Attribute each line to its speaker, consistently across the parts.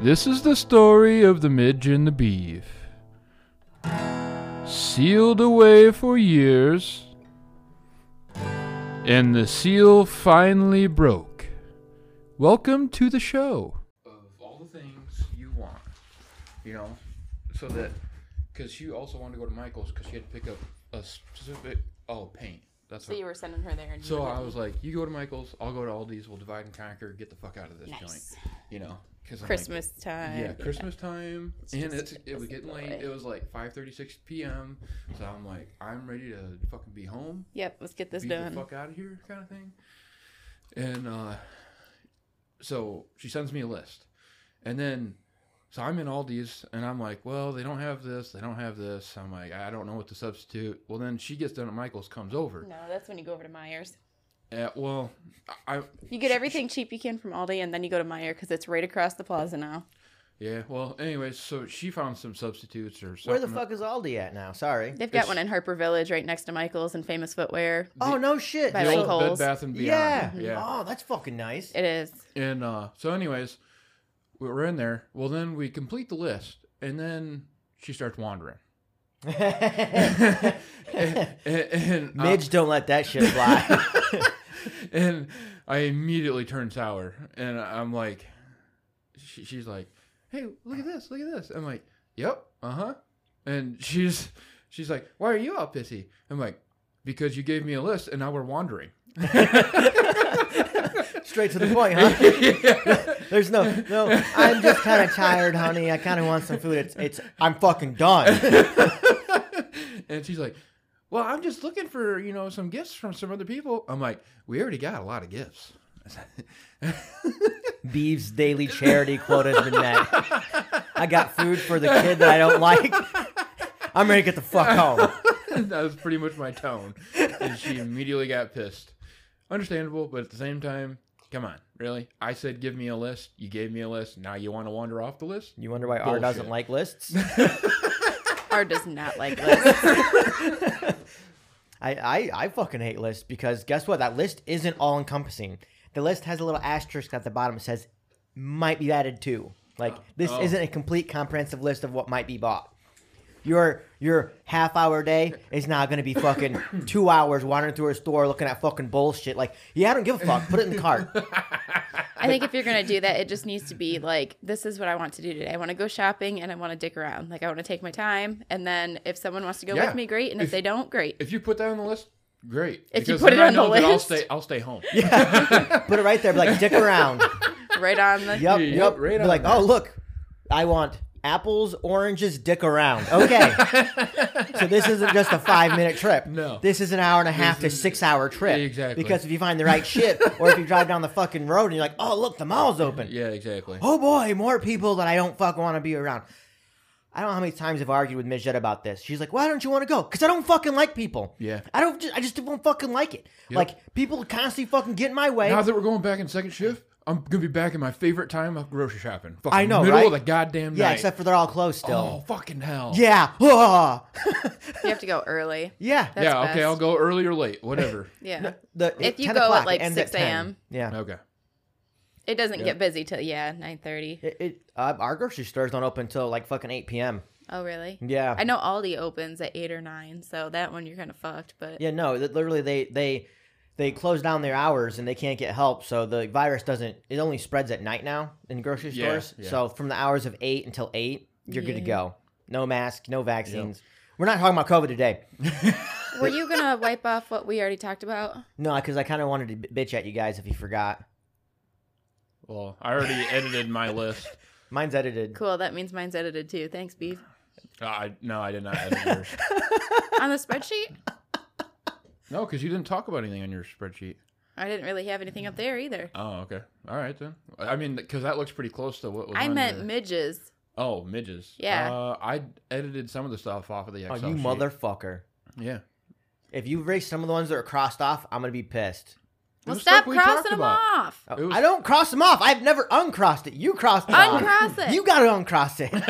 Speaker 1: This is the story of the midge and the beef. Sealed away for years, and the seal finally broke. Welcome to the show. Of all the things you want, you know, so that because you also wanted to go to Michael's because she had to pick up a specific oh paint. That's
Speaker 2: So you were sending her there. And you
Speaker 1: So
Speaker 2: were
Speaker 1: I
Speaker 2: getting-
Speaker 1: was like, you go to Michael's, I'll go to Aldi's, we'll divide and conquer, get the fuck out of this
Speaker 2: nice.
Speaker 1: joint. You know, because
Speaker 3: Christmas time.
Speaker 1: yeah, Christmas time,
Speaker 2: It's
Speaker 1: and
Speaker 2: just-
Speaker 1: it's it
Speaker 2: it's
Speaker 1: was getting late.
Speaker 2: late.
Speaker 1: It was like 5:36 p.m. So I'm like, I'm ready to fucking be home,
Speaker 3: Yep, let's get this
Speaker 1: be
Speaker 3: done.
Speaker 1: the fuck out of here, kind of thing. And uh, so she sends me a list, and then so I'm in Aldi's, and I'm like, well, they don't have this, they don't have this. I'm like, I don't know what to substitute. Well, then she gets done at Michael's, comes over.
Speaker 3: No, that's when you go over to Myers.
Speaker 1: Uh, well, I
Speaker 3: You get everything cheap you can from Aldi, and then you go to Meyer because it's right across the plaza now.
Speaker 1: yeah. Well, anyways, so she found some substitutes or something.
Speaker 4: Where the fuck is Aldi at now? Sorry.
Speaker 3: They've got
Speaker 1: It's-
Speaker 3: one in Harper Village, right next to Michaels and Famous Footwear.
Speaker 4: oh no shit.
Speaker 3: By
Speaker 1: The
Speaker 3: Lane
Speaker 1: old
Speaker 3: Coles.
Speaker 1: Bed Bath and Beyond.
Speaker 4: yeah.
Speaker 1: yeah.
Speaker 4: Oh, that's fucking nice.
Speaker 3: It is.
Speaker 1: And uh, so, anyways, we were in there. Well, then we complete the list, and then she starts wandering. And, and, uh,
Speaker 4: Midge don't let that shit fly.
Speaker 1: and I immediately turn sour, and I'm like, she, she's like, "Hey, look at this! Look at this!" I'm like, "Yep, uh huh." And she's she's like, "Why are you all pissy?" I'm like, "Because you gave me a list, and now we're wandering."
Speaker 4: Straight to the point, huh? There's no no. I'm just kind of tired, honey. I kind of want some food. It's it's. I'm fucking done.
Speaker 1: and she's like, "Well, I'm just looking for you know some gifts from some other people." I'm like, "We already got a lot of gifts."
Speaker 4: Beeves' daily charity quota has been met. I got food for the kid that I don't like. I'm ready to get the fuck home.
Speaker 1: that was pretty much my tone, and she immediately got pissed. Understandable, but at the same time, come on, really? I said, "Give me a list." You gave me a list. Now you want to wander off the list?
Speaker 4: You wonder why R doesn't
Speaker 1: Bullshit.
Speaker 4: like lists?
Speaker 3: R does not like lists.
Speaker 4: I, I, I fucking hate lists because guess what? That list isn't all encompassing. The list has a little asterisk at the bottom that says might be added to. Like this
Speaker 1: Oh.
Speaker 4: isn't a complete comprehensive list of what might be bought. Your your half hour day is not gonna be fucking two hours wandering through a store looking at fucking bullshit. Like, yeah, I don't give a fuck. Put it in the cart.
Speaker 3: I think if you're gonna do that, it just needs to be like, this is what I want to do today. I want to go shopping and I want to dick around. Like I want to take my time, and then if someone wants to go
Speaker 1: Yeah.
Speaker 3: with me, great. And if,
Speaker 1: If-
Speaker 3: they don't, great.
Speaker 1: If you put that on the list, great.
Speaker 3: If you
Speaker 1: Because
Speaker 3: put
Speaker 1: then
Speaker 3: it
Speaker 1: I
Speaker 3: on the
Speaker 1: know that I'll
Speaker 3: list-
Speaker 1: stay. I'll stay home.
Speaker 4: Put it right there, be like dick around.
Speaker 3: right on the.
Speaker 4: Yep, yep.
Speaker 1: Yep, right
Speaker 4: Be
Speaker 1: on
Speaker 4: like,
Speaker 1: there.
Speaker 4: oh look, I want apples, oranges, dick around. Okay. so this isn't just a five minute trip.
Speaker 1: No.
Speaker 4: This is an hour and a half
Speaker 1: This
Speaker 4: to
Speaker 1: is-
Speaker 4: six hour trip.
Speaker 1: Exactly.
Speaker 4: Because if you find the right shit, or if you drive down the fucking road and you're like, oh look, the mall's open.
Speaker 1: Yeah, exactly.
Speaker 4: Oh boy, more people that I don't fucking want to be around. I don't know how many times I've argued with Midget about this. She's like, "Why don't you want to go?" Because I don't fucking like people.
Speaker 1: Yeah.
Speaker 4: I don't. Just, I just don't fucking like it. Like people constantly fucking get in my way.
Speaker 1: Now that we're going back in second shift, I'm gonna be back in my favorite time of grocery shopping. Fucking
Speaker 4: I know,
Speaker 1: middle
Speaker 4: right?
Speaker 1: of the goddamn
Speaker 4: yeah,
Speaker 1: night.
Speaker 4: except for they're all closed
Speaker 1: oh
Speaker 4: still.
Speaker 1: fucking hell.
Speaker 4: Yeah. Oh.
Speaker 3: You have to go early.
Speaker 4: yeah.
Speaker 3: That's
Speaker 1: yeah. Okay,
Speaker 3: best.
Speaker 1: I'll go early or late, whatever.
Speaker 3: Yeah.
Speaker 4: The-
Speaker 3: If you
Speaker 4: 10
Speaker 3: go at,
Speaker 4: o'clock,
Speaker 3: like,
Speaker 4: ends at
Speaker 3: 6 a.m..
Speaker 4: 10. Yeah.
Speaker 1: okay.
Speaker 3: It doesn't get busy till yeah nine thirty.
Speaker 4: It, it, uh, our grocery stores don't open until like fucking 8 p.m.
Speaker 3: Oh really?
Speaker 4: Yeah.
Speaker 3: I know Aldi opens at eight or nine, so that one you're kind of fucked. But
Speaker 4: Yeah, no, that literally they they they close down their hours and they can't get help, so the virus doesn't. It only spreads at night now in grocery
Speaker 1: Yeah,
Speaker 4: stores.
Speaker 1: yeah.
Speaker 4: So from the hours of eight until eight, you're good to
Speaker 3: Yeah.
Speaker 4: go. No mask, no vaccines. We're not talking about COVID today.
Speaker 3: were you gonna wipe off what we already talked about?
Speaker 4: No, because I kind of wanted to b- bitch at you guys if you forgot.
Speaker 1: Well, I already edited my list.
Speaker 4: Mine's edited.
Speaker 3: Cool. That means mine's edited too. Thanks, Beef.
Speaker 1: Uh, I, no, I did not edit yours.
Speaker 3: on the spreadsheet,
Speaker 1: No, because you didn't talk about anything on your spreadsheet.
Speaker 3: I didn't really have anything up there either.
Speaker 1: Oh, okay. All right then. I mean, because that looks pretty close to what was.
Speaker 3: I
Speaker 1: on
Speaker 3: meant
Speaker 1: your-
Speaker 3: midges.
Speaker 1: oh, midges.
Speaker 3: Yeah.
Speaker 1: Uh, I edited some of the stuff off of the
Speaker 4: Oh,
Speaker 1: Excel.
Speaker 4: you
Speaker 1: sheet.
Speaker 4: motherfucker!
Speaker 1: Yeah.
Speaker 4: If you erase some of the ones that are crossed off, I'm gonna be pissed. Oh,
Speaker 3: Well,
Speaker 1: was
Speaker 3: stop
Speaker 1: stuff we
Speaker 3: crossing
Speaker 1: talked
Speaker 3: them
Speaker 1: about.
Speaker 3: off.
Speaker 1: It was-
Speaker 4: I don't cross them off. I've never uncrossed it. You crossed it. off.
Speaker 3: Uncross it.
Speaker 4: You got to uncross it. Fuck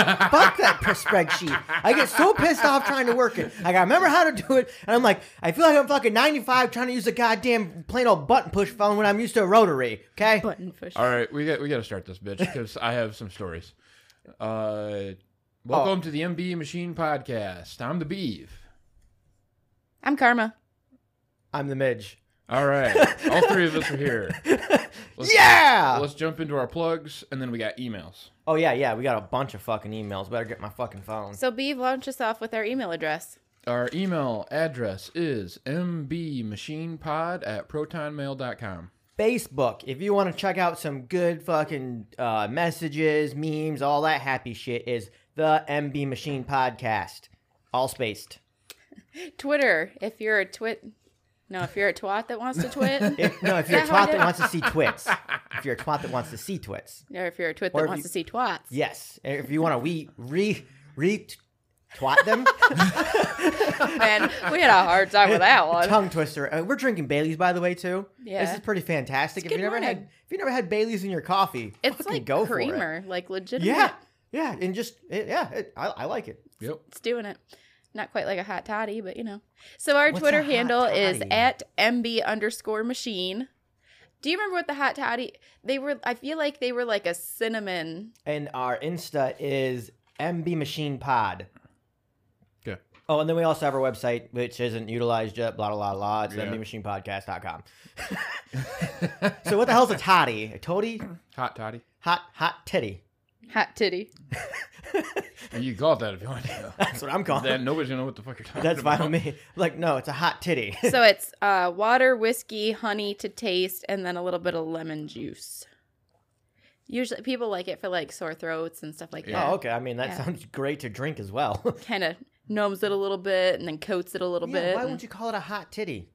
Speaker 4: that per- spreadsheet. I get so pissed off trying to work it. I got to remember how to do it, and I'm like, I feel like I'm fucking 95 trying to use a goddamn plain old button push phone when I'm used to a rotary. Okay.
Speaker 3: Button push.
Speaker 1: All right, we got we got to start this bitch because I have some stories. Uh, welcome to the MB Machine Podcast. I'm the Beeve.
Speaker 3: I'm Karma.
Speaker 4: I'm the midge.
Speaker 1: All right, all three of us are here. Let's-
Speaker 4: Yeah.
Speaker 1: Let's jump into our plugs, and then we got emails.
Speaker 4: Oh yeah, yeah. We got a bunch of fucking emails. Better get my fucking phone.
Speaker 3: So, Beeve, launch us off with our email address.
Speaker 1: Our email address is mbmachinepod at protonmail.com.
Speaker 4: Facebook. If you want to check out some good fucking uh, messages, memes, all that happy shit, is the MB Machine Podcast. All spaced.
Speaker 3: Twitter, if you're a twit. No, if you're a twat that wants to twit.
Speaker 4: If, no, if you're a
Speaker 3: Is that how I
Speaker 4: twat
Speaker 3: did
Speaker 4: that
Speaker 3: it?
Speaker 4: wants to see twits, if you're a twat that wants to see twits,
Speaker 3: or if you're a twit
Speaker 4: Or
Speaker 3: that
Speaker 4: if
Speaker 3: wants
Speaker 4: you-
Speaker 3: to see twats.
Speaker 4: yes. And If you want to we re re twat them,
Speaker 3: Man, we had a hard time with that one.
Speaker 4: tongue twister. Uh, we're drinking Bailey's by the way too.
Speaker 3: Yeah.
Speaker 4: this is pretty fantastic.
Speaker 3: It's
Speaker 4: if you
Speaker 3: good
Speaker 4: never had
Speaker 3: morning.
Speaker 4: if you never had Bailey's in your coffee,
Speaker 3: It's
Speaker 4: fucking
Speaker 3: like
Speaker 4: go for it.
Speaker 3: creamer, like legitimate.
Speaker 4: Yeah, yeah, and just it, yeah, it, I, I like it.
Speaker 1: Yep.
Speaker 3: It's doing it. Not quite like a hot toddy, but you know. So our
Speaker 4: What's a
Speaker 3: Twitter
Speaker 4: hot
Speaker 3: handle is
Speaker 4: toddy?
Speaker 3: at MB underscore machine. Do you remember what the hot toddy they were I feel like they were like a cinnamon.
Speaker 4: And our Insta is MB Machine Pod.
Speaker 1: Okay.
Speaker 4: Oh, and then we also have our website, which isn't utilized yet, blah, blah, blah, blah. It's
Speaker 1: Yeah.
Speaker 4: mbmachinepodcast.com. so what the hell's a toddy? A toady?
Speaker 1: Hot toddy.
Speaker 4: Hot, hot titty.
Speaker 3: Hot titty.
Speaker 1: You can call it that if you want to.
Speaker 4: That's what I'm calling
Speaker 1: then
Speaker 4: it.
Speaker 1: nobody's gonna know what the fuck you're talking
Speaker 4: That's
Speaker 1: about.
Speaker 4: fine with me. Like, no, it's a hot titty.
Speaker 3: so it's uh, water, whiskey, honey to taste, and then a little bit of lemon juice. Usually people like it for like sore throats and stuff like that.
Speaker 4: Oh, okay. I mean, that
Speaker 3: Yeah.
Speaker 4: sounds great to drink as well.
Speaker 3: Kind of gnomes it a little bit and then coats it a little
Speaker 4: yeah,
Speaker 3: bit.
Speaker 4: why
Speaker 3: and-
Speaker 4: would you call it a hot titty?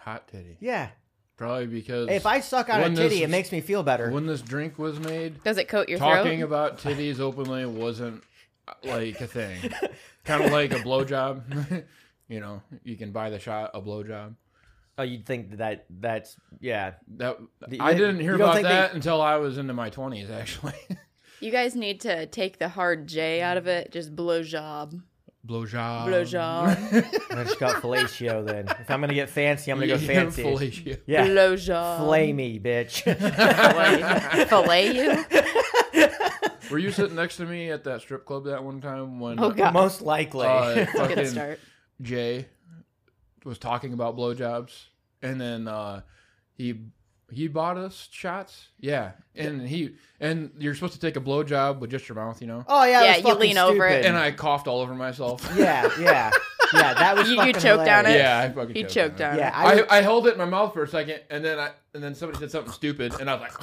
Speaker 1: Hot titty.
Speaker 4: Yeah.
Speaker 1: Probably because
Speaker 4: If I suck out
Speaker 1: When
Speaker 4: a
Speaker 1: this
Speaker 4: titty, it
Speaker 1: is-
Speaker 4: makes me feel better.
Speaker 1: when this drink was made,
Speaker 3: Does it coat your
Speaker 1: talking
Speaker 3: throat?
Speaker 1: about titties openly wasn't uh, like a thing. kind of like a blowjob. you know, you can buy the shot a blowjob.
Speaker 4: oh, you'd think that that's, yeah.
Speaker 1: That
Speaker 4: The-
Speaker 1: I
Speaker 4: you-
Speaker 1: didn't hear
Speaker 4: you don't
Speaker 1: about
Speaker 4: think
Speaker 1: that
Speaker 4: they-
Speaker 1: until I was into my twenties, actually.
Speaker 3: You guys need to take the hard J out of it. Just blow job.
Speaker 1: blowjob.
Speaker 3: Blow job.
Speaker 4: I just got fellatio then. If I'm gonna get fancy, I'm gonna go
Speaker 1: Yeah,
Speaker 4: fancy.
Speaker 1: fellatio.
Speaker 4: yeah.
Speaker 3: Blow job.
Speaker 4: Flay
Speaker 1: Um,
Speaker 4: me, bitch.
Speaker 3: Fillet. Fillet you?
Speaker 1: Were you sitting next to me at that strip club that one time when
Speaker 3: Oh, God.
Speaker 4: Most likely.
Speaker 1: uh,
Speaker 3: That's a good
Speaker 1: fucking
Speaker 3: start.
Speaker 1: Jay was talking about blowjobs, and then uh, he he bought us shots. Yeah, and he and you're supposed to take a blowjob with just your mouth, you know.
Speaker 4: oh yeah.
Speaker 3: Yeah,
Speaker 4: that's
Speaker 3: you
Speaker 4: fucking
Speaker 3: lean over it.
Speaker 4: stupid.
Speaker 1: And I coughed all over myself.
Speaker 4: yeah, yeah, yeah. That was
Speaker 3: You- you
Speaker 4: fucking
Speaker 3: choked on
Speaker 4: hilarious.
Speaker 1: yeah, I fucking
Speaker 3: He
Speaker 1: choked,
Speaker 3: choked
Speaker 1: on. it.
Speaker 3: on
Speaker 4: Yeah,
Speaker 3: it.
Speaker 4: I,
Speaker 1: I, I held it in my mouth for a second, and then I and then somebody said something stupid, and I was like,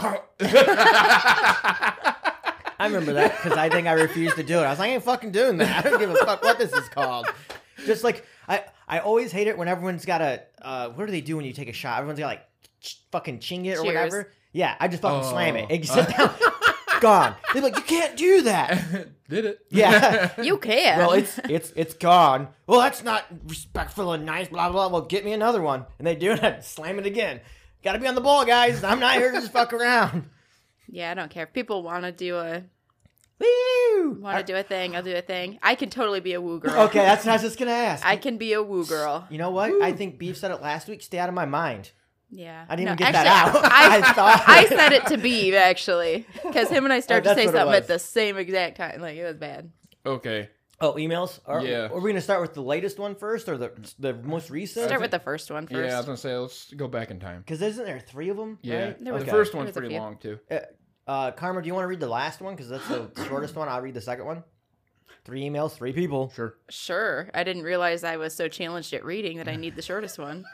Speaker 4: I remember that because I think I refused to do it. I was like, I ain't fucking doing that. I don't give a fuck what this is called. Just like I, I always hate it when everyone's got a. Uh, what do they do when you take a shot? Everyone's got like ch- fucking ching it or
Speaker 3: Cheers.
Speaker 4: whatever. Yeah, I just fucking
Speaker 1: Oh.
Speaker 4: slam it. And you sit down, gone. They're like, you can't do that.
Speaker 1: did it?
Speaker 4: Yeah.
Speaker 3: You can.
Speaker 4: Well, it's it's it's gone. Well, that's not respectful and nice. Blah blah. blah. Well, get me another one, and they do it. I slam it again. Got to be on the ball, guys. I'm not here to just fuck around.
Speaker 3: yeah, I don't care. If people want to do a
Speaker 4: Woo!
Speaker 3: want to do a thing, I'll do a thing. I can totally be a woo girl.
Speaker 4: Okay, that's what I was just gonna ask.
Speaker 3: I can be a woo girl.
Speaker 4: you know what? I think Beef said it last week. Stay out of my mind.
Speaker 3: Yeah.
Speaker 4: I didn't
Speaker 3: No,
Speaker 4: even get
Speaker 3: actually,
Speaker 4: that out.
Speaker 3: I,
Speaker 4: I thought-
Speaker 3: I said it to Beeve, actually. Because him and I started
Speaker 4: that's
Speaker 3: to say
Speaker 4: what it
Speaker 3: something
Speaker 4: was.
Speaker 3: at the same exact time. Like, it was bad.
Speaker 1: Okay.
Speaker 4: Oh, emails? Are,
Speaker 1: Yeah.
Speaker 4: Are we gonna start with the latest one first, or the the most recent?
Speaker 3: Start with the first one first.
Speaker 1: Yeah, I was gonna say let's go back in time.
Speaker 4: Because isn't there three of them?
Speaker 1: Yeah,
Speaker 4: Right?
Speaker 3: There was-
Speaker 1: the
Speaker 4: Okay.
Speaker 1: first
Speaker 3: there
Speaker 1: one's
Speaker 3: was a
Speaker 1: pretty
Speaker 3: few.
Speaker 1: long too.
Speaker 4: Uh, Karma, do you want to read the last one? Because that's the shortest one. I'll read the second one. Three emails, three people.
Speaker 1: Sure.
Speaker 3: Sure. I didn't realize I was so challenged at reading that I need the shortest one.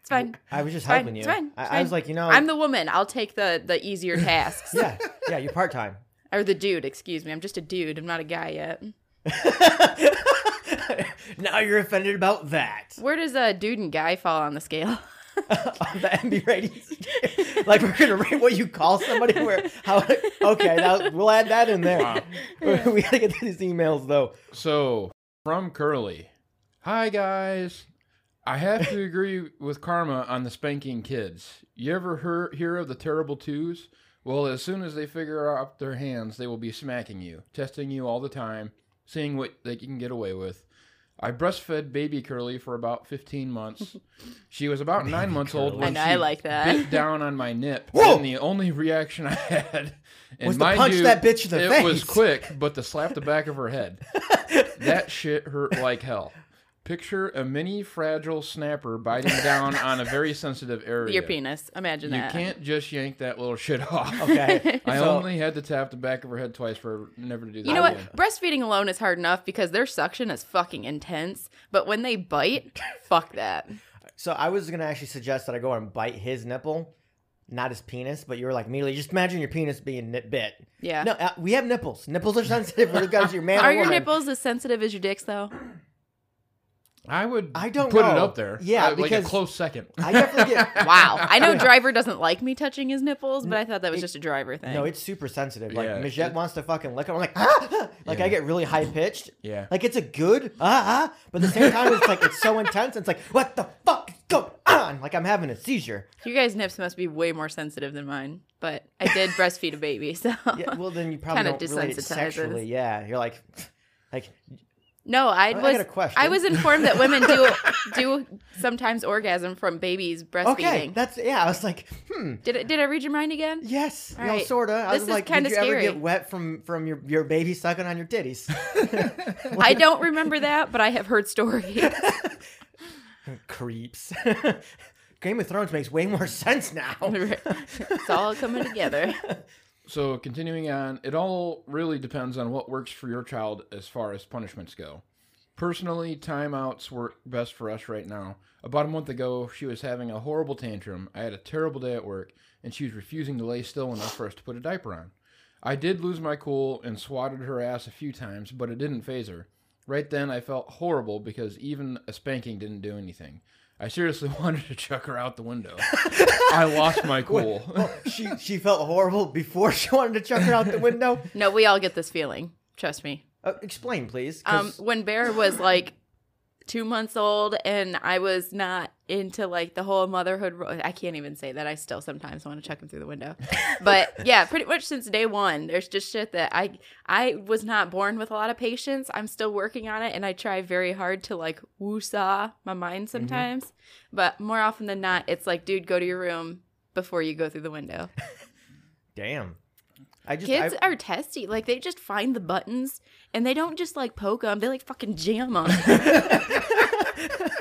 Speaker 3: it's fine.
Speaker 4: I was just
Speaker 3: fine,
Speaker 4: helping you.
Speaker 3: it's fine, it's
Speaker 4: I, I
Speaker 3: fine.
Speaker 4: was like, you know,
Speaker 3: I'm the woman. I'll take the the easier tasks.
Speaker 4: Oh. yeah, yeah, you're part time.
Speaker 3: Or the dude, excuse me. I'm just a dude. I'm not a guy yet.
Speaker 4: now you're offended about that.
Speaker 3: Where does uh, dude and guy fall on the scale?
Speaker 4: On the MB ratings. like we're gonna rate what you call somebody. Where how? Okay, now we'll add that in there. we gotta get these emails though.
Speaker 1: So from Curly, hi guys. I have to agree with Karma on the spanking kids. You ever hear, hear of the terrible twos? Well, as soon as they figure out their hands, they will be smacking you, testing you all the time, seeing what they can get away with. I breastfed baby Curly for about 15 months. She was about nine months old when
Speaker 3: I know, I
Speaker 1: she
Speaker 3: like that.
Speaker 1: bit down on my nip.
Speaker 4: Whoa!
Speaker 1: And the only reaction I had and
Speaker 4: Was to
Speaker 1: mind
Speaker 4: punch
Speaker 1: you,
Speaker 4: that bitch in the
Speaker 1: it was
Speaker 4: face.
Speaker 1: quick, but to slap the back of her head. that shit hurt like hell. Picture a mini fragile snapper biting down on a very sensitive area.
Speaker 3: Your penis. Imagine
Speaker 1: You
Speaker 3: that.
Speaker 1: can't just yank that little shit off.
Speaker 4: Okay.
Speaker 1: I
Speaker 4: So-
Speaker 1: only had to tap the back of her head twice for never to do that.
Speaker 3: You know what?
Speaker 1: again.
Speaker 3: Breastfeeding alone is hard enough because their suction is fucking intense. But when they bite, fuck that.
Speaker 4: So I was gonna actually suggest that I go and bite his nipple, not his penis. But you were like immediately just imagine your penis being nip bit.
Speaker 3: Yeah.
Speaker 4: No, uh, we have nipples. Nipples are sensitive when it comes to your man or
Speaker 3: Are your
Speaker 4: woman.
Speaker 3: nipples as sensitive as your dicks, though?
Speaker 1: I would
Speaker 4: I don't
Speaker 1: put it
Speaker 4: know.
Speaker 1: up there.
Speaker 4: Yeah,
Speaker 1: Uh, like a
Speaker 4: because-
Speaker 1: close second.
Speaker 4: I definitely get.
Speaker 3: Wow. I know Driver doesn't like me touching his nipples, but I thought that was just a Driver thing.
Speaker 4: No, it's super sensitive. Like
Speaker 1: Yeah,
Speaker 4: Mijette
Speaker 1: it-
Speaker 4: wants to fucking lick it. I'm like, ah! ah." like
Speaker 1: Yeah.
Speaker 4: I get really high pitched.
Speaker 1: Yeah.
Speaker 4: Like it's a good ah ah, but at the same time it's like it's so intense. It's like what the fuck is going on? Like I'm having a seizure.
Speaker 3: Your guys' nips must be way more sensitive than mine. But I did breastfeed a baby, so
Speaker 4: Yeah, well then you probably
Speaker 3: Kinda
Speaker 4: don't relate it
Speaker 3: desensitizes.
Speaker 4: sexually. Yeah, you're like, like
Speaker 3: no, I
Speaker 4: I
Speaker 3: was
Speaker 4: got a question.
Speaker 3: I was informed that women do do sometimes orgasm from babies breastfeeding.
Speaker 4: okay, that's yeah. I was like, hmm.
Speaker 3: did I, did I read your mind again?
Speaker 4: Yes,
Speaker 3: All
Speaker 4: you know,
Speaker 3: right.
Speaker 4: sorta. I
Speaker 3: This
Speaker 4: was
Speaker 3: is
Speaker 4: like,
Speaker 3: kinda
Speaker 4: did you ever
Speaker 3: scary.
Speaker 4: get wet from from your your baby sucking on your titties?
Speaker 3: I don't remember that, but I have heard stories.
Speaker 4: Creeps. Game of Thrones makes way more sense now.
Speaker 3: it's all coming together.
Speaker 1: So, continuing on, it all really depends on what works for your child as far as punishments go. Personally, timeouts work best for us right now. About a month ago, she was having a horrible tantrum. I had a terrible day at work, and she was refusing to lay still enough for us to put a diaper on. I did lose my cool and swatted her ass a few times, but it didn't phase her. Right then, I felt horrible because even a spanking didn't do anything. I seriously wanted to chuck her out the window. I lost my cool.
Speaker 4: she she felt horrible before she wanted to chuck her out the window.
Speaker 3: No, we all get this feeling. Trust me.
Speaker 4: Uh, explain, please.
Speaker 3: Um,
Speaker 4: 'cause-
Speaker 3: when Bear was like two months old, and I was not into like the whole motherhood. Ro- I can't even say that. I still sometimes want to chuck him through the window. But yeah, pretty much since day one, there's just shit that I I was not born with a lot of patience. I'm still working on it, and I try very hard to like woosah my mind sometimes. But more often than not, it's like, dude, go to your room before you go through the window.
Speaker 4: damn. I just
Speaker 3: Kids
Speaker 4: I,
Speaker 3: are testy. Like they just find the buttons and they don't just like poke them. They like fucking jam them.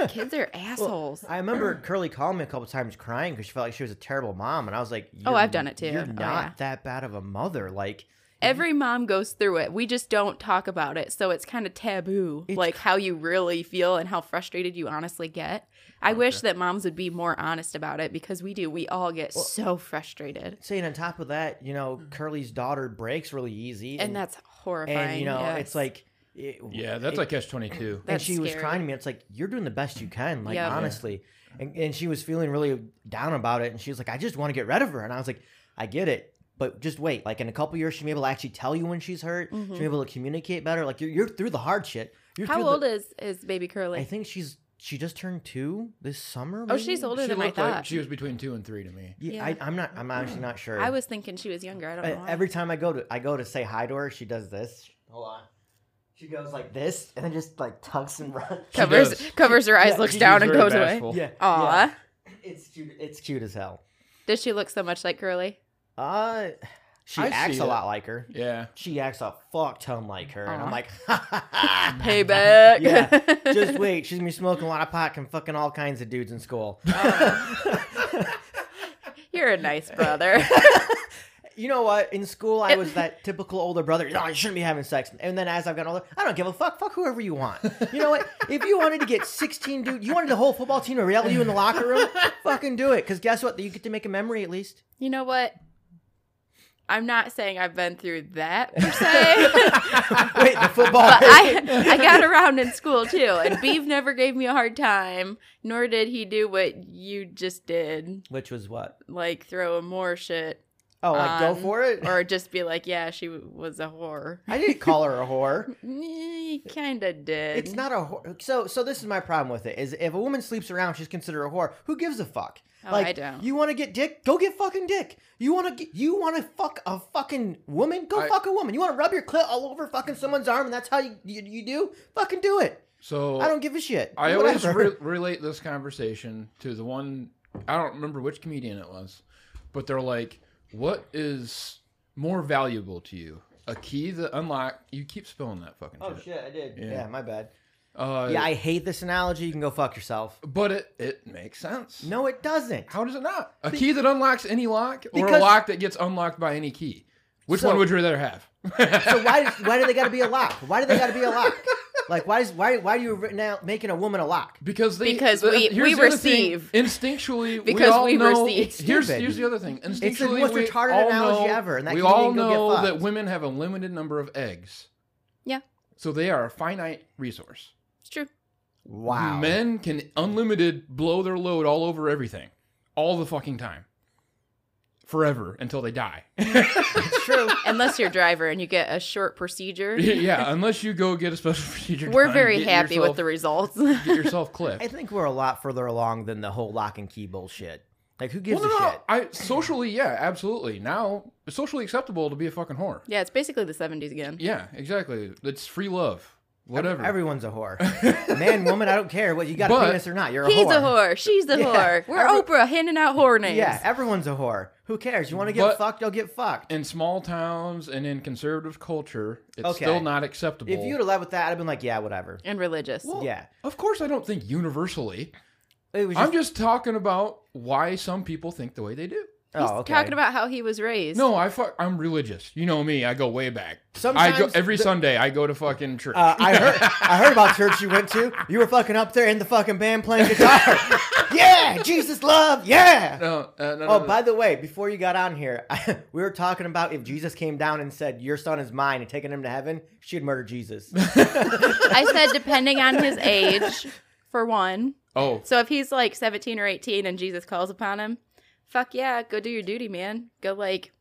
Speaker 3: Kids are assholes.
Speaker 4: I remember Curly calling me a couple times crying because she felt like she was a terrible mom, and I was like,
Speaker 3: Oh,
Speaker 4: "You're-
Speaker 3: I've done it too.
Speaker 4: You're
Speaker 3: Oh,
Speaker 4: not
Speaker 3: yeah.
Speaker 4: that bad of a mother. Like,
Speaker 3: Every mom goes through it. We just don't talk about it, so it's kind of taboo. like how you really feel and how frustrated you honestly get. I wish that moms would be more honest about it because we do. We all get so frustrated,
Speaker 4: saying on top of that, you know, Curly's daughter breaks really easy,
Speaker 3: Mm. and that's horrifying.
Speaker 4: and you know,
Speaker 3: yes.
Speaker 4: it's like, it-
Speaker 1: Yeah, that's
Speaker 4: it-
Speaker 1: like catch twenty two.
Speaker 4: and
Speaker 3: That's
Speaker 4: she was
Speaker 3: scary.
Speaker 4: crying to me. It's like you're doing the best you can, like
Speaker 3: Yeah. Yeah.
Speaker 4: honestly. And, and she was feeling really down about it, and she was like, "I just want to get rid of her." And I was like, "I get it, but just wait. Like in a couple years, she'll be able to actually tell you when she's hurt. She'll be able to communicate better. Like you're, you're through the hard shit. You're
Speaker 3: Mm-hmm. how
Speaker 4: through
Speaker 3: old
Speaker 4: the,
Speaker 3: is is baby Curly?
Speaker 4: I think she's she just turned two this summer.
Speaker 3: oh,
Speaker 4: maybe?
Speaker 3: she's older
Speaker 1: She
Speaker 3: than I
Speaker 1: looked
Speaker 3: thought.
Speaker 1: like she was between two and three to me.
Speaker 4: Yeah,
Speaker 3: Yeah.
Speaker 4: I, I'm not. I'm actually not sure.
Speaker 3: I was thinking she was younger. I don't
Speaker 4: Uh,
Speaker 3: know. Why.
Speaker 4: every time I go to I go to say hi to her, she does this. Hold on. She goes like this, and then just like tucks and runs.
Speaker 1: Come-
Speaker 3: covers
Speaker 1: does.
Speaker 3: covers her eyes,
Speaker 4: Yeah,
Speaker 3: looks
Speaker 4: she-
Speaker 3: down,
Speaker 1: she's
Speaker 3: and
Speaker 1: very
Speaker 3: goes
Speaker 1: bashful.
Speaker 3: away.
Speaker 4: Yeah.
Speaker 3: Aw,
Speaker 4: yeah. It's cute. It's cute as hell.
Speaker 3: does she look so much like Curly?
Speaker 4: Uh, she
Speaker 1: I
Speaker 4: acts
Speaker 1: see
Speaker 4: a
Speaker 1: it.
Speaker 4: lot like her.
Speaker 1: Yeah.
Speaker 4: She acts a fuck ton like her, and
Speaker 3: Aw.
Speaker 4: I'm like, ha, ha, ha.
Speaker 3: Payback.
Speaker 4: yeah. Just wait, she's gonna be smoking a lot of pot and fucking all kinds of dudes in school.
Speaker 1: Uh.
Speaker 3: You're a nice brother.
Speaker 4: you know what? In school, I was that typical older brother. No, you shouldn't be having sex. And then as I've gotten older, I don't give a fuck. Fuck whoever you want. You know what? If you wanted to get 16 dude, you wanted the whole football team to yell at you in the locker room, fucking do it. Because guess what? You get to make a memory at least.
Speaker 3: you know what? I'm not saying I've been through that per se,
Speaker 4: Wait, the football.
Speaker 3: but I I got around in school too, and Beeve never gave me a hard time, nor did he do what you just did,
Speaker 4: Which was what?
Speaker 3: like throw more shit
Speaker 4: Oh, like go
Speaker 3: on,
Speaker 4: for it.
Speaker 3: or just be like, yeah, she w- was a whore.
Speaker 4: I didn't call her a whore.
Speaker 3: He kind of did.
Speaker 4: It's not a whore. So, so this is my problem with it: is if a woman sleeps around, she's considered a whore. Who gives a fuck?
Speaker 3: Oh,
Speaker 4: like,
Speaker 3: I don't.
Speaker 4: You want to get dick? Go get fucking dick. You want to you want to fuck a fucking woman? Go
Speaker 1: I-
Speaker 4: fuck a woman. You want to rub your clit all over fucking someone's arm, and that's how you you, you do? Fucking do it.
Speaker 1: So
Speaker 4: I don't give a shit.
Speaker 1: I always
Speaker 4: Whatever.
Speaker 1: re- relate this conversation to the one I don't remember which comedian it was, but they're like, "What is more valuable to you? A key that unlock? You keep spilling that fucking
Speaker 4: Oh
Speaker 1: shit.
Speaker 4: shit, I did.
Speaker 1: Yeah.
Speaker 4: Yeah, my bad.
Speaker 1: Uh,
Speaker 4: Yeah, I hate this analogy. You can go fuck yourself.
Speaker 1: but it it makes sense.
Speaker 4: No, it doesn't.
Speaker 1: How does it not? A key that unlocks any lock, or a
Speaker 4: Because-
Speaker 1: lock that gets unlocked by any key. Which
Speaker 4: So-
Speaker 1: one would you rather have?
Speaker 4: So why does, why do they got to be a lock? Why do they got to be a lock? Like why is why why are you ri- now making a woman a lock?
Speaker 1: Because they,
Speaker 3: Because we-
Speaker 1: here's
Speaker 3: we
Speaker 1: the other thing.
Speaker 3: receive.
Speaker 1: instinctually. we,
Speaker 3: Because
Speaker 1: all
Speaker 3: we
Speaker 1: know,
Speaker 3: receive. It's
Speaker 1: Here's
Speaker 4: stupid.
Speaker 1: here's the other thing. Instinctually,
Speaker 4: It's the most
Speaker 1: we
Speaker 4: retarded
Speaker 1: all
Speaker 4: analogy
Speaker 1: know-
Speaker 4: ever, and that
Speaker 1: we
Speaker 4: kid didn't
Speaker 1: all
Speaker 4: go get
Speaker 1: know that
Speaker 4: fucked.
Speaker 1: women have a limited number of eggs.
Speaker 3: Yeah.
Speaker 1: So they are a finite resource.
Speaker 3: It's true.
Speaker 4: Wow.
Speaker 1: Men can unlimited blow their load all over everything, all the fucking time, forever until they die.
Speaker 4: It's true.
Speaker 3: Unless you're a driver and you get a short procedure.
Speaker 1: yeah, unless you go get a special procedure.
Speaker 3: We're
Speaker 1: done,
Speaker 3: very
Speaker 1: get
Speaker 3: happy
Speaker 1: yourself,
Speaker 3: with the results.
Speaker 1: get yourself clipped.
Speaker 4: I think we're a lot further along than the whole lock and key bullshit. Like who gives
Speaker 1: Well, no,
Speaker 4: a
Speaker 1: no,
Speaker 4: shit?
Speaker 1: I socially, yeah, absolutely. Now it's socially acceptable to be a fucking whore.
Speaker 3: yeah, it's basically the 70s again.
Speaker 1: Yeah, exactly. It's free love. Whatever.
Speaker 4: Everyone's a whore. Man, woman, I don't care what you got
Speaker 1: But-
Speaker 4: a penis or not. You're a
Speaker 3: He's
Speaker 4: whore.
Speaker 3: a whore. She's a
Speaker 4: Yeah.
Speaker 3: whore. We're
Speaker 4: Every-
Speaker 3: Oprah handing out whore names.
Speaker 4: Yeah, everyone's a whore. Who cares? You want to get
Speaker 1: But-
Speaker 4: fucked, you'll get fucked.
Speaker 1: in small towns and in conservative culture, it's
Speaker 4: Okay.
Speaker 1: still not acceptable.
Speaker 4: If you'd have led with that, I'd have been like, yeah, whatever.
Speaker 3: And religious.
Speaker 1: Well,
Speaker 4: yeah.
Speaker 1: Of course, I don't think universally.
Speaker 4: It was
Speaker 1: I'm just talking about why some people think the way they do.
Speaker 4: oh,
Speaker 3: He's
Speaker 4: okay.
Speaker 3: talking about how he was raised.
Speaker 1: No, I fuck. I'm religious. You know me. I go way back. I go
Speaker 4: Sometimes
Speaker 1: every
Speaker 4: the-
Speaker 1: Sunday. I go to fucking church.
Speaker 4: Uh, I heard I heard about church you went to. You were fucking up there in the fucking band playing guitar. yeah, Jesus love. Yeah.
Speaker 1: no, uh, no, no,
Speaker 4: Oh,
Speaker 1: no.
Speaker 4: by the way, before you got on here, we were talking about if Jesus came down and said, "Your son is mine," and taking him to heaven, she'd murder Jesus.
Speaker 3: I said depending on his age, for one.
Speaker 1: oh,
Speaker 3: So if he's like 17 or 18 and Jesus calls upon him, fuck yeah, go do your duty, man. Go like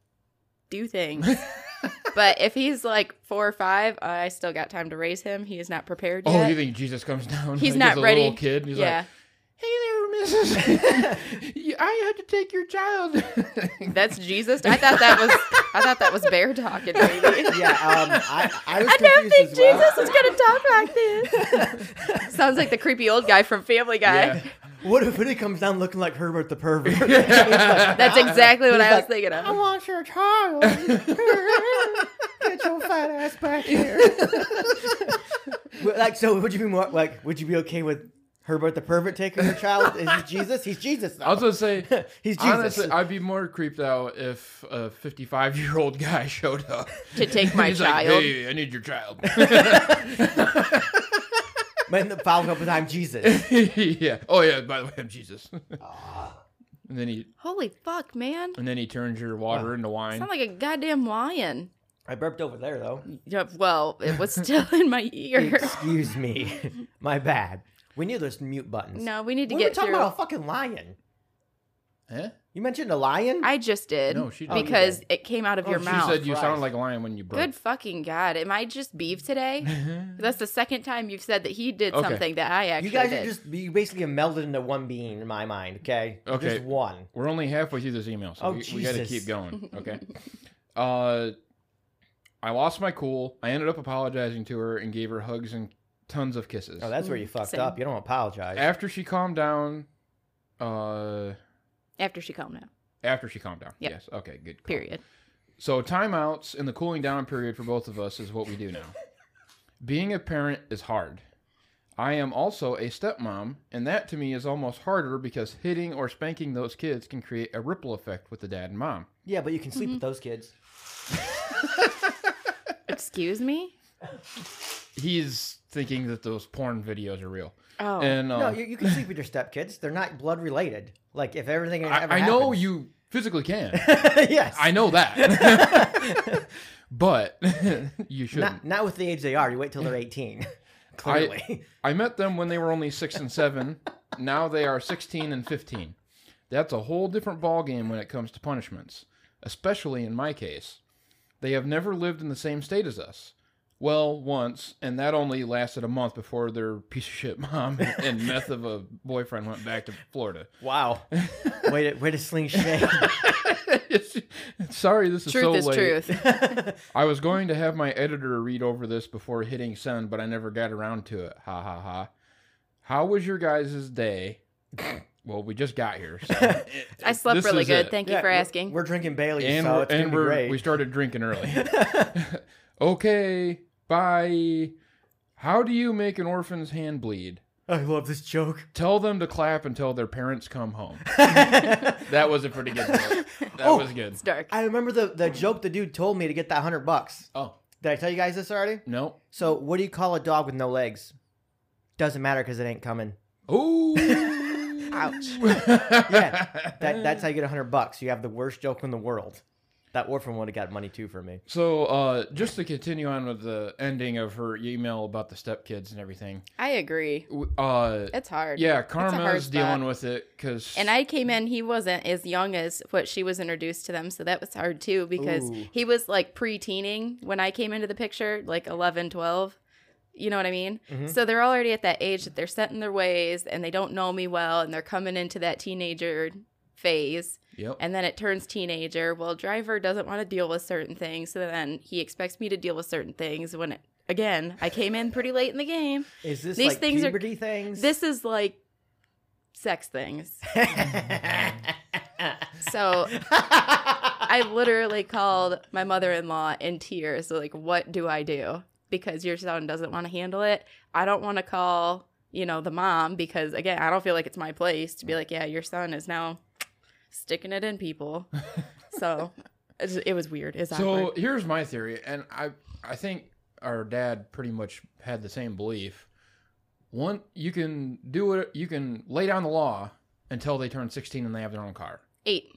Speaker 3: do things. but if he's like four or five, I still got time to raise him. He is not prepared
Speaker 1: oh,
Speaker 3: yet.
Speaker 1: you think Jesus comes down?
Speaker 3: he's
Speaker 1: like,
Speaker 3: not
Speaker 1: as a
Speaker 3: ready.
Speaker 1: Little kid. And he's
Speaker 3: yeah,
Speaker 1: like, "Hey there, Mrs. You- I had to take your child."
Speaker 3: that's Jesus. I thought that was I thought that was bear talking. Maybe.
Speaker 4: yeah, um, I, I was
Speaker 3: I don't
Speaker 4: confused
Speaker 3: think
Speaker 4: as well.
Speaker 3: Jesus is gonna talk like this. Sounds like the creepy old guy from Family Guy.
Speaker 1: Yeah.
Speaker 4: What if he comes down looking like Herbert the pervert? He's like, "Ah."
Speaker 3: That's exactly what
Speaker 4: He's
Speaker 3: I was
Speaker 4: like,
Speaker 3: thinking of.
Speaker 4: want your child. Get your fat ass back here. like, so would you be more like? Would you be okay with Herbert the pervert taking your child? Is he Jesus? He's Jesus.
Speaker 1: I
Speaker 4: Now.
Speaker 1: was gonna say,
Speaker 4: He's Jesus.
Speaker 1: honestly, I'd be more creeped out if a 55 year old guy showed up
Speaker 3: To take my
Speaker 1: He's
Speaker 3: child.
Speaker 1: Like, hey, I need your child.
Speaker 4: But in the follow up with I'm Jesus.
Speaker 1: yeah. Oh yeah. By the way, I'm Jesus. and then he
Speaker 3: Holy fuck, man!
Speaker 1: and then he turns your water into wine.
Speaker 3: Sound like a goddamn lion.
Speaker 4: I burped over there though.
Speaker 3: Yeah, well, it was still in my ear.
Speaker 4: Excuse me, my bad. We knew there's mute buttons.
Speaker 3: No, we need to
Speaker 4: we were
Speaker 3: get
Speaker 4: talking
Speaker 3: through.
Speaker 4: about a fucking lion.
Speaker 1: Huh?
Speaker 4: You mentioned a lion.
Speaker 3: I just did.
Speaker 1: No, she did.
Speaker 3: because it came out of
Speaker 4: Oh,
Speaker 3: your
Speaker 4: she
Speaker 1: She
Speaker 3: mouth.
Speaker 1: said you
Speaker 4: Christ.
Speaker 1: sound like a lion when you broke.
Speaker 3: Good fucking god! Am I just beef today? That's the second time you've said that he did
Speaker 1: Okay.
Speaker 3: something that I actually
Speaker 4: you guys
Speaker 3: did.
Speaker 4: are just you basically melded into one being in my mind. Okay. You're
Speaker 1: Okay.
Speaker 4: Just one.
Speaker 1: We're only halfway through this email, so
Speaker 4: Oh,
Speaker 1: we, we got to
Speaker 4: Jesus.
Speaker 1: keep going. Okay. uh, I lost my cool. I ended up apologizing to her and gave her hugs and tons of kisses.
Speaker 4: Oh, that's where you fucked
Speaker 3: Mm, Same.
Speaker 4: up. You don't apologize.
Speaker 1: after she calmed down. Uh.
Speaker 3: After she calmed down.
Speaker 1: After she calmed down.
Speaker 3: Yep.
Speaker 1: Yes. Okay. Good. call.
Speaker 3: Period.
Speaker 1: So timeouts and the cooling down period for both of us is what we do now. Being a parent is hard. I am also a stepmom, and that to me is almost harder because hitting or spanking those kids can create a ripple effect with the dad and mom.
Speaker 4: Yeah, but you can sleep
Speaker 3: Mm-hmm.
Speaker 4: with those kids.
Speaker 3: Excuse me.
Speaker 1: He's thinking that those porn videos are real.
Speaker 3: Oh,
Speaker 1: And uh,
Speaker 4: No, you, you can sleep with your stepkids. They're not blood related. Like if everything
Speaker 1: I,
Speaker 4: ever
Speaker 1: I know
Speaker 4: happens-
Speaker 1: you physically can.
Speaker 4: yes.
Speaker 1: I know that. but you shouldn't.
Speaker 4: Not not with the age they are. You wait till they're eighteen. Clearly.
Speaker 1: I met them when they were only six and seven. now they are 16 and 15. That's a whole different ballgame when it comes to punishments. especially in my case. They have never lived in the same state as us. Well, once, and that only lasted a month before their piece of shit mom and meth of a boyfriend went back to Florida.
Speaker 4: Wow. way to way to sling shade.
Speaker 1: Sorry, this is
Speaker 3: Truth
Speaker 1: so
Speaker 3: is
Speaker 1: late.
Speaker 3: truth.
Speaker 1: I was going to have my editor read over this before hitting send, but I never got around to it. Ha ha ha. How was your guys' day? well, we just got here. So.
Speaker 3: I slept
Speaker 1: This
Speaker 3: really
Speaker 1: is
Speaker 3: good.
Speaker 1: it.
Speaker 3: Thank
Speaker 4: Yeah,
Speaker 3: you for
Speaker 4: we're-
Speaker 3: asking.
Speaker 4: We're drinking Bailey's,
Speaker 1: and
Speaker 4: so
Speaker 1: we're,
Speaker 4: it's
Speaker 1: and
Speaker 4: gonna be
Speaker 1: we're,
Speaker 4: great.
Speaker 1: we started drinking early. okay, bye. How do you make an orphan's hand bleed?
Speaker 4: I love this joke.
Speaker 1: Tell them to clap until their parents come home. that was a pretty good joke. That
Speaker 4: Oh.
Speaker 1: was good.
Speaker 3: It's dark.
Speaker 4: I remember the, the joke the dude told me to get that hundred bucks.
Speaker 1: Oh,
Speaker 4: Did I tell you guys this already?
Speaker 1: no.
Speaker 4: So what do you call a dog with no legs? Doesn't matter because it ain't coming.
Speaker 1: Ooh.
Speaker 3: Ouch.
Speaker 1: yeah,
Speaker 4: That that's how you get hundred bucks. You have the worst joke in the world. That orphan would have got money too for me.
Speaker 1: So, uh, just to continue on with the ending of her email about the stepkids and everything,
Speaker 3: I agree.
Speaker 1: w- uh,
Speaker 3: It's hard.
Speaker 1: yeah,
Speaker 3: hard
Speaker 1: Karma's dealing
Speaker 3: spot.
Speaker 1: with it because
Speaker 3: And I came in, he wasn't as young as what she was introduced to them. So that was hard too because
Speaker 4: Ooh.
Speaker 3: he was like preteening when I came into the picture, like 11, 12. You know what I mean?
Speaker 1: Mm-hmm.
Speaker 3: So they're already at that age that they're set in their ways and they don't know me well and they're coming into that teenager phase.
Speaker 1: yep,
Speaker 3: And then it turns teenager. Well, driver doesn't want to deal with certain things. So then he expects me to deal with certain things when, it, again, I came in pretty late in the game.
Speaker 4: Is this
Speaker 3: These
Speaker 4: like
Speaker 3: things are-
Speaker 4: puberty things?
Speaker 3: This is like sex things. So I literally called my mother in law in tears, like, what do I do? Because your son doesn't want to handle it. I don't want to call, you know, the mom because, again, I don't feel like it's my place to be like, yeah, your son is now sticking it in people. so it's- it was weird. It's
Speaker 1: So
Speaker 3: awkward.
Speaker 1: here's my theory, and I I think our dad pretty much had the same belief. One, you can do it. You can lay down the law until they turn 16 and they have their own car.
Speaker 3: Eight.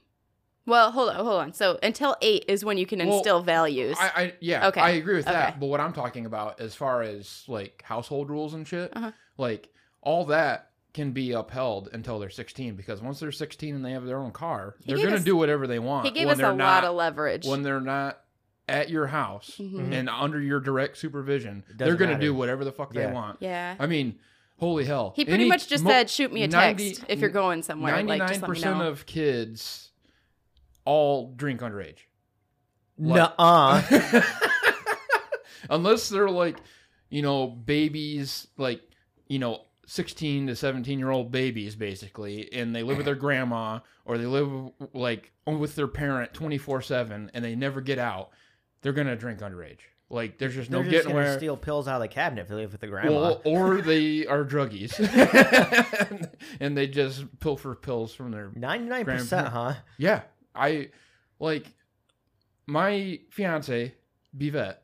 Speaker 3: Well, hold on, hold on. So until eight is when you can
Speaker 1: Well,
Speaker 3: instill values.
Speaker 1: I, I yeah,
Speaker 3: Okay.
Speaker 1: I agree with that.
Speaker 3: Okay.
Speaker 1: But what I'm talking about as far as like household rules and shit,
Speaker 3: Uh-huh.
Speaker 1: like all that can be upheld until they're 16 because once they're 16 and they have their own car,
Speaker 3: He
Speaker 1: they're
Speaker 3: gave
Speaker 1: gonna
Speaker 3: us-
Speaker 1: do whatever they want.
Speaker 3: he gave
Speaker 1: when
Speaker 3: us a
Speaker 1: they're
Speaker 3: lot
Speaker 1: not-
Speaker 3: of leverage.
Speaker 1: when they're not at your house
Speaker 3: Mhm.
Speaker 1: and under your direct supervision.
Speaker 4: It doesn't
Speaker 1: They're gonna
Speaker 4: matter.
Speaker 1: do whatever the fuck
Speaker 4: Yeah.
Speaker 1: they want.
Speaker 3: yeah.
Speaker 1: I mean, holy hell.
Speaker 3: He pretty
Speaker 1: Any
Speaker 3: much just
Speaker 1: mo-
Speaker 3: said, "Shoot me a
Speaker 1: 90
Speaker 3: text if you're going somewhere." Like, just let me
Speaker 1: 99%
Speaker 3: know.
Speaker 1: of kids all drink underage.
Speaker 4: Nuh-uh.
Speaker 1: Unless they're like, you know, babies, like, you know, 16 to 17 year old babies, basically, and they live with their grandma or they live like with their parent 24 7 and they never get out, they're going to drink underage. Like, there's just no
Speaker 4: They're just
Speaker 1: getting
Speaker 4: gonna
Speaker 1: where.
Speaker 4: steal pills out of the cabinet if they live with the grandma.
Speaker 1: Well, or they are druggies and they just pilfer pills from their
Speaker 4: Ninety-nine percent, huh?
Speaker 1: yeah, I like my fiance Bivette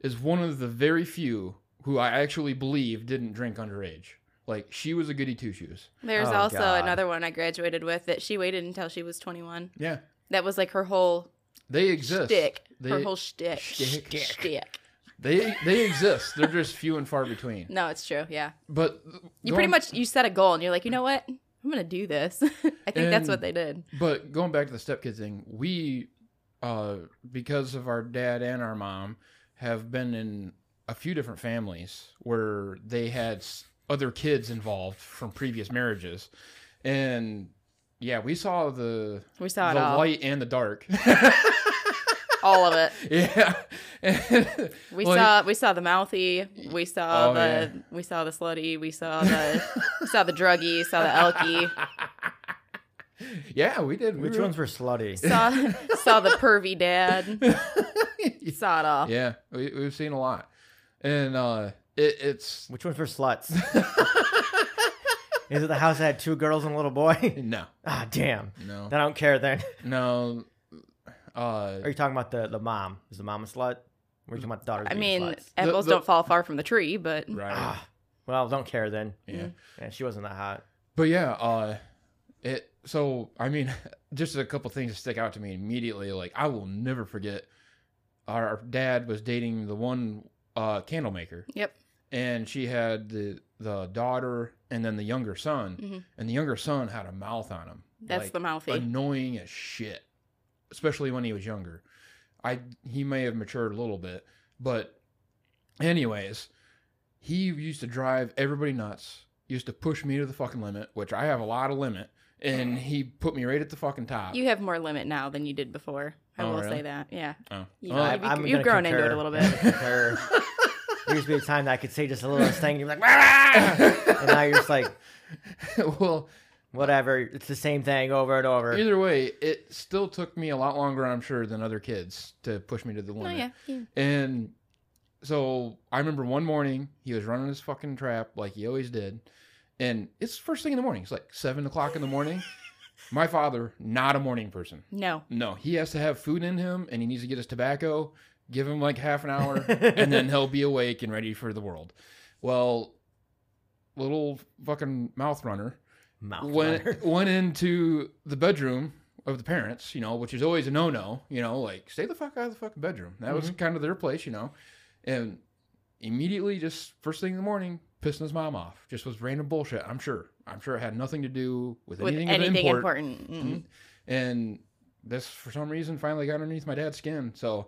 Speaker 1: is one of the very few who I actually believe didn't drink underage. Like she was a goody two shoes.
Speaker 3: There's
Speaker 4: Oh,
Speaker 3: also
Speaker 4: God.
Speaker 3: another one I graduated with that she waited until she was 21.
Speaker 1: Yeah,
Speaker 3: That was like her whole
Speaker 1: they exist.
Speaker 3: shtick. her
Speaker 1: They
Speaker 3: whole shtick.
Speaker 1: Shtick.
Speaker 3: Shtick.
Speaker 1: they they exist. They're just few and far between.
Speaker 3: No, it's true. Yeah,
Speaker 1: But
Speaker 3: you
Speaker 1: going-
Speaker 3: pretty much you set a goal and you're like, you know what? I'm gonna do this. I think
Speaker 1: And-
Speaker 3: that's what they did.
Speaker 1: But going back to the stepkid thing, we, uh, because of our dad and our mom, have been in a few different families where they had s- other kids involved from previous marriages, and yeah, we saw the
Speaker 3: We saw it
Speaker 1: the
Speaker 3: all,
Speaker 1: light and the dark.
Speaker 3: all of it.
Speaker 1: yeah,
Speaker 3: We
Speaker 1: Like-
Speaker 3: saw we saw the mouthy, we saw
Speaker 1: Oh,
Speaker 3: the
Speaker 1: yeah.
Speaker 3: we saw the slutty, we saw the we saw the druggy, saw the elky,
Speaker 1: yeah, we did. We
Speaker 4: Which
Speaker 1: were-
Speaker 4: ones were slutty?
Speaker 3: saw saw the pervy dad, saw it all.
Speaker 1: Yeah, we, we've seen a lot, and uh, it, it's
Speaker 4: Which ones were sluts? Is it the house that had two girls and a little boy?
Speaker 1: no,
Speaker 4: Ah, damn.
Speaker 1: no,
Speaker 4: Then I don't care. Then
Speaker 1: no. Uh,
Speaker 4: are you talking about the the mom? Is the mom a slut? We're talking about the daughters.
Speaker 3: I
Speaker 4: being
Speaker 3: mean,
Speaker 4: sluts?
Speaker 3: apples
Speaker 1: the-
Speaker 3: don't fall far from the tree, but
Speaker 1: Right.
Speaker 4: Ah, well, don't care then. Mm-hmm.
Speaker 1: yeah.
Speaker 4: Yeah, she wasn't that hot.
Speaker 1: But yeah, uh it so I mean just a couple things that stick out to me immediately like I will never forget our dad was dating the one uh candle maker
Speaker 3: yep.
Speaker 1: and she had the the daughter and then the younger son
Speaker 3: Mhm.
Speaker 1: and the younger son had a mouth on him.
Speaker 3: That's
Speaker 1: like,
Speaker 3: the mouthy.
Speaker 1: annoying as shit. especially when he was younger. I he may have matured a little bit, but anyways, he used to drive everybody nuts. He used to push me to the fucking limit, which I have a lot of limit, and he put me right at the fucking top.
Speaker 3: You have more limit now than you did before. I
Speaker 1: Oh,
Speaker 3: will
Speaker 1: really?
Speaker 3: say that. Yeah.
Speaker 1: Oh.
Speaker 3: You
Speaker 1: Well,
Speaker 3: know, you've, you've grown into it a little bit.
Speaker 4: bit. there used to be a time that I could say just the littlest thing, and you're like, "Rah!" and now you're just like,
Speaker 1: well,
Speaker 4: whatever. It's the same thing over and over.
Speaker 1: either way, it still took me a lot longer, I'm sure, than other kids to push me to the
Speaker 3: Oh
Speaker 1: limit.
Speaker 3: yeah. You-
Speaker 1: And so I remember one morning he was running his fucking trap like he always did. And it's first thing in the morning. It's like seven o'clock in the morning. My father, not a morning person.
Speaker 3: No.
Speaker 1: No, he has to have food in him and he needs to get his tobacco. Give him like half an hour and then he'll be awake and ready for the world. Well, little fucking mouth runner
Speaker 4: Mouth runner.
Speaker 1: went went into the bedroom of the parents, you know, which is always a no no, you know, like stay the fuck out of the fucking bedroom. That
Speaker 3: Mm-hmm.
Speaker 1: was kind of their place, you know. And immediately just first thing in the morning, pissing his mom off. Just was random bullshit, I'm sure. I'm sure it had nothing to do with
Speaker 3: With
Speaker 1: anything,
Speaker 3: anything
Speaker 1: of import. Mm-hmm.
Speaker 3: important. Mm-mm.
Speaker 1: And this for some reason finally got underneath my dad's skin. So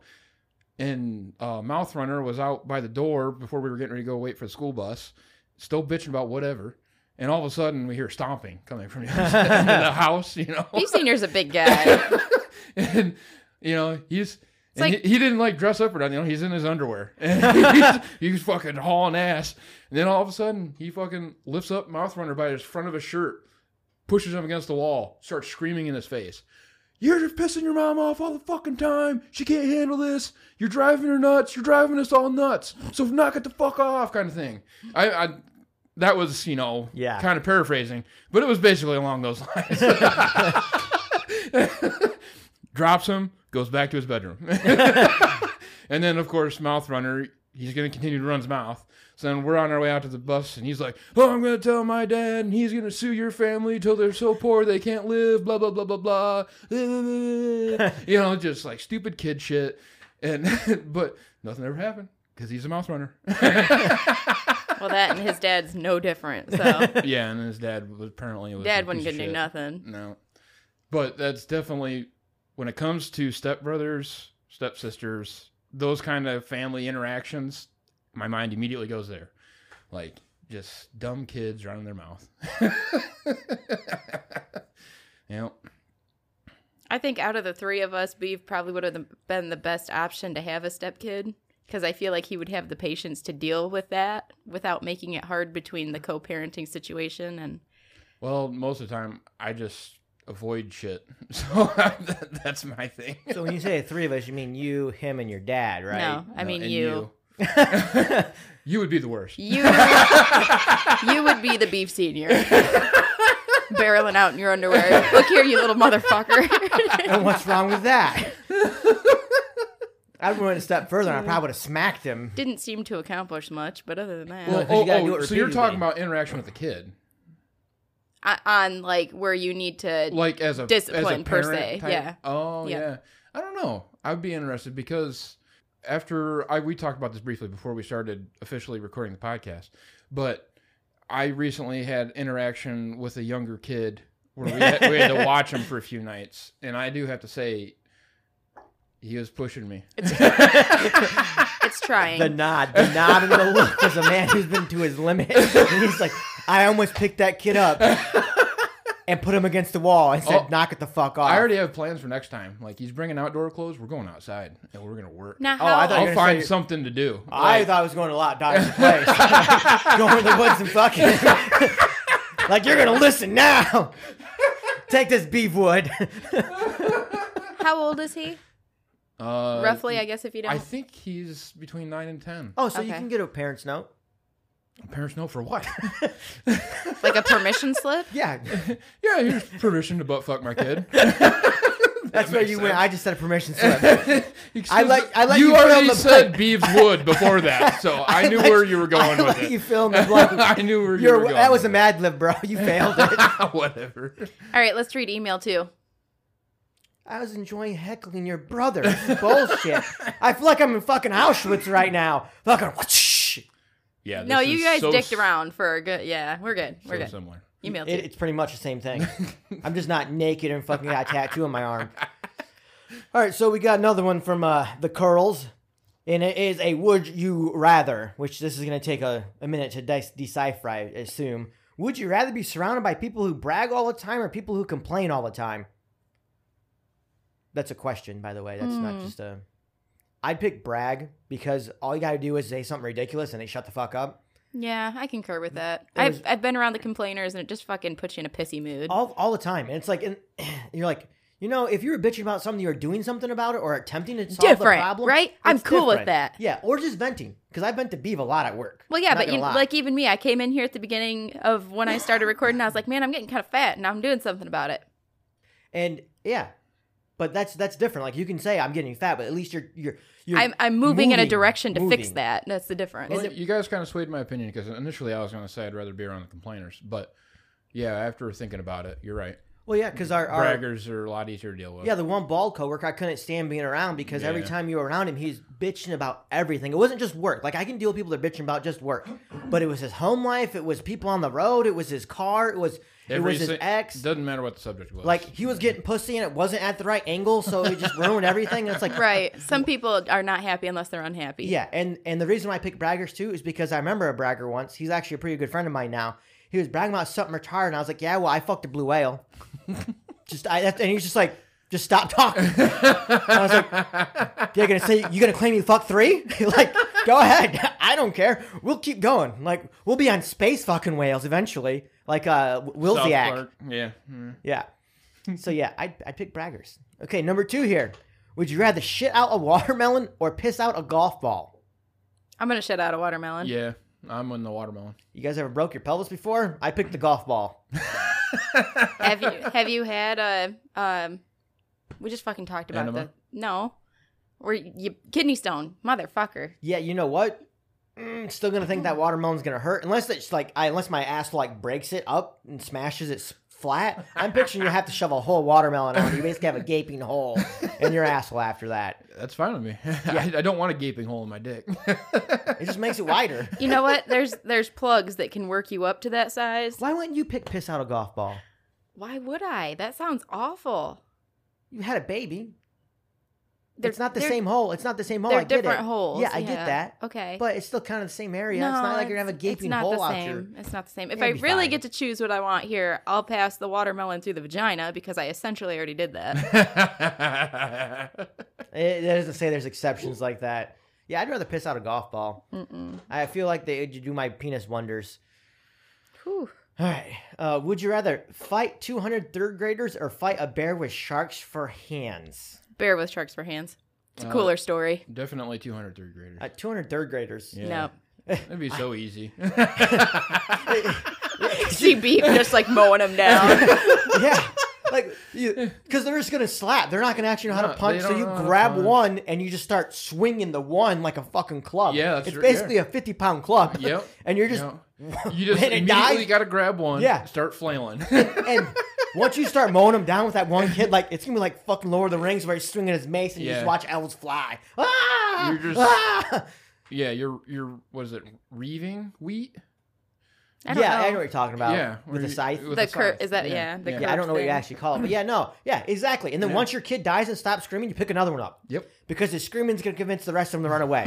Speaker 1: and uh, mouth runner was out by the door before we were getting ready to go wait for the school bus, still bitching about whatever. And all of a sudden, we hear stomping coming from the, other side of the house. You know,
Speaker 3: You've seen yours a big guy.
Speaker 1: and you know he's and
Speaker 3: like-
Speaker 1: he, he didn't like dress up or nothing. You know, he's in his underwear and he's, he's fucking hauling ass. And then all of a sudden, he fucking lifts up mouth runner by his front of his shirt, pushes him against the wall, starts screaming in his face. You're just pissing your mom off all the fucking time. She can't handle this. You're driving her nuts. You're driving us all nuts. So knock it the fuck off, kind of thing. I, I that was you know
Speaker 4: Yeah.
Speaker 1: kind of paraphrasing, but it was basically along those lines. Drops him, goes back to his bedroom, and then of course mouth runner. He's gonna continue to run his mouth. So then we're on our way out to the bus, and he's like, "Oh, I'm gonna tell my dad, and he's gonna sue your family till they're so poor they can't live." Blah blah blah blah blah. you know, just like stupid kid shit. And but nothing ever happened because he's a mouth runner.
Speaker 3: well, that and his dad's no different. So
Speaker 1: yeah, and his dad was apparently was
Speaker 3: dad
Speaker 1: a
Speaker 3: wasn't
Speaker 1: piece
Speaker 3: gonna
Speaker 1: of shit.
Speaker 3: do nothing.
Speaker 1: No, but that's definitely when it comes to stepbrothers, stepsisters, those kind of family interactions. My mind immediately goes there, like just dumb kids running their mouth. yep.
Speaker 3: I think out of the three of us, Beef probably would have been the best option to have a stepkid because I feel like he would have the patience to deal with that without making it hard between the co-parenting situation and
Speaker 1: Well, most of the time I just avoid shit, so that- that's my thing.
Speaker 4: so when you say the three of us, you mean you, him, and your dad, right?
Speaker 3: no, I
Speaker 1: No,
Speaker 3: mean
Speaker 1: and
Speaker 3: you.
Speaker 1: you, you would be the worst.
Speaker 3: You you would be the beef senior. Barreling out in your underwear. Look here, you little motherfucker.
Speaker 4: And what's wrong with that? I went a step further, and I probably would have smacked him.
Speaker 3: Didn't seem to accomplish much, but other than that,
Speaker 1: Well,
Speaker 4: 'cause you
Speaker 1: oh,
Speaker 4: gotta
Speaker 1: oh,
Speaker 4: do it
Speaker 1: so you're talking
Speaker 4: repeatedly.
Speaker 1: about interaction with the kid,
Speaker 3: I, on like where you need to.
Speaker 1: like as a as a
Speaker 3: Discipline, per
Speaker 1: parent
Speaker 3: se,
Speaker 1: type-
Speaker 3: yeah.
Speaker 1: Oh yeah.
Speaker 3: Yeah.
Speaker 1: I don't know. I'd be interested because after I we talked about this briefly before we started officially recording the podcast, but I recently had interaction with a younger kid where we had, we had to watch him for a few nights, and I do have to say. He was pushing me.
Speaker 3: it's trying.
Speaker 4: The nod, the nod, and the look was a man who's been to his limit. And he's like, I almost picked that kid up and put him against the wall and said,
Speaker 1: Oh.
Speaker 4: knock it the fuck off.
Speaker 1: I already have plans for next time. Like he's bringing outdoor clothes. We're going outside and we're gonna work.
Speaker 3: now,
Speaker 4: Oh,
Speaker 3: how,
Speaker 4: I thought you were
Speaker 1: I'll
Speaker 4: gonna
Speaker 1: find
Speaker 4: say-
Speaker 1: something to do.
Speaker 4: I
Speaker 1: Like,
Speaker 4: thought I was going to lot Dodger's place. going to the woods and fucking. like, you're going to listen now. Take this beef wood.
Speaker 3: how old is he?
Speaker 1: uh,
Speaker 3: Roughly, I guess if you don't.
Speaker 1: I think he's between nine and ten.
Speaker 4: oh, so you
Speaker 3: Okay.
Speaker 4: can get a parent's note?
Speaker 1: Parents know for what?
Speaker 3: like a permission slip?
Speaker 4: Yeah.
Speaker 1: yeah, here's permission to butt fuck my kid.
Speaker 4: That's where
Speaker 1: makes
Speaker 4: you went.
Speaker 1: sense.
Speaker 4: I just said a permission slip.
Speaker 1: Excuse
Speaker 4: I like- I like
Speaker 1: you
Speaker 4: you put on
Speaker 1: already
Speaker 4: the
Speaker 1: said Beeves would before that, so I, knew
Speaker 4: let
Speaker 1: where you were going
Speaker 4: I
Speaker 1: with
Speaker 4: let
Speaker 1: it.
Speaker 4: you fill in the blank.
Speaker 1: I knew where you
Speaker 4: You're,
Speaker 1: were going.
Speaker 4: that was a
Speaker 1: with
Speaker 4: mad lib, bro. You failed it.
Speaker 1: it. Whatever.
Speaker 3: All right, let's read email too.
Speaker 4: I was enjoying heckling your brother. This is bullshit. I feel like I'm in fucking Auschwitz right now. Fucking whoosh.
Speaker 1: Yeah.
Speaker 3: No,
Speaker 1: this
Speaker 3: you
Speaker 1: is
Speaker 3: guys
Speaker 1: so s-
Speaker 3: dicked around for a good. Yeah, we're good. We're
Speaker 1: so
Speaker 3: good.
Speaker 1: Similar.
Speaker 3: Email too.
Speaker 4: It, it's pretty much the same thing. I'm just not naked and fucking got a tattoo on my arm. All right, so we got another one from uh, the Curls, and it is a "Would you rather," which this is going to take a, a minute to de- decipher. I assume. Would you rather be surrounded by people who brag all the time or people who complain all the time? That's a question, by the way. That's not just a. I'd pick brag because all you got to do is say something ridiculous and they shut the fuck up.
Speaker 3: Yeah, I concur with that.
Speaker 4: It
Speaker 3: I've
Speaker 4: was-
Speaker 3: I've been around the complainers and it just fucking puts you in a pissy mood.
Speaker 4: all all the time. And it's like, and you're like, you know, if you're bitching about something, you're doing something about it or attempting to solve
Speaker 3: Different,
Speaker 4: the problem.
Speaker 3: right?
Speaker 4: it's
Speaker 3: I'm cool with
Speaker 4: different.
Speaker 3: that.
Speaker 4: Yeah, or just venting because I vent to Beeve a lot at work.
Speaker 3: Well, yeah,
Speaker 4: Not
Speaker 3: but
Speaker 4: gonna
Speaker 3: you,
Speaker 4: lie.
Speaker 3: like even me, I came in here at the beginning of when I started recording. I was like, man, I'm getting kind of fat, and I'm doing something about it.
Speaker 4: and yeah, but that's that's different. Like you can say I'm getting fat, but at least you're you're you're.
Speaker 3: I'm I'm moving, in a
Speaker 4: moving,
Speaker 3: direction to fix
Speaker 4: moving.
Speaker 3: that. That's the difference.
Speaker 1: Well, you guys kind of swayed my opinion because initially I was going to say I'd rather be around the complainers, but yeah, after thinking about it, you're right.
Speaker 4: Well, yeah, because our, our
Speaker 1: Braggers are a lot easier to deal with.
Speaker 4: Yeah, the one bald coworker I couldn't stand being around because every
Speaker 1: Yeah.
Speaker 4: time you were around him, he's bitching about everything. It wasn't just work. Like I can deal with people that are bitching about just work, but it was his home life. It was people on the road. It was his car. It was it was his
Speaker 1: si-
Speaker 4: ex.
Speaker 1: Doesn't matter what the subject was.
Speaker 4: like he was getting pussy and it wasn't at the right angle, so it just ruined everything. And it's like
Speaker 3: right. Some people are not happy unless they're unhappy.
Speaker 4: Yeah, and and the reason why I picked braggers too is because I remember a bragger once. He's actually a pretty good friend of mine now. He was bragging about something retarded, and I was like, "Yeah, well, I fucked a blue whale." just I, and he's just like, "Just stop talking." And I was like, "You're gonna say you're gonna claim you fucked three? like, go ahead. I don't care. We'll keep going. Like, we'll be on space fucking whales eventually. Like, uh,
Speaker 1: South
Speaker 4: Wilsiak.
Speaker 1: Park, Yeah. Mm.
Speaker 4: Yeah. So yeah, I I pick braggers. Okay, number two here. Would you rather shit out a watermelon or piss out a golf ball?
Speaker 3: I'm gonna shut out a watermelon.
Speaker 1: Yeah. I'm in the watermelon.
Speaker 4: You guys ever broke your pelvis before? I picked the golf ball.
Speaker 3: Have you have you had a um? We just fucking talked about
Speaker 1: Enema?
Speaker 3: the no, or you kidney stone, motherfucker.
Speaker 4: Yeah, you know what? Mm, still gonna think that watermelon's gonna hurt unless it's like I, unless my ass like breaks it up and smashes it s- flat. I'm picturing you have to shove a whole watermelon out. You basically have a gaping hole in your asshole after that.
Speaker 1: That's fine with me. I, I don't want a gaping hole in my dick.
Speaker 4: It just makes it wider.
Speaker 3: You know what? There's there's plugs that can work you up to that size.
Speaker 4: Why wouldn't you pick piss out a golf ball?
Speaker 3: Why would I? That sounds awful.
Speaker 4: You had a baby.
Speaker 3: They're-
Speaker 4: it's not the
Speaker 3: they're-
Speaker 4: same hole. It's not the same hole.
Speaker 3: They're
Speaker 4: I get
Speaker 3: different
Speaker 4: it.
Speaker 3: holes.
Speaker 4: Yeah, I get that.
Speaker 3: Okay.
Speaker 4: But it's still kind of the same area. it's not like you're gonna have a
Speaker 3: it's-
Speaker 4: gaping
Speaker 3: it's not
Speaker 4: hole
Speaker 3: the
Speaker 4: out
Speaker 3: same.
Speaker 4: your.
Speaker 3: It's not the same. If
Speaker 4: Yeah,
Speaker 3: I
Speaker 4: it'd be
Speaker 3: really
Speaker 4: fine.
Speaker 3: get to choose what I want here, I'll pass the watermelon through the vagina because I essentially already did that.
Speaker 4: It, that doesn't say there's exceptions like that. Yeah, I'd rather piss out a golf ball.
Speaker 3: Mm-mm.
Speaker 4: I feel like they do my penis wonders.
Speaker 3: Whew.
Speaker 4: All right. Uh, would you rather fight 200 third graders or fight a bear with sharks for hands?
Speaker 3: Bear with sharks for hands. It's a
Speaker 1: Uh,
Speaker 3: cooler story.
Speaker 1: Definitely 200 third graders.
Speaker 4: Uh, 200 third graders.
Speaker 1: Yeah.
Speaker 3: No.
Speaker 1: That'd be so easy.
Speaker 3: See beef just like mowing them down.
Speaker 4: yeah. Like, because they're just going to slap. They're not going to actually know how
Speaker 1: No,
Speaker 4: to
Speaker 1: they
Speaker 4: punch. So
Speaker 1: don't
Speaker 4: you
Speaker 1: know how to
Speaker 4: grab
Speaker 1: punch.
Speaker 4: one and you just start swinging the one like a fucking club.
Speaker 1: Yeah, that's
Speaker 4: It's
Speaker 1: right,
Speaker 4: basically
Speaker 1: yeah.
Speaker 4: a 50 pound club.
Speaker 1: Yep.
Speaker 4: And you're just,
Speaker 1: No. you just
Speaker 4: When it
Speaker 1: immediately
Speaker 4: dies-
Speaker 1: got to grab one.
Speaker 4: Yeah.
Speaker 1: Start flailing.
Speaker 4: and once you start mowing him down with that one kid, like it's gonna be like fucking Lord of the Rings where he's swinging his mace and you just
Speaker 1: Yeah.
Speaker 4: watch elves fly. Ah!
Speaker 1: You're just-
Speaker 4: Ah!
Speaker 1: yeah. You're you're what is it? Reaving wheat.
Speaker 3: I don't know.
Speaker 4: yeah, I know what you're talking about.
Speaker 1: yeah.
Speaker 4: with
Speaker 1: where
Speaker 4: the
Speaker 1: you-
Speaker 4: scythe.
Speaker 1: with
Speaker 3: the
Speaker 1: a
Speaker 3: cur
Speaker 1: scythe.
Speaker 3: is that yeah, the
Speaker 1: Yeah.
Speaker 4: yeah, I don't know what you
Speaker 3: curved
Speaker 4: actually call it, but yeah, no, yeah, exactly. And then once your kid dies and stops screaming, you pick another one up
Speaker 1: Yep.
Speaker 4: because his screaming's gonna convince the rest of them to run away.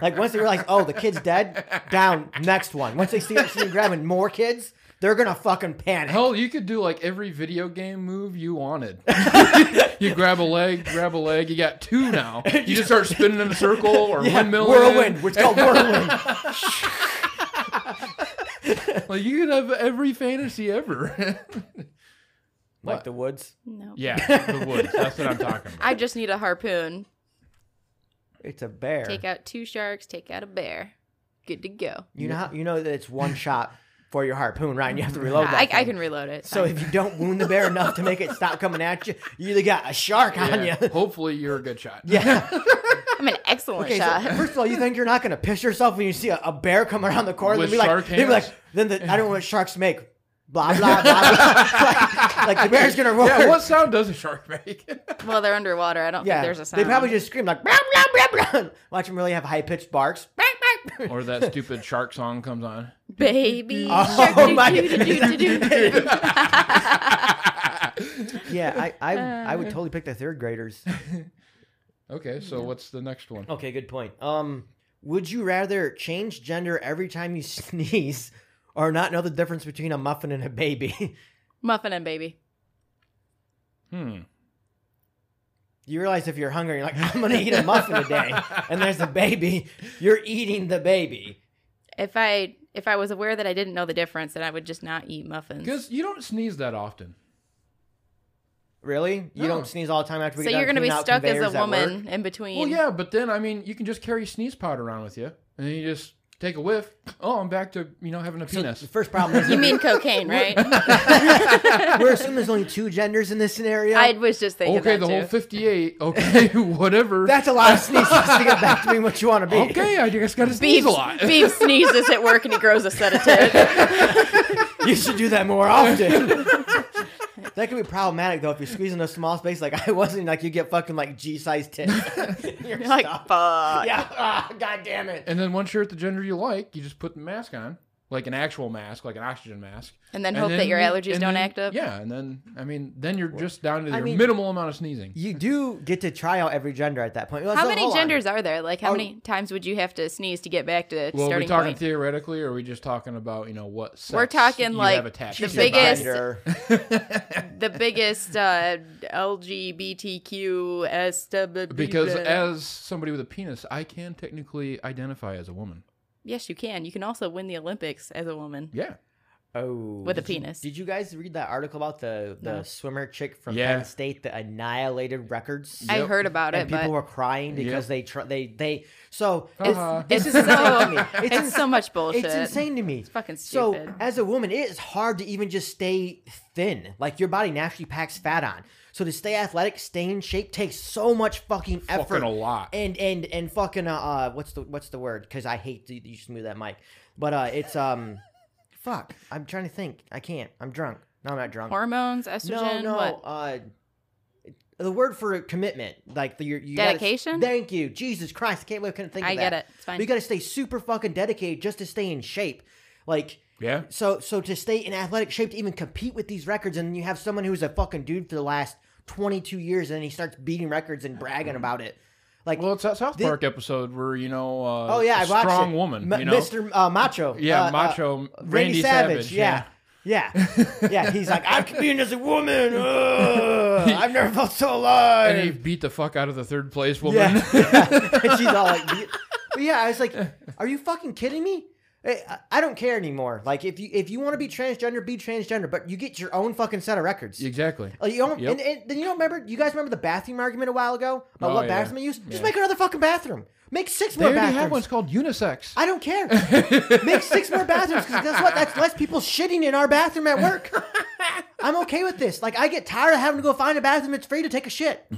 Speaker 4: like once they realize, oh, the kid's dead, down next one. Once they see see you grabbing more kids, they're gonna fucking panic.
Speaker 1: Hell, you could do like every video game move you wanted. you grab a leg, grab a leg. You got two now. You just start spinning in a circle or
Speaker 4: Yeah,
Speaker 1: windmill.
Speaker 4: whirlwind. It's called whirlwind.
Speaker 1: Like you could have every fantasy ever.
Speaker 4: like the woods.
Speaker 3: thing. No.
Speaker 1: yeah, the woods. That's what I'm talking about.
Speaker 3: I just need a harpoon.
Speaker 4: It's a bear.
Speaker 3: Take out two sharks, take out a bear. Good to go.
Speaker 4: You know, how, you know that it's one shot for your harpoon, right? And you have to reload that.
Speaker 3: I, I
Speaker 4: thing.
Speaker 3: can reload it.
Speaker 4: Oh, So if you don't wound the bear enough to make it stop coming at you, you either got a shark on
Speaker 1: Yeah.
Speaker 4: you.
Speaker 1: Hopefully, you're a good shot.
Speaker 4: Yeah.
Speaker 3: I'm an excellent
Speaker 4: Okay, so
Speaker 3: shot.
Speaker 4: first of all, you think you're not gonna piss yourself when you see a, a bear come around the corner?
Speaker 1: With
Speaker 4: They'd be like,
Speaker 1: shark
Speaker 4: they'd be
Speaker 1: hands?
Speaker 4: like, then the, I don't know what sharks make. Blah blah blah. blah. like, like the bear's gonna roar.
Speaker 1: Yeah, what sound does a shark make?
Speaker 3: Well, they're underwater. I don't
Speaker 4: Yeah,
Speaker 3: think there's a sound.
Speaker 4: they probably just scream like blah blah blah blah. Watch them really have high pitched barks.
Speaker 1: or that stupid shark song comes on.
Speaker 3: baby.
Speaker 4: Oh my!
Speaker 3: do, do, do, do, do, do.
Speaker 4: yeah, I, I,
Speaker 3: Uh.
Speaker 4: I would totally pick the third graders.
Speaker 1: Okay, so what's the next one?
Speaker 4: Okay, good point. Um, would you rather change gender every time you sneeze, or not know the difference between a muffin and a baby?
Speaker 3: Muffin and baby.
Speaker 1: Hmm.
Speaker 4: You realize if you're hungry, you're like, I'm gonna eat a muffin today, and there's a baby. You're eating the baby.
Speaker 3: If I if I was aware that I didn't know the difference, then I would just not eat muffins.
Speaker 1: Because you don't sneeze that often.
Speaker 4: Really? You
Speaker 1: No.
Speaker 4: don't sneeze all the time after we
Speaker 3: So
Speaker 4: get
Speaker 3: you're
Speaker 4: going to
Speaker 3: be stuck as a woman in between.
Speaker 1: Well, yeah, but then I mean, you can just carry sneeze powder around with you, and then you just take a whiff. Oh, I'm back to you know having a penis.
Speaker 4: The first problem is
Speaker 3: You mean cocaine, right?
Speaker 4: we're assuming there's only two genders in this scenario.
Speaker 3: I was just thinking
Speaker 1: okay,
Speaker 3: that
Speaker 1: the
Speaker 3: too.
Speaker 1: whole 58. Okay, whatever.
Speaker 4: That's a lot of sneezes to get back to being what you want to be.
Speaker 1: okay, I just got to sneeze
Speaker 3: Beef,
Speaker 1: a lot.
Speaker 3: Beef sneezes at work and he grows a set of tits.
Speaker 4: You should do that more often. that could be problematic though if you're squeezing a small space like I wasn't. Like you get fucking like G-sized tits. You're
Speaker 3: You're like,
Speaker 4: stuck.
Speaker 3: fuck.
Speaker 4: yeah. Ah, God damn it.
Speaker 1: and then once you're at the gender you like, you just put the mask on, like an actual mask, like an oxygen mask.
Speaker 3: And then hope that your
Speaker 1: you-
Speaker 3: allergies
Speaker 1: and
Speaker 3: don't
Speaker 1: then-
Speaker 3: act up.
Speaker 1: Yeah, and then I mean, then you're just down to
Speaker 4: I
Speaker 1: your
Speaker 4: mean-
Speaker 1: minimal amount of sneezing.
Speaker 4: You do get to try out every gender at that point.
Speaker 3: How
Speaker 4: So,
Speaker 3: many
Speaker 4: hold on.
Speaker 3: genders are there? Like, how
Speaker 4: Oh.
Speaker 3: many times would you have to sneeze to get back to
Speaker 1: Well, are we
Speaker 3: starting
Speaker 1: talking
Speaker 3: point?
Speaker 1: theoretically, or are we just talking about you know what? Sex
Speaker 3: We're talking,
Speaker 1: you
Speaker 3: like,
Speaker 1: have attached
Speaker 3: the
Speaker 1: to your
Speaker 3: biggest-
Speaker 1: body?
Speaker 4: Gender.
Speaker 3: the biggest uh, LGBTQ SW.
Speaker 1: Because as somebody with a penis, I can technically identify as a woman.
Speaker 3: yes, you can. You can also win the Olympics as a woman
Speaker 1: Yeah.
Speaker 4: Oh,
Speaker 3: with a
Speaker 4: did you-
Speaker 3: penis.
Speaker 4: Did you guys read that article about the the
Speaker 3: No.
Speaker 4: swimmer chick from
Speaker 1: Yeah.
Speaker 4: Penn State that annihilated records?
Speaker 3: I
Speaker 1: Yep.
Speaker 3: heard about
Speaker 4: and
Speaker 3: it,
Speaker 4: people
Speaker 3: but
Speaker 4: were crying because they tr- they they so
Speaker 3: it's,
Speaker 1: Uh-huh.
Speaker 3: it's,
Speaker 4: This
Speaker 3: so,
Speaker 4: is insane to me. It's
Speaker 3: it's, eh,
Speaker 4: ins-
Speaker 3: so much bullshit.
Speaker 4: it's insane to me. It's
Speaker 3: fucking
Speaker 4: So
Speaker 3: stupid.
Speaker 4: as a woman, it is hard to even just stay thin. Like your body naturally packs fat on. So to stay athletic, stay in shape takes so much fucking effort.
Speaker 1: Fucking a lot.
Speaker 4: And and and fucking uh, uh what's the what's the word? Because I hate to you smooth that mic, but uh it's um, fuck. I'm trying to think. I can't. I'm drunk. No, I'm not drunk.
Speaker 3: Hormones, estrogen,
Speaker 4: No, no.
Speaker 3: what?
Speaker 4: Uh, the word for commitment, like the your you gotta-
Speaker 3: Dedication?
Speaker 4: thank you, Jesus Christ! I can't believe I couldn't think.
Speaker 3: I
Speaker 4: of
Speaker 3: get
Speaker 4: that.
Speaker 3: it. It's fine.
Speaker 4: You got to stay super fucking dedicated just to stay in shape, like.
Speaker 1: Yeah.
Speaker 4: So, so to stay in athletic shape to even compete with these records, and you have someone who's a fucking dude for the last twenty two years, and he starts beating records and bragging about it. Like,
Speaker 1: Well, it's that South
Speaker 4: Did-
Speaker 1: Park episode where you know. Uh,
Speaker 4: oh yeah, I
Speaker 1: a
Speaker 4: watched
Speaker 1: strong
Speaker 4: it.
Speaker 1: woman.
Speaker 4: M-
Speaker 1: you know,
Speaker 4: Mr. Uh, macho.
Speaker 1: yeah,
Speaker 4: Uh, uh,
Speaker 1: macho Randy,
Speaker 4: Randy, Savage, yeah. Yeah. yeah, He's like, I'm competing as a woman. Ugh, I've never felt so alive.
Speaker 1: And he beat the fuck out of the third place woman.
Speaker 4: Yeah. and she's all like, "Be-" but yeah, I was like, are you fucking kidding me? I, I- I don't care anymore. Like, if you if you want to be transgender, be transgender, but you get your own fucking set of records.
Speaker 1: exactly.
Speaker 4: Like, you don't,
Speaker 1: Yep.
Speaker 4: and, and then you don't remember. You guys remember the bathroom argument a while ago about
Speaker 1: Oh,
Speaker 4: what
Speaker 1: yeah.
Speaker 4: bathroom you use? Just
Speaker 1: Yeah.
Speaker 4: make another fucking bathroom. Make six
Speaker 1: They
Speaker 4: more
Speaker 1: already have one.
Speaker 4: bathrooms.
Speaker 1: It's called unisex.
Speaker 4: I don't care. Make six more bathrooms because guess what? That's less people shitting in our bathroom at work. I'm okay with this. Like, I get tired of having to go find a bathroom that's free to take a shit.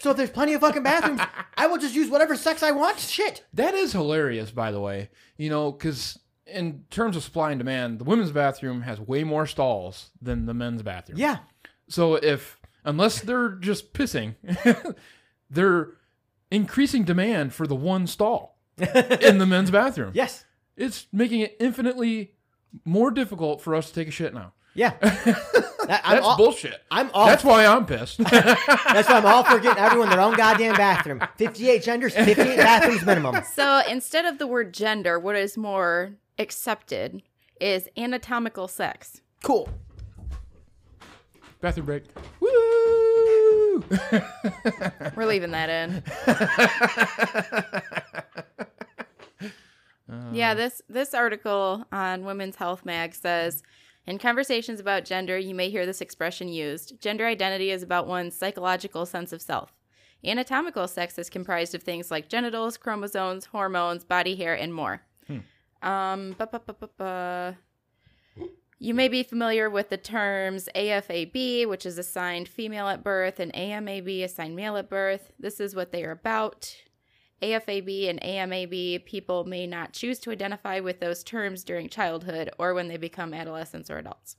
Speaker 4: So if there's plenty of fucking bathrooms, I will just use whatever sex I want. Shit.
Speaker 1: That is hilarious, by the way. You know, because in terms of supply and demand, the women's bathroom has way more stalls than the men's bathroom.
Speaker 4: Yeah.
Speaker 1: So if unless they're just pissing, they're increasing demand for the one stall in the men's bathroom.
Speaker 4: Yes.
Speaker 1: It's making it infinitely more difficult for us to take a shit now.
Speaker 4: Yeah. That- I'm
Speaker 1: That's
Speaker 4: all-
Speaker 1: bullshit.
Speaker 4: I'm all.
Speaker 1: That's
Speaker 4: That's,
Speaker 1: why I'm pissed.
Speaker 4: why I'm all for getting everyone their own goddamn bathroom. 58 genders, 58 bathrooms minimum.
Speaker 3: So instead of the word gender, what is more accepted is anatomical sex.
Speaker 4: Cool.
Speaker 1: bathroom break. Woo!
Speaker 3: We're leaving that in. yeah, this this article on Women's Health Mag says in conversations about gender, you may hear this expression used. Gender identity is about one's psychological sense of self. Anatomical sex is comprised of things like genitals, chromosomes, hormones, body hair, and more. Um, ba ba ba ba ba. You may be familiar with the terms AFAB, which is assigned female at birth, and AMAB, assigned male at birth. This is what they are about. AFAB and AMAB people may not choose to identify with those terms during childhood or when they become adolescents or adults.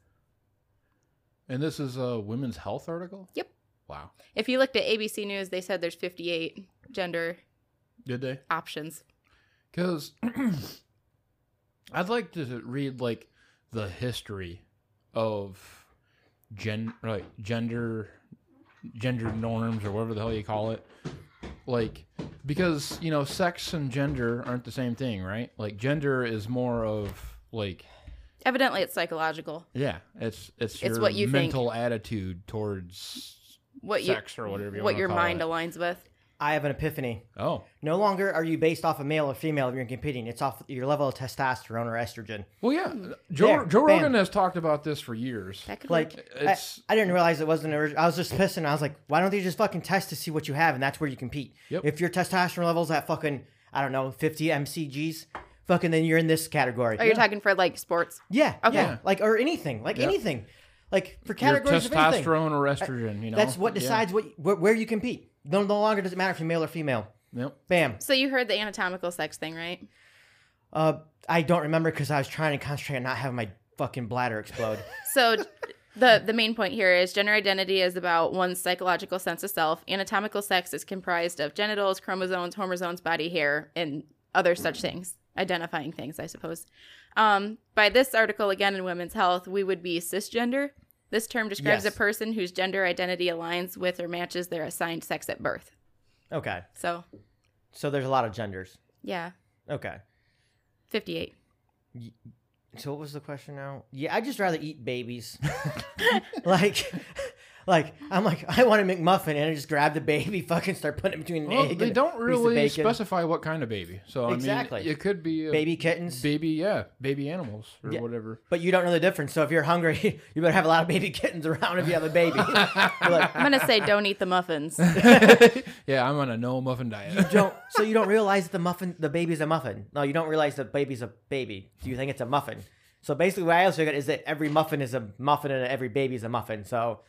Speaker 1: and this is a women's health article?
Speaker 3: Yep.
Speaker 1: Wow.
Speaker 3: If you looked at ABC News, they said there's 58 gender
Speaker 1: Did they?
Speaker 3: options.
Speaker 1: Because I'd like to read like the history of gen or, like gender gender norms or whatever the hell you call it. Like because, you know, sex and gender aren't the same thing, right? Like gender is more of like
Speaker 3: Evidently, it's psychological.
Speaker 1: yeah, it's it's,
Speaker 3: It's
Speaker 1: your
Speaker 3: what you think.
Speaker 1: mental attitude towards
Speaker 3: What you,
Speaker 1: sex or whatever you
Speaker 3: what
Speaker 1: wanna
Speaker 3: your
Speaker 1: call
Speaker 3: mind
Speaker 1: it.
Speaker 3: aligns with.
Speaker 4: I have an epiphany.
Speaker 1: Oh.
Speaker 4: No longer are you based off of male or female if you're competing. It's off your level of testosterone or estrogen.
Speaker 1: Well yeah. Joe
Speaker 4: There,
Speaker 1: Joe
Speaker 4: bam.
Speaker 1: Rogan has talked about this for years.
Speaker 3: That could
Speaker 4: Like,
Speaker 3: work.
Speaker 4: I,
Speaker 1: It's-
Speaker 4: I didn't realize it wasn't. orig- I was just pissing. I was like, why don't they just fucking test to see what you have, and that's where you compete.
Speaker 1: Yep.
Speaker 4: If your testosterone levels at fucking, I don't know, 50 mcgs, fucking, then you're in this category.
Speaker 3: Oh, you're talking for like sports.
Speaker 4: yeah,
Speaker 3: Okay.
Speaker 4: yeah, like or anything, like
Speaker 1: Yep.
Speaker 4: anything, like for
Speaker 1: Your
Speaker 4: categories of anything. Uh,
Speaker 1: testosterone or estrogen, you know.
Speaker 4: That's what
Speaker 1: Yeah.
Speaker 4: decides what wh- where you compete. No, no longer does it matter if you're male or female.
Speaker 1: Yep.
Speaker 4: Bam.
Speaker 3: So you heard the anatomical sex thing, right?
Speaker 4: Uh, I don't remember because I was trying to concentrate on not having my fucking bladder explode.
Speaker 3: So the the main point here is gender identity is about one's psychological sense of self. Anatomical sex is comprised of genitals, chromosomes, hormones, body hair, and other such things, identifying things, I suppose. Um, by this article again in Women's Health, we would be cisgender. This term describes
Speaker 4: Yes.
Speaker 3: a person whose gender identity aligns with or matches their assigned sex at birth.
Speaker 4: okay,
Speaker 3: So,
Speaker 4: so there's a lot of genders.
Speaker 3: yeah,
Speaker 4: Okay.
Speaker 3: 58.
Speaker 4: So what was the question now? Yeah, I just rather eat babies. like, like I'm like I want a McMuffin, and I just grab the baby, fucking start putting it between an
Speaker 1: Well,
Speaker 4: egg.
Speaker 1: they
Speaker 4: and a
Speaker 1: don't
Speaker 4: piece of
Speaker 1: really
Speaker 4: bacon.
Speaker 1: specify what kind of baby. So I
Speaker 4: Exactly.
Speaker 1: mean, it could be a
Speaker 4: baby kittens,
Speaker 1: baby, yeah, baby animals or
Speaker 4: Yeah.
Speaker 1: whatever.
Speaker 4: but you don't know the difference. So if you're hungry, you better have a lot of baby kittens around if you have a baby. You're like,
Speaker 3: I'm going to say don't eat the muffins.
Speaker 1: Yeah, I'm on a no muffin diet.
Speaker 4: don't so you don't realize the muffin the baby's a muffin. No, you don't realize the baby's a baby. You think it's a muffin. So basically, what I also got is that every muffin is a muffin and every baby's a muffin. So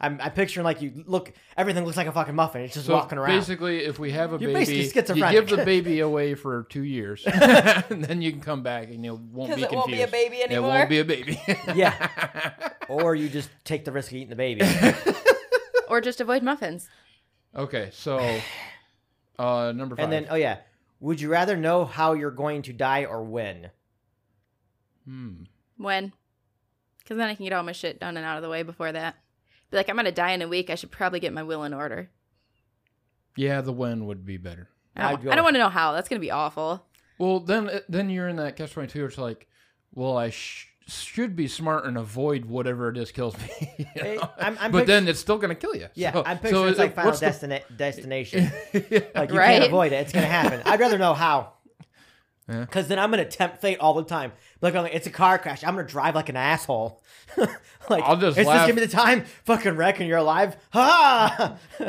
Speaker 4: I'm, I'm picturing like you look, everything looks like a fucking muffin. It's just
Speaker 1: So
Speaker 4: walking around.
Speaker 1: basically, if we have a baby,
Speaker 4: You're basically
Speaker 1: you
Speaker 4: schizophrenic.
Speaker 1: give the baby away for two years, and then you can come back and you won't be
Speaker 3: 'Cause
Speaker 1: confused.
Speaker 3: it won't be a baby
Speaker 1: It
Speaker 3: anymore.
Speaker 1: won't be a baby.
Speaker 4: yeah. or you just take the risk of eating the baby.
Speaker 3: or just avoid muffins. okay.
Speaker 1: okay, so uh, number five.
Speaker 4: and then, oh yeah, would you rather know how you're going to die or when?
Speaker 1: hmm.
Speaker 3: When? Because then I can get all my shit done and out of the way before that. Be like, I'm gonna die in a week. I should probably get my will in order.
Speaker 1: yeah, the when would be better.
Speaker 3: I
Speaker 4: I'd
Speaker 3: don't,
Speaker 4: go-
Speaker 3: I don't want to know how. That's gonna be awful.
Speaker 1: Well, then eh, then you're in that catch twenty two. It's like, well, I sh- should be smart and avoid whatever it is kills me. you
Speaker 4: Eh,
Speaker 1: know?
Speaker 4: I'm- I'm
Speaker 1: but
Speaker 4: pict-
Speaker 1: then it's still gonna kill you.
Speaker 4: Yeah,
Speaker 1: So-
Speaker 4: I'm picturing
Speaker 1: so
Speaker 4: it's like Final
Speaker 1: what's the-
Speaker 4: Destina- Destination. Like you
Speaker 3: Right?
Speaker 4: can't avoid it. It's gonna happen. I'd rather know how.
Speaker 1: Yeah.
Speaker 4: Cause then I'm gonna tempt fate all the time. Like, I'm like, it's a car crash. I'm gonna drive like an asshole. like
Speaker 1: I'll just
Speaker 4: it's
Speaker 1: laugh.
Speaker 4: just give me the time, fucking wreck, and you're alive. Ha!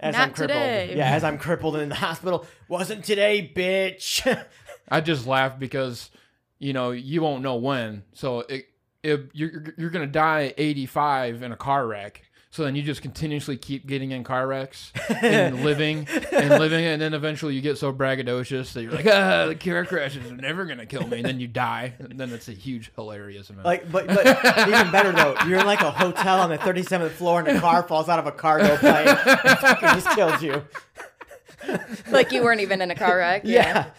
Speaker 4: as
Speaker 3: Not
Speaker 4: I'm crippled.
Speaker 3: today.
Speaker 4: Yeah, as I'm crippled and in the hospital. Wasn't today, bitch.
Speaker 1: I just laugh because you know you won't know when, so it, it you're you're gonna die at 85 in a car wreck. So then you just continuously keep getting in car wrecks and living and living, and then eventually you get so braggadocious that you're like, ah, the car crashes are never gonna kill me, and then you die, and then it's a huge hilarious amount.
Speaker 4: like, but but even better though, you're in like a hotel on the 37th floor, and a car falls out of a cargo plane. and fucking just kills you.
Speaker 3: Like you weren't even in a car wreck.
Speaker 4: Yeah.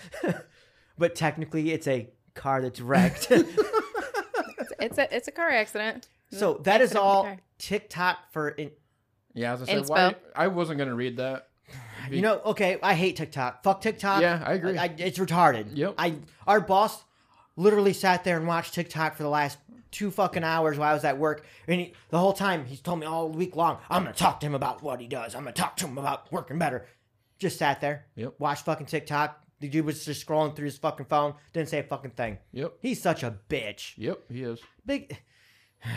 Speaker 4: but technically, it's a car that's wrecked.
Speaker 3: It's a it's a car accident.
Speaker 4: so that is
Speaker 3: Accident with
Speaker 4: all
Speaker 3: the car.
Speaker 4: TikTok for. In-
Speaker 1: yeah, I was gonna say,
Speaker 3: Inspo.
Speaker 1: why, I wasn't gonna read that.
Speaker 4: you know, okay, I hate TikTok. Fuck TikTok.
Speaker 1: Yeah, I agree.
Speaker 4: I, it's retarded.
Speaker 1: Yep.
Speaker 4: I our boss literally sat there and watched TikTok for the last two fucking hours while I was at work, and he, the whole time he's told me all week long, I'm gonna talk to him about what he does. I'm gonna talk to him about working better. Just sat there.
Speaker 1: Yep.
Speaker 4: Watched fucking TikTok. The dude was just scrolling through his fucking phone. Didn't say a fucking thing.
Speaker 1: Yep,
Speaker 4: He's such a bitch.
Speaker 1: yep, he is.
Speaker 4: big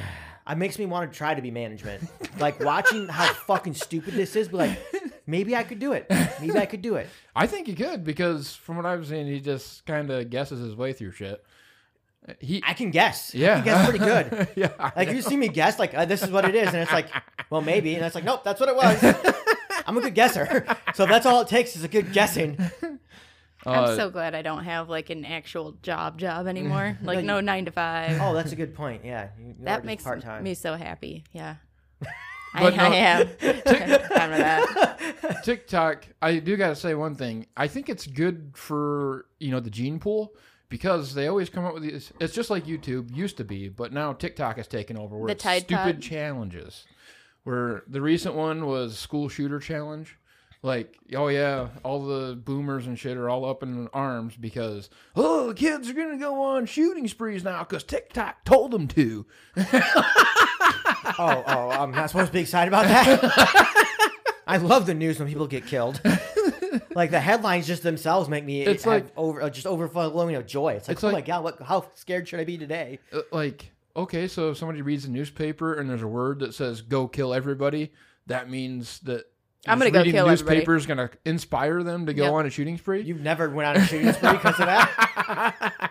Speaker 4: it makes me want to try to be management like watching how fucking stupid this is but like maybe i could do it maybe i could do it
Speaker 1: I think he could because from what I've seen, he just kind of guesses his way through shit. He,
Speaker 4: i can guess i
Speaker 1: yeah,
Speaker 4: can guess pretty good
Speaker 1: yeah, I
Speaker 4: like you see me guess like uh, this is what it is and it's like well maybe and it's like nope that's what it was i'm a good guesser so that's all it takes is a good guessing
Speaker 1: Uh,
Speaker 3: I'm so glad I don't have like an actual job job anymore. Like no nine to five.
Speaker 4: oh that's a good point yeah you- you are
Speaker 3: that
Speaker 4: just
Speaker 3: makes
Speaker 4: part-time
Speaker 3: me so happy. Yeah. I,
Speaker 1: But no-
Speaker 3: I am. Time for that.
Speaker 1: TikTok, I do gotta say one thing. I think it's good for you know the gene pool because they always come up with these. It's just like YouTube used to be, but now TikTok has taken over. Where
Speaker 3: The
Speaker 1: it's
Speaker 3: Tide
Speaker 1: stupid
Speaker 3: Pod.
Speaker 1: challenges. Where the recent one was school shooter challenge. Like, oh yeah, all the boomers and shit are all up in arms because oh the kids are gonna go on shooting sprees now because TikTok told them to.
Speaker 4: Oh, oh, I'm not supposed to be excited about that. I love the news when people get killed. Like the headlines just themselves make me
Speaker 1: It's
Speaker 4: it's have
Speaker 1: like-
Speaker 4: over uh, just overflowing of joy. It's like,
Speaker 1: It's
Speaker 4: oh
Speaker 1: like-
Speaker 4: my god, what? How scared should I be today?
Speaker 1: Uh, Like, okay, so if somebody reads the newspaper and there's a word that says "go kill everybody," that means that.
Speaker 3: I'm gonna
Speaker 1: just
Speaker 3: go
Speaker 1: reading
Speaker 3: kill
Speaker 1: the
Speaker 3: everybody.
Speaker 1: newspaper is going to inspire them to go
Speaker 3: Yep.
Speaker 1: on a shooting spree.
Speaker 4: You've never went on a shooting spree because of that.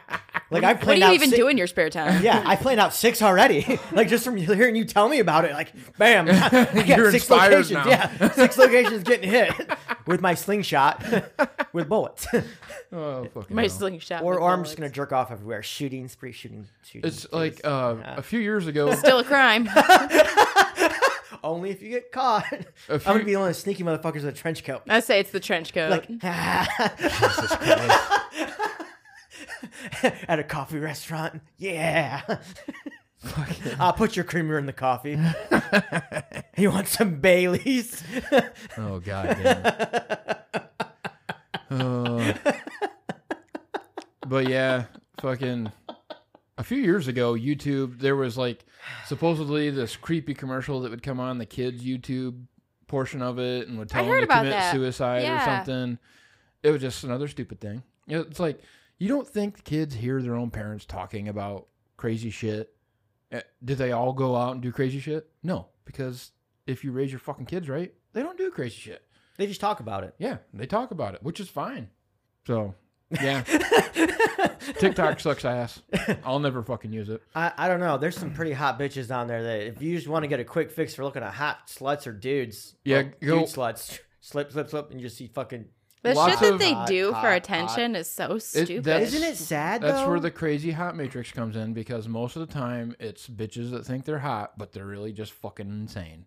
Speaker 4: Like I
Speaker 3: What
Speaker 4: planned
Speaker 3: do you
Speaker 4: out
Speaker 3: even
Speaker 4: si-
Speaker 3: do in your spare time?
Speaker 4: Yeah, I planned out six already. like just from hearing you tell me about it, like bam, I got
Speaker 1: You're
Speaker 4: six
Speaker 1: inspired
Speaker 4: locations.
Speaker 1: now.
Speaker 4: Yeah, six locations getting hit with my slingshot with bullets,
Speaker 1: Oh, fucking
Speaker 3: My
Speaker 1: hell.
Speaker 3: slingshot.
Speaker 4: or
Speaker 3: with
Speaker 4: or I'm just gonna
Speaker 3: bullets.
Speaker 4: jerk off everywhere, shooting spree, shooting, shooting.
Speaker 1: It's like uh, a few years ago.
Speaker 3: Still a crime.
Speaker 4: only if you get caught.
Speaker 1: If
Speaker 4: I'm
Speaker 1: you-
Speaker 4: gonna be one of the sneaky motherfuckers with a trench coat.
Speaker 3: I say it's the trench coat.
Speaker 4: Like at a coffee restaurant. Yeah. I'll put your creamer in the coffee. you want some Bailey's?
Speaker 1: oh god damn. It. Uh, but yeah, fucking. A few years ago, YouTube there was like supposedly this creepy commercial that would come on the kids' YouTube portion of it and would tell
Speaker 3: I
Speaker 1: them
Speaker 3: heard
Speaker 1: to
Speaker 3: about
Speaker 1: commit
Speaker 3: that.
Speaker 1: suicide or
Speaker 3: Yeah.
Speaker 1: something. It was just another stupid thing. You know, It's like you don't think the kids hear their own parents talking about crazy shit. Uh, Did they all go out and do crazy shit? No, because if you raise your fucking kids right, they don't do crazy shit.
Speaker 4: they just talk about it.
Speaker 1: Yeah, they talk about it, which is fine. So, yeah. TikTok sucks ass. I'll never fucking use it.
Speaker 4: I, I don't know. There's some pretty hot bitches on there that if you just want to get a quick fix for looking at hot sluts or dudes,
Speaker 1: Yeah,
Speaker 4: well,
Speaker 1: go-
Speaker 4: dude sluts, slip, slip, slip, and you just see fucking.
Speaker 3: the
Speaker 1: lots
Speaker 3: shit that
Speaker 1: of-
Speaker 3: they
Speaker 4: Hot,
Speaker 3: do
Speaker 4: hot,
Speaker 3: for
Speaker 4: hot.
Speaker 3: attention is so stupid.
Speaker 1: that's-
Speaker 4: Isn't it sad
Speaker 1: That's
Speaker 4: though?
Speaker 1: where the crazy hot matrix comes in because most of the time it's bitches that think they're hot, but they're really just fucking insane.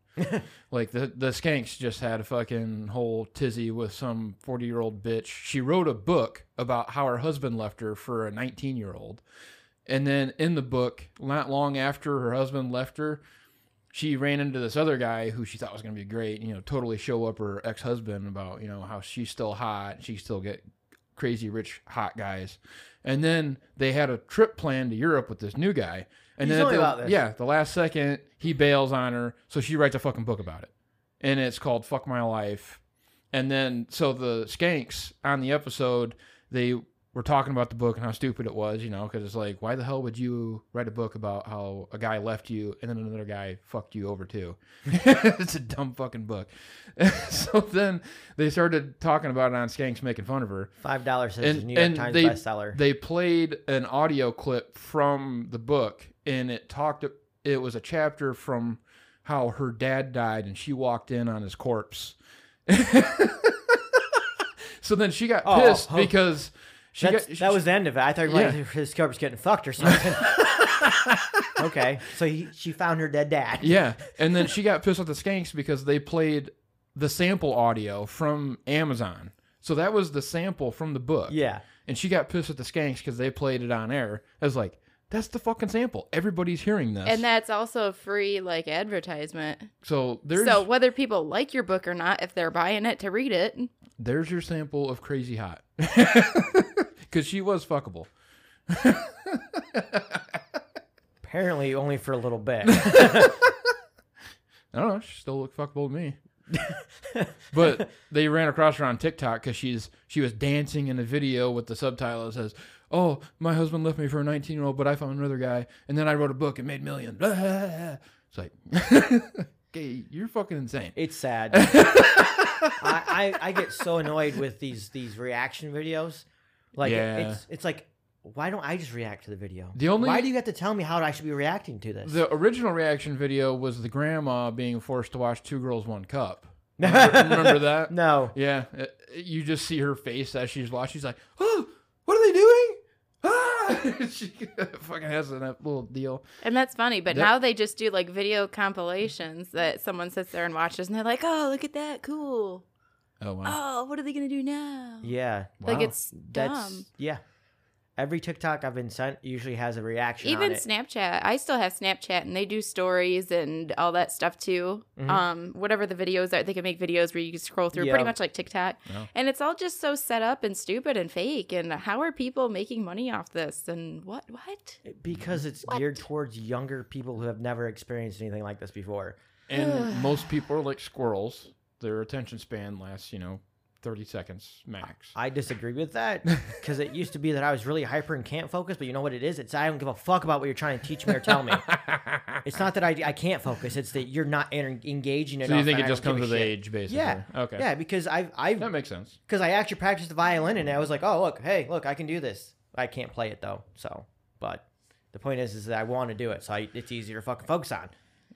Speaker 1: like the the skanks just had a fucking whole tizzy with some forty year old bitch. She wrote a book about how her husband left her for a nineteen year old, and then in the book, not long after her husband left her. She ran into this other guy who she thought was going to be great, you know, totally show up her ex husband about, you know, how she's still hot, she still get crazy rich hot guys. And then they had a trip planned to Europe with this new guy. And
Speaker 4: You
Speaker 1: then
Speaker 4: told
Speaker 1: at
Speaker 4: me
Speaker 1: the-
Speaker 4: about this.
Speaker 1: yeah, the last second he bails on her, so she writes a fucking book about it. And it's called Fuck My Life. And then so the skanks on the episode, they were talking about the book and how stupid it was, you know, because it's like, why the hell would you write a book about how a guy left you and then another guy fucked you over too? it's a dumb fucking book. so then they started talking about it on Skanks making fun of her.
Speaker 4: Five dollars says
Speaker 1: And,
Speaker 4: New York
Speaker 1: and
Speaker 4: Times
Speaker 1: they,
Speaker 4: bestseller.
Speaker 1: they played an audio clip from the book and it talked, it was a chapter from how her dad died and she walked in on his corpse. so then she got
Speaker 4: Oh,
Speaker 1: pissed
Speaker 4: oh.
Speaker 1: because she
Speaker 4: That's-
Speaker 1: got, she-
Speaker 4: that was the end of it. I thought
Speaker 1: Yeah.
Speaker 4: like, his cover's getting fucked or something. okay, so he, she found her dead dad.
Speaker 1: Yeah, and then she got pissed at the skanks because they played the sample audio from Amazon. So that was the sample from the book.
Speaker 4: Yeah.
Speaker 1: and she got pissed at the skanks because they played it on air. I was like, that's the fucking sample. Everybody's hearing this.
Speaker 3: and that's also a free like advertisement.
Speaker 1: so there's
Speaker 3: So whether people like your book or not, if they're buying it to read it,
Speaker 1: there's your sample of crazy hot because she was fuckable.
Speaker 4: Apparently, only for a little bit.
Speaker 1: I don't know. She still looked fuckable to me. but they ran across her on TikTok because she's she was dancing in a video with the subtitle that says, "Oh, my husband left me for a 19 year old, but I found another guy, and then I wrote a book and made millions." It's like, okay, you're fucking insane.
Speaker 4: It's sad. I, I I get so annoyed with these these reaction videos. Like
Speaker 1: Yeah.
Speaker 4: it's it's like why don't I just react to the video?
Speaker 1: The only-
Speaker 4: why do you have to tell me how I should be reacting to this?
Speaker 1: The original reaction video was the grandma being forced to watch Two Girls One Cup. Remember, remember that?
Speaker 4: no.
Speaker 1: Yeah, uh, you just see her face as she's watching. She's like, "Oh, what are they doing?" Ah! she fucking has that little deal.
Speaker 3: and that's funny. But
Speaker 1: That-
Speaker 3: now they just do like video compilations that someone sits there and watches, and they're like, "Oh, look at that, cool.
Speaker 1: Oh wow,
Speaker 3: Uh, Oh, what are they gonna do now?"
Speaker 4: Yeah.
Speaker 1: Wow.
Speaker 3: Like it's dumb.
Speaker 4: That's yeah. Every TikTok I've been sent usually has a reaction. on
Speaker 3: Even
Speaker 4: it.
Speaker 3: Snapchat. I still have Snapchat and they do stories and all that stuff too.
Speaker 4: Mhm.
Speaker 3: Um, whatever the videos are, they can make videos where you can scroll through
Speaker 4: Yeah.
Speaker 3: pretty much like TikTok.
Speaker 1: Yeah.
Speaker 3: And it's all just so set up and stupid and fake. And how are people making money off this? And what? What?
Speaker 4: because it's
Speaker 3: What?
Speaker 4: geared towards younger people who have never experienced anything like this before.
Speaker 1: And most people are like squirrels. Their attention span lasts, you know, 30 seconds max.
Speaker 4: I disagree with that because it used to be that I was really hyper and can't focus, but you know what it is? It's I don't give a fuck about what you're trying to teach me or tell me. it's not that I, I can't focus; it's that you're not en- engaging enough.
Speaker 1: so you think
Speaker 4: and
Speaker 1: it
Speaker 4: I
Speaker 1: just
Speaker 4: don't
Speaker 1: comes
Speaker 4: give
Speaker 1: with
Speaker 4: a shit.
Speaker 1: age, basically?
Speaker 4: Yeah.
Speaker 1: Okay.
Speaker 4: Yeah, because I've I've
Speaker 1: That makes sense.
Speaker 4: because I actually practiced the violin and I was like, oh look, hey, look, I can do this. I can't play it though, so but the point is, is that I want to do it, so I, it's easier to fucking focus on.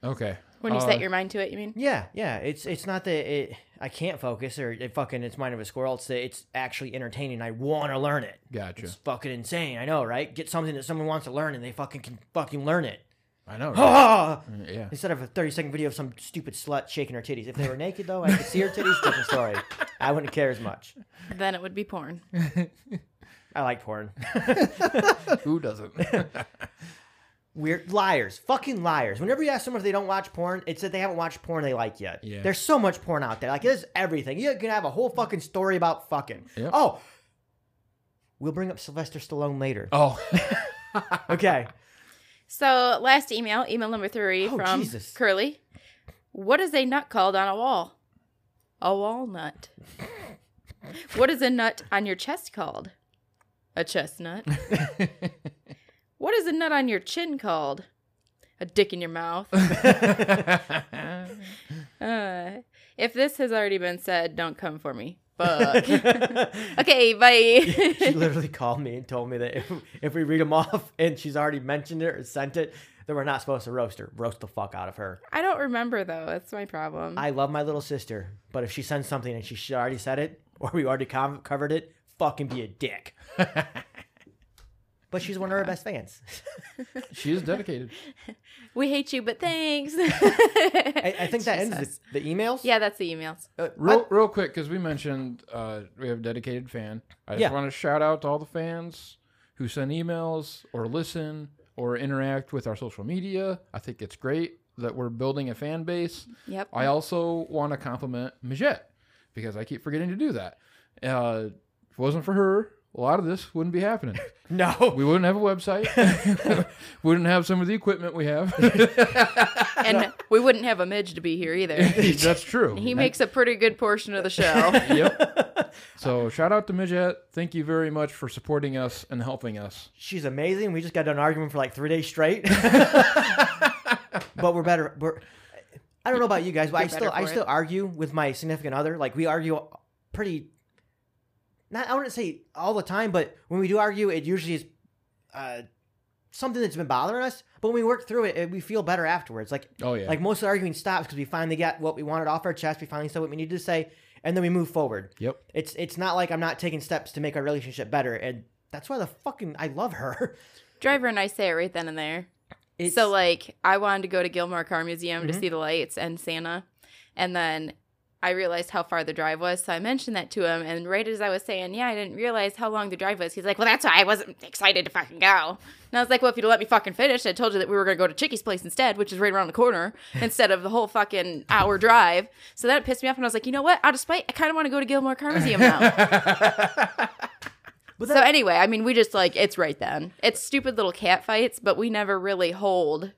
Speaker 1: Okay.
Speaker 3: When you
Speaker 1: Uh,
Speaker 3: set your mind to it, you mean?
Speaker 4: Yeah, yeah. It's it's not that it I can't focus or it fucking it's mind of a squirrel. It's that it's actually entertaining. I want to learn it.
Speaker 1: Gotcha.
Speaker 4: It's fucking insane. I know, right? Get something that someone wants to learn and they fucking can fucking learn it.
Speaker 1: I know. right?
Speaker 4: Ah!
Speaker 1: yeah.
Speaker 4: Instead of a 30 second video of some stupid slut shaking her titties. If they were naked though, I could see her titties. Different story. I wouldn't care as much.
Speaker 3: Then it would be porn.
Speaker 4: I like porn.
Speaker 1: Who doesn't?
Speaker 4: Weird liars, fucking liars. Whenever you ask someone if they don't watch porn, it's that they haven't watched porn they like yet.
Speaker 1: Yeah.
Speaker 4: There's so much porn out there. Like there's everything. You can have a whole fucking story about fucking.
Speaker 1: Yep.
Speaker 4: Oh, we'll bring up Sylvester Stallone later.
Speaker 1: oh.
Speaker 4: Okay.
Speaker 3: So, last email, email number three
Speaker 4: Oh,
Speaker 3: from
Speaker 4: Jesus.
Speaker 3: Curly. What is a nut called on a wall? A walnut. what is a nut on your chest called? A chestnut. what is a nut on your chin called? A dick in your mouth. Uh, if this has already been said, don't come for me. Fuck. okay,
Speaker 4: she
Speaker 3: bye.
Speaker 4: literally called me and told me that if, if we read them off and she's already mentioned it or sent it, then we're not supposed to roast her. Roast the fuck out of her.
Speaker 3: I don't remember though. That's my problem.
Speaker 4: I love my little sister, but if she sends something and she sh- already said it or we already com- covered it, fucking be a dick. but she's one of her best fans.
Speaker 1: she is dedicated.
Speaker 3: we hate you, but thanks.
Speaker 4: I, I think that ends the, the emails.
Speaker 3: Yeah, that's the emails.
Speaker 4: Uh,
Speaker 1: Real, real quick, because we mentioned uh, we have a dedicated fan. I just
Speaker 4: Yeah.
Speaker 1: want to shout out to all the fans who send emails or listen or interact with our social media. I think it's great that we're building a fan base.
Speaker 3: Yep.
Speaker 1: I also want to compliment Majette because I keep forgetting to do that. Uh, if it wasn't for her, a lot of this wouldn't be happening.
Speaker 4: no.
Speaker 1: We wouldn't have a website. wouldn't have some of the equipment we have.
Speaker 3: and we wouldn't have a Midge to be here either.
Speaker 1: That's true.
Speaker 3: He makes a pretty good portion of the show.
Speaker 1: yep. So shout out to Midget. Thank you very much for supporting us and helping us.
Speaker 4: She's amazing. We just got done arguing for like three days straight. but we're better. We're, I don't know about you guys, but I
Speaker 3: You're better
Speaker 4: still I
Speaker 3: for it.
Speaker 4: still argue with my significant other. Like we argue pretty. Not I wouldn't say all the time, but when we do argue, it usually is uh, something that's been bothering us. But when we work through it, it we feel better afterwards. Like
Speaker 1: Oh yeah.
Speaker 4: like most of the arguing stops because we finally got what we wanted off our chest. We finally said what we needed to say, and then we move forward.
Speaker 1: yep.
Speaker 4: It's it's not like I'm not taking steps to make our relationship better, and that's why the fucking I love her.
Speaker 3: Driver and I say it right then and there.
Speaker 4: It's,
Speaker 3: so like I wanted to go to Gilmore Car Museum to see the lights and Santa, and then I realized how far the drive was, so I mentioned that to him. And right as I was saying, "Yeah, I didn't realize how long the drive was," he's like, "Well, that's why I wasn't excited to fucking go." And I was like, "Well, if you'd let me fucking finish, I told you that we were gonna go to Chicky's place instead, which is right around the corner, instead of the whole fucking hour drive." So that pissed me off, and I was like, "You know what? Out of spite, I kind of want to go to Gilmore Car Museum now." so anyway, I mean, we just like it's right then. It's stupid little cat fights, but we never really hold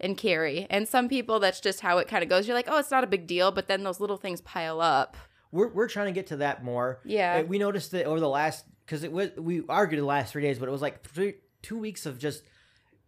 Speaker 3: and carry. And some people, that's just how it kind of goes. You're like, oh, it's not a big deal, but then those little things pile up.
Speaker 4: we're we're trying to get to that more.
Speaker 3: Yeah.
Speaker 4: Uh, we noticed that over the last because it was we argued the last three days, but it was like three, two weeks of just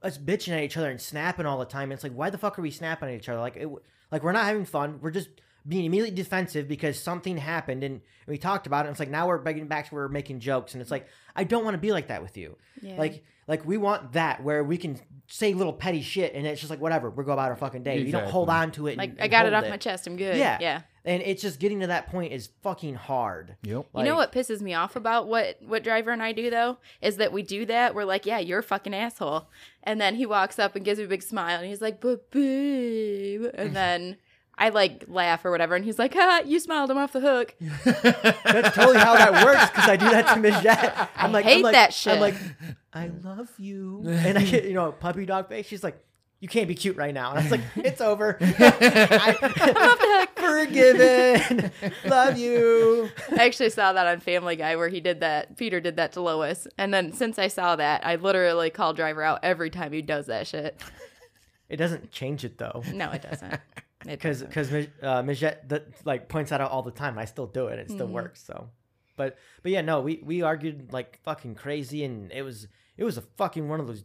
Speaker 4: us bitching at each other and snapping all the time. it's like why the fuck are we snapping at each other? Like it, w- like we're not having fun. We're just being immediately defensive because something happened and we talked about it. And it's like now we're begging back to where we're making jokes, and it's like I don't want to be like that with you.
Speaker 3: Yeah.
Speaker 4: Like like we want that where we can say little petty shit and it's just like whatever. We'll go about our fucking day. You don't hold
Speaker 1: Exactly.
Speaker 4: on to it. and-
Speaker 3: Like, I
Speaker 4: and
Speaker 3: got it
Speaker 4: hold
Speaker 3: off my chest. I'm good.
Speaker 4: Yeah.
Speaker 3: Yeah.
Speaker 4: and it's just getting to that point is fucking hard.
Speaker 1: Yep.
Speaker 3: you know
Speaker 4: Like-
Speaker 3: what pisses me off about what what driver and I do though is that we do that. We're like, yeah, you're a fucking asshole, and then he walks up and gives me a big smile, and he's like, but babe, and then I like laugh or whatever, and he's like, "Ha, you smiled. I'm off the hook."
Speaker 4: That's totally how that works because I do that to Miss Jet. I'm
Speaker 3: I
Speaker 4: like, I'm
Speaker 3: hate
Speaker 4: like,
Speaker 3: that shit.
Speaker 4: I'm like, I love you, and I get you know puppy dog face. She's like, you can't be cute right now, and I was like, it's over. I, forgiven. love you.
Speaker 3: I actually saw that on Family Guy where he did that. Peter did that to Lois, and then since I saw that, I literally call Driver out every time he does that shit.
Speaker 4: It doesn't change it though,
Speaker 3: No, it doesn't. It
Speaker 4: because
Speaker 3: doesn't.
Speaker 4: because uh, Miss Jet that, like points that out all the time. and I still do it. It still works. So, but but yeah, no, we we argued like fucking crazy, and it was it was a fucking one of those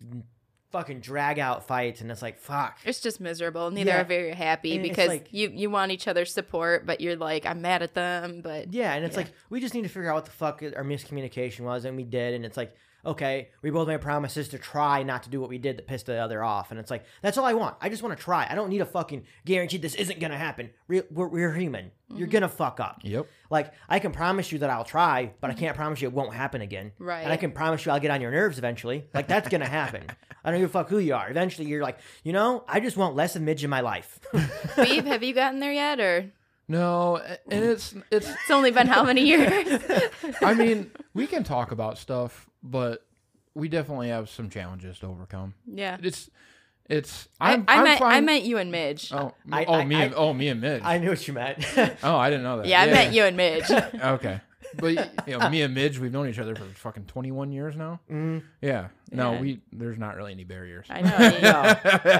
Speaker 4: fucking drag out fights, and it's like fuck.
Speaker 3: It's just miserable. Neither
Speaker 4: Yeah.
Speaker 3: are very happy
Speaker 4: And it's
Speaker 3: because
Speaker 4: like-
Speaker 3: you you want each other's support, but you're like, I'm mad at them. But
Speaker 4: Yeah, and it's
Speaker 3: Yeah.
Speaker 4: like we just need to figure out what the fuck our miscommunication was, and we did, and it's like okay, we both made promises to try not to do what we did that pissed the other off, and it's like that's all I want. I just want to try. I don't need a fucking guarantee this isn't gonna happen. Re- We're, we're human. You're
Speaker 3: Mm-hmm.
Speaker 4: gonna fuck up.
Speaker 1: Yep.
Speaker 4: Like I can promise you that I'll try, but I can't promise you it won't happen again.
Speaker 3: Mm-hmm. Right.
Speaker 4: And I can promise you I'll get on your nerves eventually. Like that's gonna happen. I don't give a fuck who you are. Eventually, you're like, you know, I just want less of Midge in my life.
Speaker 3: Beeb, have you gotten there yet? Or
Speaker 1: No, a- and it's it's.
Speaker 3: it's only been how many years?
Speaker 1: I mean, we can talk about stuff, but we definitely have some challenges to overcome.
Speaker 3: yeah.
Speaker 1: It's it's.
Speaker 3: I,
Speaker 1: I'm,
Speaker 3: I
Speaker 1: am
Speaker 3: meant
Speaker 1: fine.
Speaker 3: I meant you and Midge.
Speaker 1: Oh,
Speaker 4: I-
Speaker 1: oh
Speaker 4: I-
Speaker 1: me and
Speaker 4: I-
Speaker 1: oh me and Midge.
Speaker 4: I knew what you meant.
Speaker 1: oh, I didn't know that.
Speaker 3: yeah, I meant you and Midge.
Speaker 1: Okay. But you know, me and Midge, we've known each other for fucking 21 years now. Mm. Yeah. No,
Speaker 3: Mm-hmm. Yeah.
Speaker 1: we there's not really any barriers.
Speaker 3: I know.
Speaker 4: no.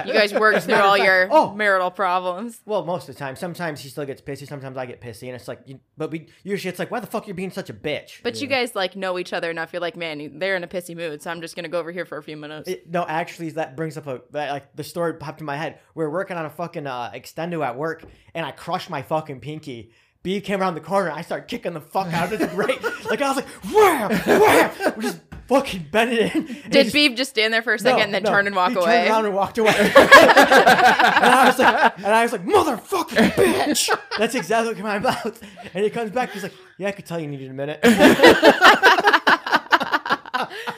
Speaker 3: You, you guys worked through all your
Speaker 4: oh.
Speaker 3: marital problems.
Speaker 4: Well, most of the time. Sometimes he still gets pissy. Sometimes I get pissy, and it's like, you, but we usually it's like, why the fuck you're being such a bitch?
Speaker 3: But you guys like know each other enough. You're like, man, they're in a pissy mood, so I'm just gonna go over here for a few minutes.
Speaker 4: It- no, actually, that brings up a that, like the story popped in my head. We are working on a fucking uh, extendo at work, and I crushed my fucking pinky. B came around the corner. I started kicking the fuck out of the brake. like I was like, wham, wham. We just fucking bent it in. and
Speaker 3: Did
Speaker 4: he just-
Speaker 3: Beeb just stand there for a second and then
Speaker 4: no,
Speaker 3: turn and walk
Speaker 4: he
Speaker 3: away?
Speaker 4: Turned around and walked away. and I was like, and I was like, motherfucking bitch. That's exactly what came out of my mouth. And he comes back. He's like, yeah, I could tell you needed a minute.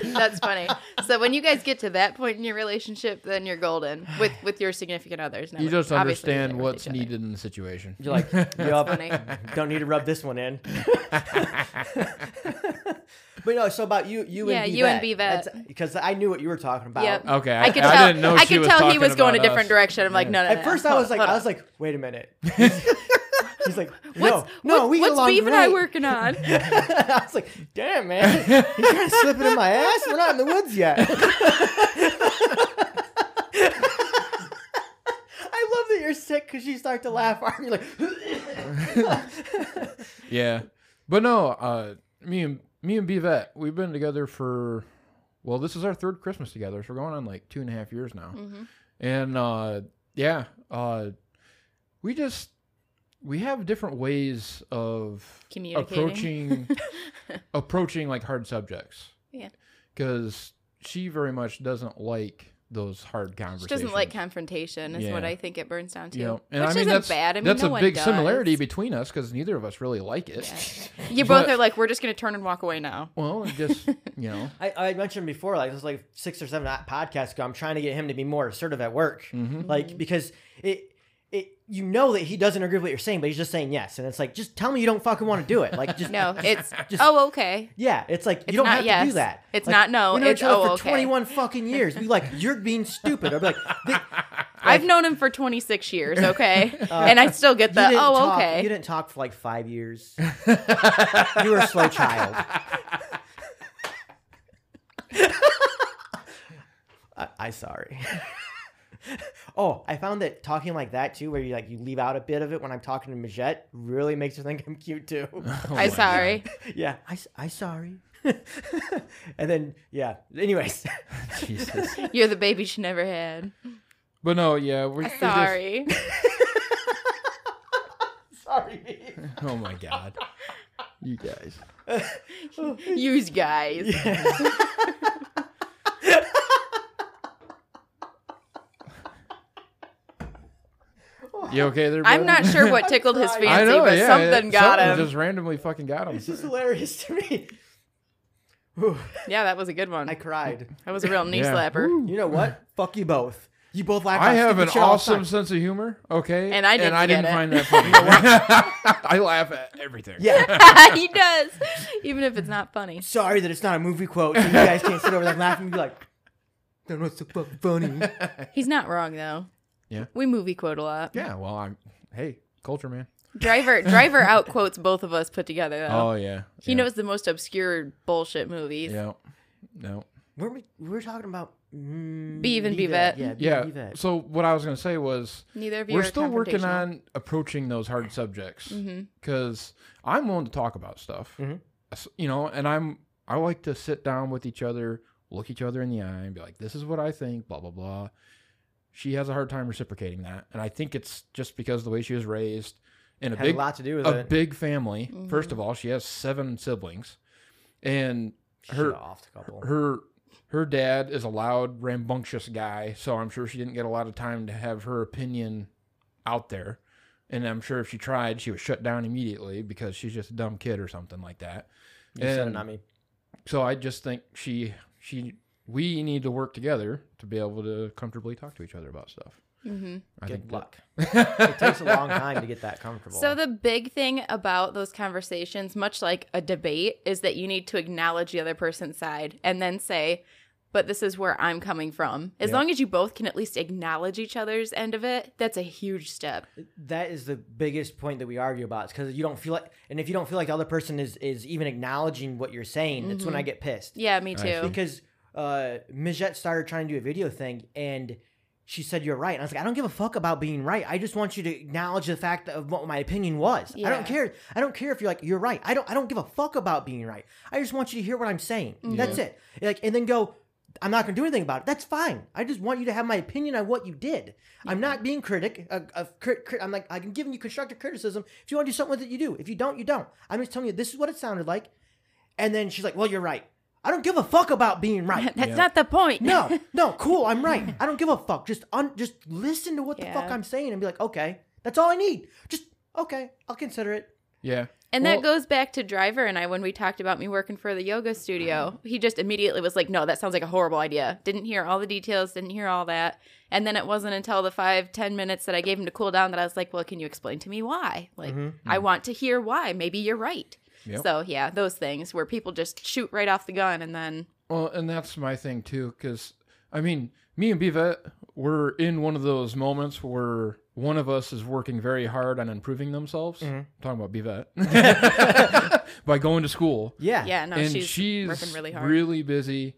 Speaker 3: That's funny. So when you guys get to that point in your relationship, then you're golden with with your significant others. Now,
Speaker 1: You just
Speaker 3: obviously, you
Speaker 1: understand
Speaker 3: live with
Speaker 1: what's
Speaker 3: each other.
Speaker 1: needed in the situation.
Speaker 4: You're like, yup,
Speaker 3: funny.
Speaker 4: don't need to rub this one in. but no, so about you, you
Speaker 3: Yeah,
Speaker 4: and
Speaker 3: you and Bevette.
Speaker 4: B-Vet. That's- because I knew what you were talking about.
Speaker 3: Yep.
Speaker 1: Okay, I-
Speaker 3: I, could
Speaker 1: I
Speaker 3: tell.
Speaker 1: didn't know
Speaker 3: I
Speaker 1: she
Speaker 3: could
Speaker 1: was
Speaker 3: tell he
Speaker 1: talking
Speaker 3: was going a
Speaker 1: about
Speaker 3: different
Speaker 1: us.
Speaker 3: direction. I'm like, no, no.
Speaker 4: At
Speaker 3: no,
Speaker 4: first,
Speaker 3: no.
Speaker 4: I
Speaker 3: Hold
Speaker 4: was like, uh,
Speaker 3: on,
Speaker 4: I
Speaker 3: hold
Speaker 4: was like, wait a minute. He's like, no,
Speaker 3: on. what's,
Speaker 4: no,
Speaker 3: what's,
Speaker 4: we get
Speaker 3: what's
Speaker 4: along
Speaker 3: Beeb and I
Speaker 4: great.
Speaker 3: working on?
Speaker 4: I was like, damn, man. He's trying to slip it in my ass. We're not in the woods yet. I love that you're sick because you start to laugh. You're like,
Speaker 1: Yeah. But no, uh me and me and Bivette, we've been together for well, this is our third Christmas together, so we're going on like two and a half years
Speaker 3: Mm-hmm.
Speaker 1: now. And uh yeah, uh we just we have different ways of
Speaker 3: Communicating.
Speaker 1: approaching approaching like hard subjects.
Speaker 3: Yeah.
Speaker 1: Because she very much doesn't like those hard
Speaker 3: She
Speaker 1: conversations.
Speaker 3: doesn't like confrontation, is what
Speaker 1: Yeah.
Speaker 3: I think it burns down to.
Speaker 1: You know,
Speaker 3: Which
Speaker 1: and I mean
Speaker 3: isn't
Speaker 1: that's
Speaker 3: bad. I mean,
Speaker 1: that's
Speaker 3: no
Speaker 1: a
Speaker 3: one
Speaker 1: big
Speaker 3: does.
Speaker 1: similarity between us because neither of us really like it.
Speaker 3: You both
Speaker 1: But-
Speaker 3: are like, we're just going to turn and walk away now.
Speaker 1: Well, it just you know,
Speaker 4: I, I mentioned before, like this was like six or seven uh, podcasts ago. I'm trying to get him to be more assertive at work, like because it, it, you know that he doesn't agree with what you're saying, but he's just saying yes, and it's like just tell me you don't fucking want to do it. Like just
Speaker 3: No, it's
Speaker 4: Just-
Speaker 3: oh okay.
Speaker 4: Yeah, it's like you don't
Speaker 3: not
Speaker 4: have to
Speaker 3: yes.
Speaker 4: do that.
Speaker 3: It's not
Speaker 4: Like,
Speaker 3: no,
Speaker 4: We know
Speaker 3: it's
Speaker 4: each other
Speaker 3: oh,
Speaker 4: for
Speaker 3: okay.
Speaker 4: 21 fucking years. We like you're being stupid. I'd be like, "Th-
Speaker 3: I've known him for 26 years, okay,
Speaker 1: Uh,
Speaker 3: and I still get
Speaker 4: you
Speaker 3: the
Speaker 4: didn't
Speaker 3: oh
Speaker 4: talk.
Speaker 3: okay.
Speaker 4: You didn't talk for like five years. you were a slow child. I, I sorry. oh, I found that talking like that too, where you like you leave out a bit of it when I'm talking to Majette, really makes her think I'm cute too.
Speaker 1: Oh
Speaker 3: I'm sorry.
Speaker 4: yeah, I, s- I sorry. and then yeah. Anyways,
Speaker 1: Jesus.
Speaker 3: You're the baby she never had.
Speaker 1: But no, yeah, we're we're
Speaker 3: Sorry.
Speaker 4: sorry. babe.
Speaker 1: Just, oh my god, you guys.
Speaker 3: Use guys.
Speaker 1: You okay there?
Speaker 3: I'm
Speaker 1: brother?
Speaker 3: not sure what tickled his
Speaker 4: trying.
Speaker 3: fancy, but something
Speaker 1: it-
Speaker 3: got
Speaker 1: something
Speaker 3: him.
Speaker 1: Just randomly fucking got him.
Speaker 4: It's just hilarious to me. Whew,
Speaker 3: Yeah, that was a good one.
Speaker 4: I cried.
Speaker 3: That was a real knee
Speaker 1: Yeah.
Speaker 3: slapper.
Speaker 1: Woo.
Speaker 4: You know what? Fuck you both. You both laugh.
Speaker 1: I
Speaker 4: at
Speaker 1: have
Speaker 4: stupid
Speaker 1: an
Speaker 4: shit all the time.
Speaker 1: awesome sense of humor, okay?
Speaker 3: And I didn't get
Speaker 1: didn't
Speaker 3: it.
Speaker 1: find that funny. I laugh at everything.
Speaker 4: Yeah.
Speaker 3: he does, even if it's not funny.
Speaker 4: Sorry that it's not a movie quote, so you guys can't sit over there and laugh and be like, "That was so fucking funny."
Speaker 3: He's not wrong though.
Speaker 1: Yeah.
Speaker 3: We movie quote a lot.
Speaker 1: Yeah, well, I'm hey, culture man.
Speaker 3: Driver Driver out quotes both of us put together though.
Speaker 1: Oh, yeah.
Speaker 3: he
Speaker 1: yeah.
Speaker 3: knows the most obscure bullshit movies.
Speaker 1: Yeah. No.
Speaker 4: Were we? We were talking about mm,
Speaker 3: Be even, be
Speaker 4: Bevette.
Speaker 3: vet.
Speaker 4: Yeah. Be
Speaker 1: Yeah.
Speaker 4: Even, be vet.
Speaker 1: So what I was going to say was
Speaker 3: Neither of you
Speaker 1: we're
Speaker 3: are
Speaker 1: still working
Speaker 3: confrontational.
Speaker 1: on approaching those hard subjects because I'm willing to talk about stuff,
Speaker 4: Mhm.
Speaker 1: S- you know, and I'm I like to sit down with each other, look each other in the eye, and be like, "This is what I think," blah blah blah. She has a hard time reciprocating that, and I think it's just because the way she was raised in a
Speaker 4: Had
Speaker 1: big
Speaker 4: a lot to do with
Speaker 1: a
Speaker 4: it.
Speaker 1: big family. First of all, she has seven siblings, and her
Speaker 4: Shut off a couple.
Speaker 1: her her dad is a loud, rambunctious guy, so I'm sure she didn't get a lot of time to have her opinion out there. And I'm sure if she tried, she was shut down immediately because she's just a dumb kid or something like that.
Speaker 4: you said it,
Speaker 1: and-
Speaker 4: not me.
Speaker 1: So I just think she she we need to work together to be able to comfortably talk to each other about stuff. I
Speaker 4: Good
Speaker 1: think that-
Speaker 4: luck. it takes a long time to get that comfortable.
Speaker 3: So the big thing about those conversations, much like a debate, is that you need to acknowledge the other person's side and then say, "But this is where I'm coming from." As long as you both can at least acknowledge each other's end of it, that's a huge step.
Speaker 4: that is the biggest point that we argue about. It's because you don't feel like, and if you don't feel like the other person is is even acknowledging what you're saying, it's when I get pissed.
Speaker 3: Yeah, me too.
Speaker 4: Because uh, Mijette started trying to do a video thing, and she said you're right. And I was like, I don't give a fuck about being right. I just want you to acknowledge the fact of what my opinion was. I
Speaker 3: Yeah.
Speaker 4: don't care. I don't care if you're like you're right. I don't. I don't give a fuck about being right. I just want you to hear what I'm saying.
Speaker 3: Mm-hmm.
Speaker 4: That's it. Like, and then go. I'm not going to do anything about it. That's fine. I just want you to have my opinion on what you did. I'm not being critic. Uh, uh, crit, crit, I'm like I'm giving you constructive criticism. If you want to do something with it, you do. If you don't, you don't. I'm just telling you this is what it sounded like. And then she's like, "Well, you're right. I don't give a fuck about being right."
Speaker 3: That's not the point.
Speaker 4: No, no, cool. I'm right. I don't give a fuck. Just un- just listen to what the fuck
Speaker 3: Yeah.
Speaker 4: I'm saying and be like, okay, that's all I need. Just okay, I'll consider it.
Speaker 1: Yeah.
Speaker 3: And
Speaker 1: Well,
Speaker 3: that goes back to Driver and I when we talked about me working for the yoga
Speaker 1: Uh-huh.
Speaker 3: studio. He just immediately was like, "No, that sounds like a horrible idea." Didn't hear all the details. Didn't hear all that. And then it wasn't until the five ten minutes that I gave him to cool down that I was like, "Well, can you explain to me why? Like, I want to hear why. Maybe you're right."
Speaker 1: Mm-hmm. Mm. Yep.
Speaker 3: So yeah, those things where people just shoot right off the gun and then
Speaker 1: Well, and that's my thing too, because I mean, me and Bivet we're in one of those moments where one of us is working very hard on improving themselves. I'm talking about Bivet by going to school,
Speaker 4: Yeah,
Speaker 3: yeah, no,
Speaker 1: and
Speaker 3: she's,
Speaker 1: she's,
Speaker 3: working really hard.
Speaker 1: really busy,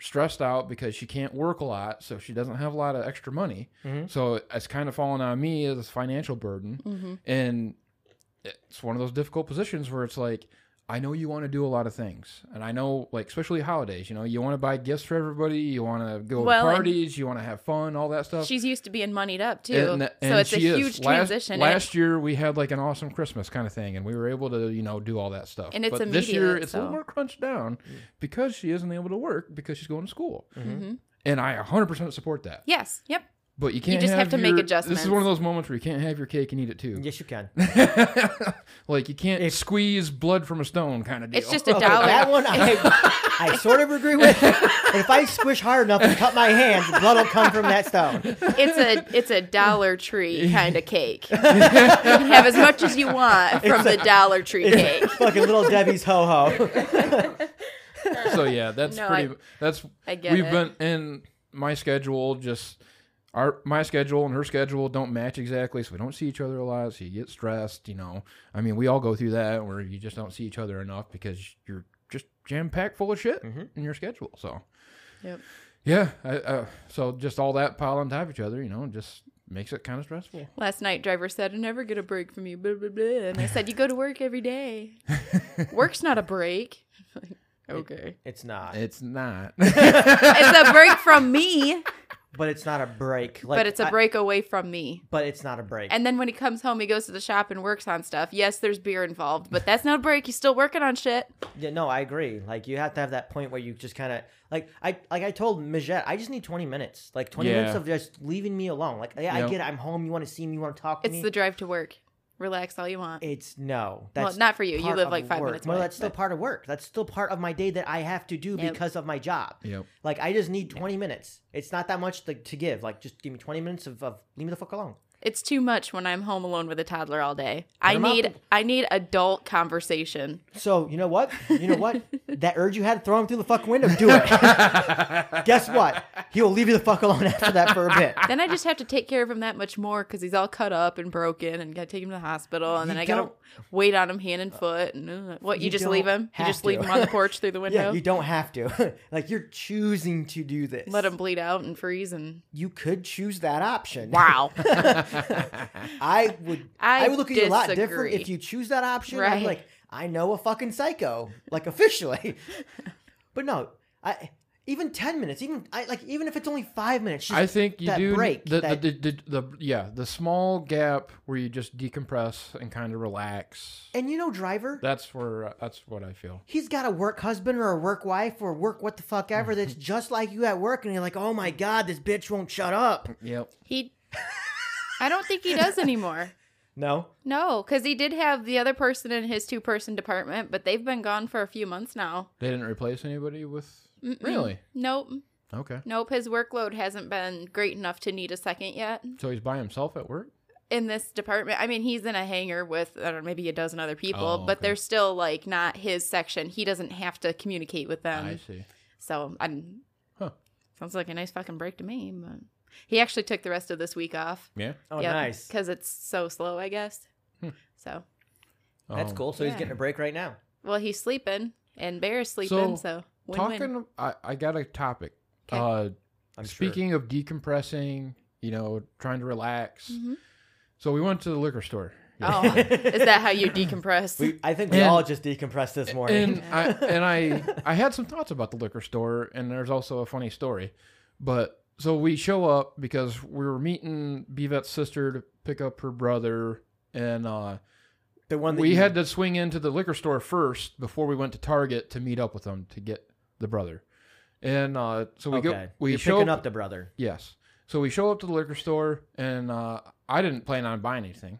Speaker 1: stressed out because she can't work a lot, so she doesn't have a lot of extra money. So it's kind of fallen on me as a financial burden,
Speaker 3: Mm-hmm.
Speaker 1: and it's one of those difficult positions where it's like I know you want to do a lot of things, and I know like especially holidays. You know, you want to buy gifts for everybody, you want to go
Speaker 3: Well,
Speaker 1: to
Speaker 3: and-
Speaker 1: parties, you want to have fun, all that stuff.
Speaker 3: she's used to being moneyed up too,
Speaker 1: And-
Speaker 3: so
Speaker 1: and
Speaker 3: it's a
Speaker 1: she is.
Speaker 3: huge
Speaker 1: Last-
Speaker 3: transition. and it-
Speaker 1: Last year we had like an awesome Christmas kind of thing, and we were able to you know do all that stuff.
Speaker 3: And it's
Speaker 1: but this year
Speaker 3: immediate,
Speaker 1: it's a little
Speaker 3: so-
Speaker 1: more crunched down because she isn't able to work because she's going to school.
Speaker 3: Mm-hmm.
Speaker 1: And I 100% support that.
Speaker 3: yes, yep.
Speaker 1: But you can't
Speaker 3: just have to make
Speaker 1: your- This
Speaker 3: adjustments.
Speaker 1: is one of those moments where you can't have your cake and eat it too.
Speaker 4: Yes, you can.
Speaker 1: like you can't
Speaker 4: If-
Speaker 1: squeeze blood from a stone kind of deal.
Speaker 3: It's just a
Speaker 4: Okay,
Speaker 3: dollar.
Speaker 4: that one I, I sort of agree with. if I squish hard enough and cut my hands, blood will come from that stone.
Speaker 3: it's a it's a Dollar Tree kind of cake. you can have as much as you want from the Dollar Tree cake.
Speaker 4: Fucking little Debbie's ho ho.
Speaker 1: so yeah, that's
Speaker 3: No,
Speaker 1: pretty.
Speaker 3: I-
Speaker 1: that's
Speaker 3: I get
Speaker 1: we've
Speaker 3: it.
Speaker 1: been in my schedule just our my schedule and her schedule don't match exactly, so we don't see each other a lot. So you get stressed, you know. I mean, we all go through that where you just don't see each other enough because you're just jam packed full of shit in your schedule. So
Speaker 3: Yep.
Speaker 1: yeah, I, uh, so just all that pile on top of each other, you know, just makes it kind of stressful.
Speaker 3: Last night, driver said, "I never get a break from you." Blah, blah, blah. And I said, "You go to work every day. Work's not a break." okay,
Speaker 4: It's not,
Speaker 1: It's not.
Speaker 3: it's a break from me,
Speaker 4: but it's not a break. Like,
Speaker 3: but it's a
Speaker 4: I-
Speaker 3: break away from me.
Speaker 4: but it's not a break.
Speaker 3: And then when he comes home, he goes to the shop and works on stuff. Yes, there's beer involved, but that's not a break. He's still working on shit.
Speaker 4: Yeah, no, I agree. Like you have to have that point where you just kind of like I like I told Mijette, I just need twenty minutes, like twenty minutes
Speaker 1: Yeah.
Speaker 4: of just leaving me alone. Like yeah,
Speaker 1: Yep.
Speaker 4: I get, it. I'm home. You want to see me? You want to talk to
Speaker 3: It's
Speaker 4: me?
Speaker 3: the drive to work. Relax all you want.
Speaker 4: It's no.
Speaker 3: Well,
Speaker 4: That's
Speaker 3: not for you. You
Speaker 4: part
Speaker 3: live
Speaker 4: of
Speaker 3: like five
Speaker 4: work.
Speaker 3: minutes
Speaker 4: No,
Speaker 3: away,
Speaker 4: that's still
Speaker 3: but-
Speaker 4: part of work. That's still part of my day that I have to do
Speaker 3: Yep.
Speaker 4: because of my job.
Speaker 1: Yep.
Speaker 4: Like I just need 20 minutes. It's not that much to, to give. Like just give me 20 minutes of, of leave me the fuck alone.
Speaker 3: It's too much when I'm home alone with a toddler all day. I
Speaker 4: him out
Speaker 3: need
Speaker 4: the-
Speaker 3: I need adult conversation.
Speaker 4: So you know what? You know what? that urge you had, throw him through the fucking window. Do it. Guess what? He will leave you the fuck alone after that for a bit.
Speaker 3: then I just have to take care of him that much more because he's all cut up and broken, and gotta take him to the hospital, and
Speaker 4: You
Speaker 3: then I gotta
Speaker 4: don't-
Speaker 3: wait on him hand and foot. And uh, what you,
Speaker 4: you
Speaker 3: just leave
Speaker 4: don't
Speaker 3: him? You
Speaker 4: have
Speaker 3: just leave
Speaker 4: to.
Speaker 3: him on the porch through the
Speaker 4: Yeah,
Speaker 3: window?
Speaker 4: you don't have to. like you're choosing to do this.
Speaker 3: Let him bleed out and freeze, and
Speaker 4: You could choose that option.
Speaker 3: wow,
Speaker 4: I would.
Speaker 3: I
Speaker 4: I, would look at you a lot different
Speaker 3: disagree.
Speaker 4: if you choose that option. I'd
Speaker 3: Right.
Speaker 4: be like, I know a fucking psycho, like officially. but no, I even ten minutes, even I like even if it's only five minutes. Just,
Speaker 1: I think you
Speaker 4: that
Speaker 1: do
Speaker 4: break,
Speaker 1: The,
Speaker 4: that-
Speaker 1: the, the, the, the- yeah the small gap where you just decompress and kind of relax.
Speaker 4: and you know, driver.
Speaker 1: That's where uh, that's what I feel.
Speaker 4: He's got a work husband or a work wife or work what the fuck ever that's just like you at work, and you're like, oh my god, this bitch won't shut up.
Speaker 1: Yep.
Speaker 3: he. I don't think he does anymore.
Speaker 4: No,
Speaker 3: No, because he did have the other person in his two person department, but they've been gone for a few months now.
Speaker 1: They didn't replace anybody with really.
Speaker 3: Nope.
Speaker 1: Okay.
Speaker 3: Nope. His workload hasn't been great enough to need a second yet.
Speaker 1: So he's by himself at work.
Speaker 3: in this department. I mean, he's in a hangar with I don't know, maybe a dozen other people,
Speaker 1: Oh,
Speaker 3: but
Speaker 1: okay.
Speaker 3: they're still like not his section. He doesn't have to communicate with them.
Speaker 1: I see.
Speaker 3: So I'm
Speaker 1: Huh.
Speaker 3: sounds like a nice fucking break to me. But he actually took the rest of this week off.
Speaker 1: Yeah.
Speaker 4: oh nice,
Speaker 3: because it's so slow, I guess.
Speaker 1: Hmm.
Speaker 3: So
Speaker 4: that's
Speaker 1: Um,
Speaker 4: cool. So he's
Speaker 3: yeah.
Speaker 4: getting a break right now.
Speaker 3: well, he's sleeping and Bear's sleeping, so, win-win.
Speaker 1: Talking, I, I got a topic.
Speaker 3: 'Kay.
Speaker 1: Uh,
Speaker 4: I'm sure.
Speaker 1: speaking of decompressing, you know, trying to relax.
Speaker 4: Mm-hmm.
Speaker 3: Mhm.
Speaker 1: So we went to the liquor store.
Speaker 3: Oh, is that how you decompress?
Speaker 4: We, I think we
Speaker 1: And-
Speaker 4: all just decompressed this morning.
Speaker 1: and I and I I had some thoughts about the liquor store, and there's also a funny story. But so we show up because we were meeting Bivet's sister to pick up her brother, and uh,
Speaker 4: the one that
Speaker 1: we
Speaker 4: you-
Speaker 1: had to swing into the liquor store first before we went to Target to meet up with them to get the brother. And uh, so we go. We
Speaker 4: You're
Speaker 1: show
Speaker 4: picking up the brother.
Speaker 1: Yes. So we show up to the liquor store, and uh, I didn't plan on buying anything.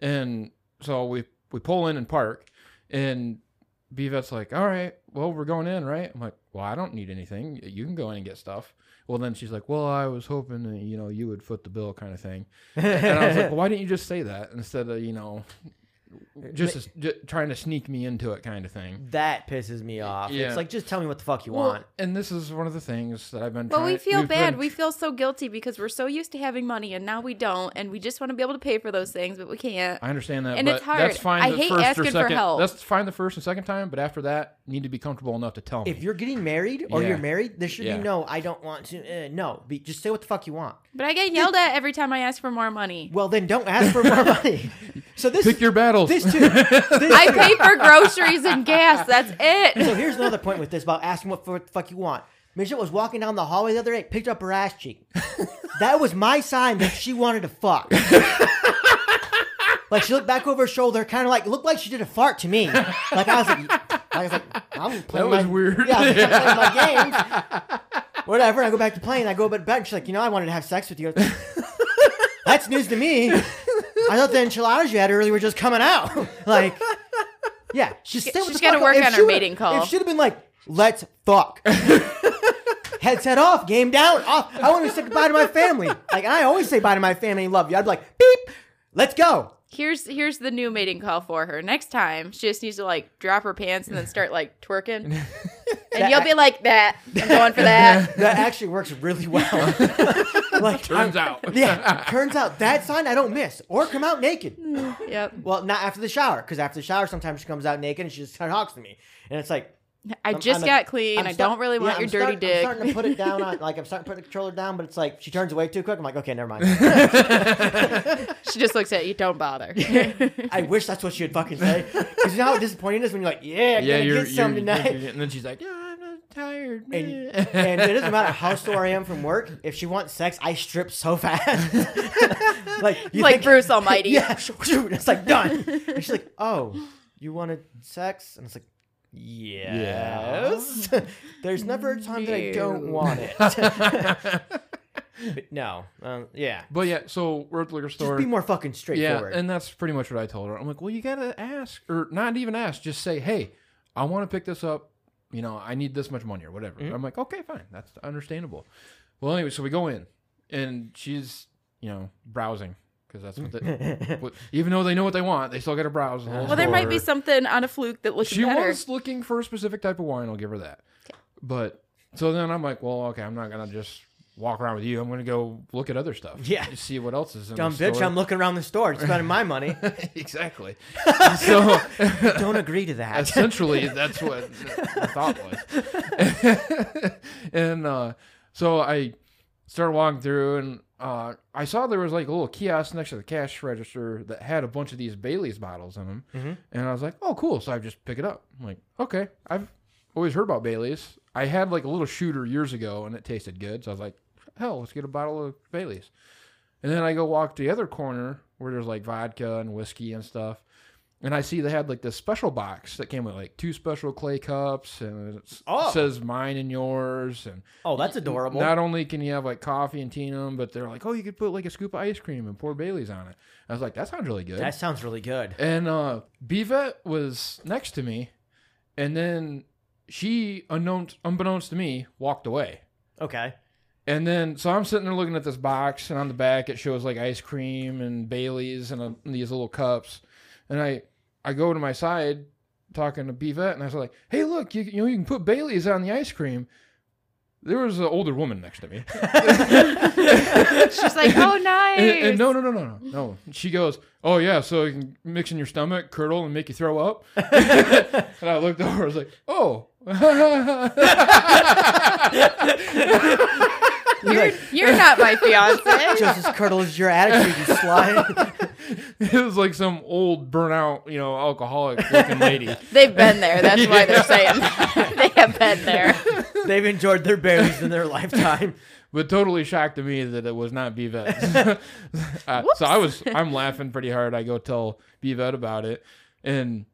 Speaker 1: And so we we pull in and park, and Bevet's like, "All right, well we're going in, right?" I'm like, "Well, I don't need anything. You can go in and get stuff." Well, then she's like, "Well, I was hoping that, you know you would foot the bill, kind of thing." And I was like, well, "Why didn't you just say that instead of you know just, ju- trying to sneak me into it, kind of thing?"
Speaker 4: that pisses me off.
Speaker 1: Yeah.
Speaker 4: It's like just tell me what the fuck you
Speaker 1: Well,
Speaker 4: want.
Speaker 1: and this is one of the things that I've been.
Speaker 3: But
Speaker 1: trying,
Speaker 3: we feel
Speaker 1: we've
Speaker 3: bad.
Speaker 1: been-
Speaker 3: We feel so guilty because we're so used to having money and now we don't, and we just want to be able to pay for those things, but we can't.
Speaker 1: I understand that,
Speaker 3: And
Speaker 1: but
Speaker 3: it's hard.
Speaker 1: that's fine.
Speaker 3: I
Speaker 1: the
Speaker 3: hate
Speaker 1: first
Speaker 3: asking
Speaker 1: or
Speaker 3: for
Speaker 1: second,
Speaker 3: help.
Speaker 1: That's fine the first and second time, but after that, need to be comfortable enough to tell me.
Speaker 4: If you're getting married or
Speaker 1: Yeah.
Speaker 4: you're married, there should
Speaker 1: Yeah.
Speaker 4: be no. I don't want to. Uh, no, be, just say what the fuck you want.
Speaker 3: But I get yelled at every time I ask for more money.
Speaker 4: Well, then don't ask for more money. So this
Speaker 1: Pick your battles.
Speaker 4: this too. this
Speaker 3: I
Speaker 4: too.
Speaker 3: pay for groceries and gas. That's
Speaker 4: So
Speaker 3: it.
Speaker 4: here's another point with this about asking what the fuck you want. Midget was walking down the hallway the other day, picked up her ass cheek. that was my sign that she wanted to fuck. like she looked back over her shoulder, kind of like looked like she did a fart to me. Like I was like, I was like, I'm playing.
Speaker 1: was
Speaker 4: my,
Speaker 1: weird.
Speaker 4: Yeah, I was like, I'm playing my games. Whatever. I go back to playing. I go to bed. And she's like, you know, I wanted to have sex with you. That's news to me. I thought the enchiladas you had earlier were just coming out. like, yeah, she's still
Speaker 3: she's gotta work on her mating call.
Speaker 4: If she'd have been like, let's fuck. Headset off, game down, off. I want to say goodbye to my family. Like I always say bye to my family and love you. I'd be like, beep, let's go.
Speaker 3: Here's here's the new mating call for her. Next time, she just needs to like drop her pants and then start like twerking. And you'll be like that. I'm going for that.
Speaker 4: That actually works really well. like
Speaker 1: Turns out.
Speaker 4: Yeah, turns out that sign I don't miss or come out naked.
Speaker 3: Yep.
Speaker 4: Well, not after the shower, because after the shower, sometimes she comes out naked and she just kind of talks to me, and it's like,
Speaker 3: I
Speaker 4: I'm-
Speaker 3: just
Speaker 4: I'm a-
Speaker 3: got clean.
Speaker 4: I'm
Speaker 3: I
Speaker 4: start-
Speaker 3: don't really
Speaker 4: yeah,
Speaker 3: want
Speaker 4: I'm
Speaker 3: your
Speaker 4: start-
Speaker 3: dirty dick.
Speaker 4: I'm starting to put it down on, like, I'm starting to put the controller down, but it's like she turns away too quick. I'm like, okay, never mind.
Speaker 3: she just looks at you. Don't bother.
Speaker 4: I wish that's what she would fucking say. Because you know how disappointing it is when you're like, yeah, I'm
Speaker 1: yeah,
Speaker 4: gonna
Speaker 1: you're,
Speaker 4: get some
Speaker 1: you're-
Speaker 4: tonight.
Speaker 1: you're- and then she's like, "Yeah, I'm not tired."
Speaker 4: And, and it doesn't matter how sore I am from work. If she wants sex, I strip so fast. like you
Speaker 3: like
Speaker 4: think-
Speaker 3: Bruce Almighty.
Speaker 4: Yeah, shoot, it's like done. And she's like, "Oh, you wanted sex?" And it's like, "Yes." There's never a time that I don't
Speaker 3: No.
Speaker 4: want it. But no. Um, yeah.
Speaker 1: But yeah, so we're at the liquor
Speaker 4: Just
Speaker 1: store.
Speaker 4: be more fucking
Speaker 1: yeah,
Speaker 4: straightforward.
Speaker 1: and that's pretty much what I told her. I'm like, well, you gotta ask, or not even ask, just say, hey, I want to pick this up. You know, I need this much money or whatever.
Speaker 4: Mm-hmm.
Speaker 1: I'm like, okay, fine, that's understandable. Well, anyway, so we go in, and she's, you know, browsing because that's what. They, what- even though they know what they want, they still got to browse. The whole
Speaker 3: Well, there might be
Speaker 1: store.
Speaker 3: something on a fluke that looks
Speaker 1: She
Speaker 3: better.
Speaker 1: was looking for a specific type of wine. I'll give her that. But so then I'm like, well, okay, I'm not gonna just walk around with you. I'm gonna go look at other stuff.
Speaker 4: Yeah.
Speaker 1: see what else is in
Speaker 4: Dumb
Speaker 1: the
Speaker 4: bitch,
Speaker 1: store.
Speaker 4: I'm looking around the store. It's spending my money.
Speaker 1: exactly. so
Speaker 4: Don't agree to that.
Speaker 1: essentially, that's what the thought was. and uh, so I started walking through, and uh, I saw there was like a little kiosk next to the cash register that had a bunch of these Bailey's bottles in them. And I was like, "Oh, cool!" So I just pick it up. I'm like, "Okay, I've always heard about Bailey's. I had like a little shooter years ago, and it tasted good. So I was like, "Hell, let's get a bottle of Bailey's." And then I go walk to the other corner where there's like vodka and whiskey and stuff. And I see they had like this special box that came with like two special clay cups and it
Speaker 4: Oh.
Speaker 1: says mine and yours. And
Speaker 4: Oh, that's adorable.
Speaker 1: not only can you have like coffee and tea in them, but they're like, oh, you could put like a scoop of ice cream and pour Bailey's on it. I was like, that sounds really good.
Speaker 4: That sounds really good.
Speaker 1: And uh Bivette was next to me, and then she unknown unbeknownst to me walked away.
Speaker 4: Okay.
Speaker 1: And then so I'm sitting there looking at this box and on the back it shows like ice cream and Bailey's and, uh these little cups. And I I go to my side talking to Bivette and I was like, "Hey, look, you, you know you can put Bailey's on the ice cream." There was an older woman next to me.
Speaker 3: She's like, oh, nice.
Speaker 1: And, and no, no, no, no, no, no. She goes, "Oh yeah, so you can mix in your stomach, curdle, and make you throw up." and I looked over. I was like, "Oh."
Speaker 3: you're, you're not my fiance.
Speaker 4: Just as curdle as your attitude, you slut.
Speaker 1: it was like some old burnout, you know, alcoholic looking lady.
Speaker 3: They've been there. That's why they're saying that. they have been there.
Speaker 4: They've enjoyed their berries in their lifetime.
Speaker 1: but totally shocked to me that it was not Bivette. uh, so I was I'm laughing pretty hard. I go tell Bivette about it, and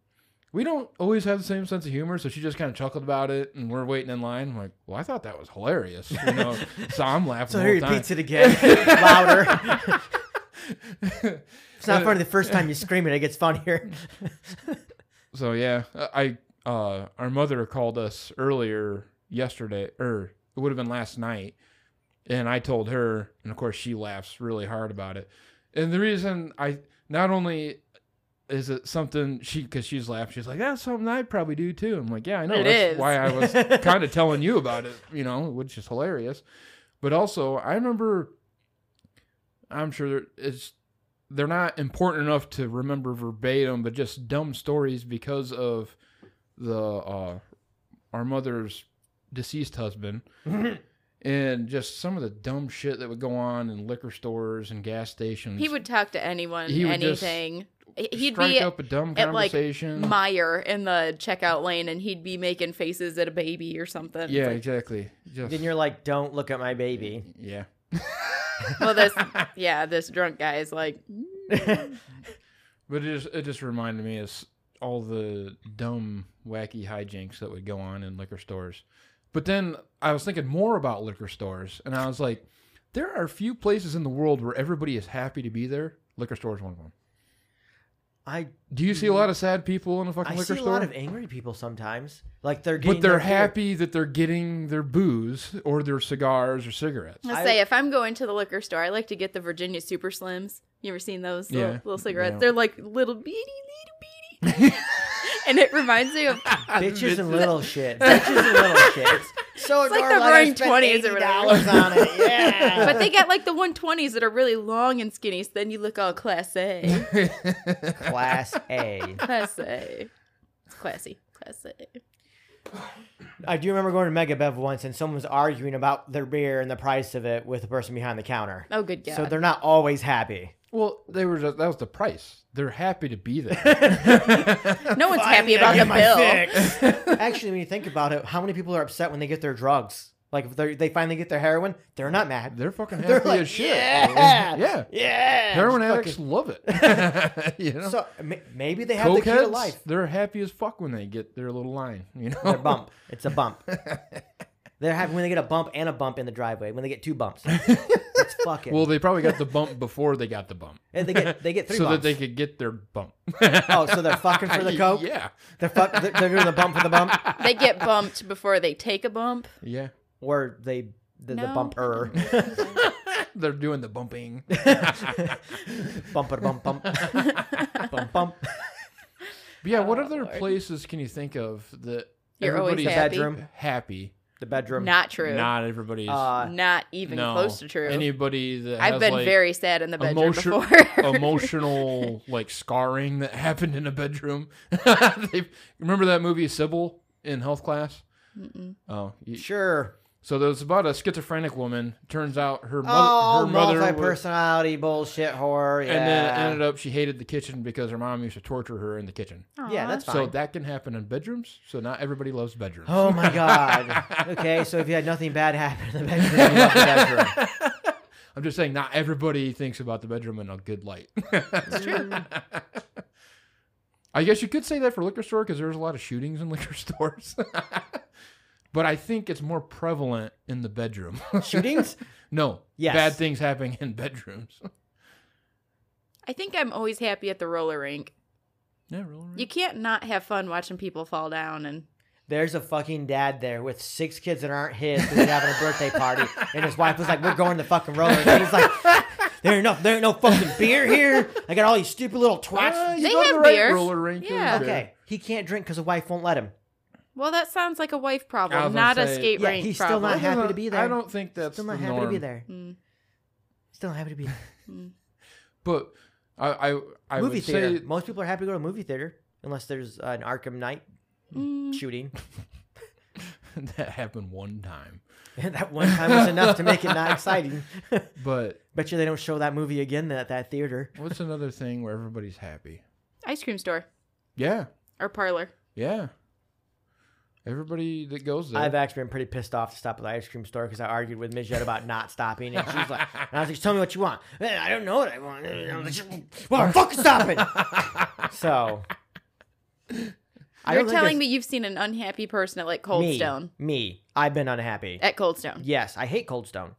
Speaker 1: we don't always have the same sense of humor. So she just kind of chuckled about it, and we're waiting in line. I'm like, well, I thought that was hilarious, you know. so I'm laughing.
Speaker 4: So
Speaker 1: the
Speaker 4: here
Speaker 1: whole
Speaker 4: you
Speaker 1: time.
Speaker 4: repeats it again, louder. it's not funny the first time you scream it. It gets funnier.
Speaker 1: So yeah, I uh, our mother called us earlier yesterday, or it would have been last night, and I told her, and of course she laughs really hard about it. And the reason I not only is it something she because she's laughing, she's like that's something I probably do too. I'm like yeah, I know
Speaker 3: It
Speaker 1: that's
Speaker 3: is.
Speaker 1: why I was kind of telling you about it, you know, which is hilarious. But also, I remember, I'm sure there- it's they're not important enough to remember verbatim, but just dumb stories because of the uh, our mother's deceased husband, and just some of the dumb shit that would go on in liquor stores and gas stations.
Speaker 3: He would talk to anyone,
Speaker 1: He would just
Speaker 3: anything. He'd
Speaker 1: strike
Speaker 3: be
Speaker 1: up a dumb
Speaker 3: at, like,
Speaker 1: conversation.
Speaker 3: Meyer in the checkout lane and he'd be making faces at a baby or something.
Speaker 1: yeah,
Speaker 3: It's
Speaker 1: exactly. Just
Speaker 4: then you're like, "Don't look at my baby."
Speaker 1: yeah.
Speaker 3: like, well, this, yeah, this drunk guy is like,
Speaker 1: But it just it just reminded me of s- all the dumb, wacky hijinks that would go on in liquor stores. But then I was thinking more about liquor stores, and I was like, there are few places in the world where everybody is happy to be there. Liquor stores one of them.
Speaker 4: I
Speaker 1: Do you see a lot of sad people in a fucking
Speaker 4: Mm-hmm. I see
Speaker 1: liquor
Speaker 4: a
Speaker 1: store?
Speaker 4: lot of angry people sometimes. Like they're getting
Speaker 1: but they're
Speaker 4: their beer.
Speaker 1: happy that they're getting their booze or their cigars or cigarettes.
Speaker 3: Let's
Speaker 4: I-
Speaker 3: say if I'm going to the liquor store, I like to get the Virginia Super Slims. You ever seen those little,
Speaker 1: Yeah.
Speaker 3: little cigarettes?
Speaker 1: Yeah.
Speaker 3: They're like little beady, little beady, and it reminds me of
Speaker 4: Bitches and little shit. Bitches and little shit. So it's
Speaker 3: like the roaring 20s or whatever.
Speaker 4: on it. Yeah.
Speaker 3: but they got like the 120s that are really long and skinny. So then you look all class A,
Speaker 4: Class A.
Speaker 3: class A. It's classy, class A.
Speaker 4: I do remember going to Mega Bev once and someone was arguing about their beer and the price of it with the person behind the counter.
Speaker 3: Oh, good God.
Speaker 4: So they're not always happy.
Speaker 1: Well, they were just, that was the price. They're happy to be there.
Speaker 3: no one's happy about the bill.
Speaker 4: Actually, when you think about it, how many people are upset when they get their drugs? Like if they're- they finally get their heroin, they're not mad.
Speaker 1: they're fucking happy
Speaker 4: They're like,
Speaker 1: as shit.
Speaker 4: yeah,
Speaker 1: yeah.
Speaker 4: yeah.
Speaker 1: Heroin
Speaker 4: Just
Speaker 1: addicts love it. you know?
Speaker 4: So ma- maybe they have the key to
Speaker 1: Cokeheads,
Speaker 4: life.
Speaker 1: they're happy as fuck when they get their little line, you know.
Speaker 4: Their bump. It's a bump. They're happy when they get a bump and a bump in the driveway. When they get two bumps, It's fucking.
Speaker 1: Well, they probably got the bump before they got the bump,
Speaker 4: and they get they get three
Speaker 1: so that
Speaker 4: bumps.
Speaker 1: they could get their bump.
Speaker 4: oh, so they're fucking for the coke.
Speaker 1: Yeah,
Speaker 4: They're fuck. They're they're doing the bump for the bump,
Speaker 3: They get bumped before they take a bump.
Speaker 1: yeah.
Speaker 4: or they the, the
Speaker 3: No.
Speaker 4: bumper,
Speaker 1: They're doing the bumping.
Speaker 4: bumper bump bump bump bump.
Speaker 1: But yeah, what
Speaker 3: Oh,
Speaker 1: other
Speaker 3: Lord.
Speaker 1: places can you think of that
Speaker 3: You're always
Speaker 1: everybody's
Speaker 3: happy.
Speaker 4: Bedroom.
Speaker 1: happy?
Speaker 4: The bedroom.
Speaker 3: Not true.
Speaker 1: Not everybody's.
Speaker 4: Uh,
Speaker 3: Not even
Speaker 1: no.
Speaker 3: close to true.
Speaker 1: Anybody that
Speaker 3: I've
Speaker 1: has,
Speaker 3: been
Speaker 1: like,
Speaker 3: very sad in the bedroom
Speaker 1: emotion-
Speaker 3: before.
Speaker 1: emotional like scarring that happened in a bedroom. They- remember that movie Sybil in health class?
Speaker 3: Mm-mm.
Speaker 1: Oh, you-
Speaker 4: sure.
Speaker 1: so there was about a schizophrenic woman. Turns out her mother, her
Speaker 4: Oh,
Speaker 1: mother, was-
Speaker 4: multi-personality bullshit horror. Yeah.
Speaker 1: and then it ended up she hated the kitchen because her mom used to torture her in the kitchen.
Speaker 4: Yeah,
Speaker 3: Aw.
Speaker 4: that's fine.
Speaker 1: So that can happen in bedrooms. So not everybody loves bedrooms.
Speaker 4: Oh my god. Okay, so if you had nothing bad happen in the bedroom, you left the bedroom.
Speaker 1: I'm just saying, not everybody thinks about the bedroom in a good light.
Speaker 3: It's true.
Speaker 1: I guess you could say that for liquor store because there's a lot of shootings in liquor stores. but I think it's more prevalent in the bedroom.
Speaker 4: Shootings?
Speaker 1: no,
Speaker 4: Yes.
Speaker 1: bad things happening in bedrooms.
Speaker 3: I think I'm always happy at the roller rink.
Speaker 1: Yeah, really.
Speaker 3: You can't not have fun watching people fall down and
Speaker 4: There's a fucking dad there with six kids that aren't his because he's having a birthday party, and his wife was like, "We're going to fucking roller." And he's like, "There ain't no, there ain't no fucking beer here. I got all these stupid little
Speaker 1: Ah,
Speaker 4: twats."
Speaker 1: you
Speaker 3: They
Speaker 1: go to the
Speaker 3: have
Speaker 1: right
Speaker 3: beer.
Speaker 1: roller rink. you're
Speaker 3: Yeah.
Speaker 1: good.
Speaker 4: Okay, he can't drink because the wife won't let him.
Speaker 3: well, that sounds like a
Speaker 1: I
Speaker 3: wife
Speaker 1: was
Speaker 3: problem,
Speaker 1: gonna
Speaker 3: not a
Speaker 1: say-
Speaker 3: skate
Speaker 4: Yeah,
Speaker 3: rink
Speaker 4: he's still
Speaker 3: problem.
Speaker 4: not happy to be there.
Speaker 1: I don't think that's
Speaker 4: Still
Speaker 1: the
Speaker 4: not happy to be
Speaker 1: norm.
Speaker 4: there.
Speaker 3: Mm.
Speaker 4: Still not happy to be there.
Speaker 1: But I, I, I
Speaker 4: movie
Speaker 1: would
Speaker 4: theater.
Speaker 1: say
Speaker 4: Most people are happy to go to a movie theater unless there's an Arkham Knight
Speaker 3: Mm,
Speaker 4: shooting.
Speaker 1: that happened one time.
Speaker 4: that one time was enough to make it not exciting.
Speaker 1: But
Speaker 4: Bet you they don't show that movie again at that theater.
Speaker 1: what's another thing where everybody's happy?
Speaker 3: Ice cream store
Speaker 1: Yeah,
Speaker 3: or parlor.
Speaker 1: yeah. Everybody that goes there.
Speaker 4: I've actually been pretty pissed off to stop at the ice cream store because I argued with Midget about not stopping, and she was like, and "I was like, tell me what you want." "Eh, I don't know what I want. And I'm like, Well, I'm fucking stopping. so I
Speaker 3: You're
Speaker 4: don't think
Speaker 3: telling me
Speaker 4: there's-
Speaker 3: you've seen an unhappy person at like Coldstone.
Speaker 4: me, me, I've been unhappy.
Speaker 3: At Coldstone.
Speaker 4: Yes, I hate Cold Stone.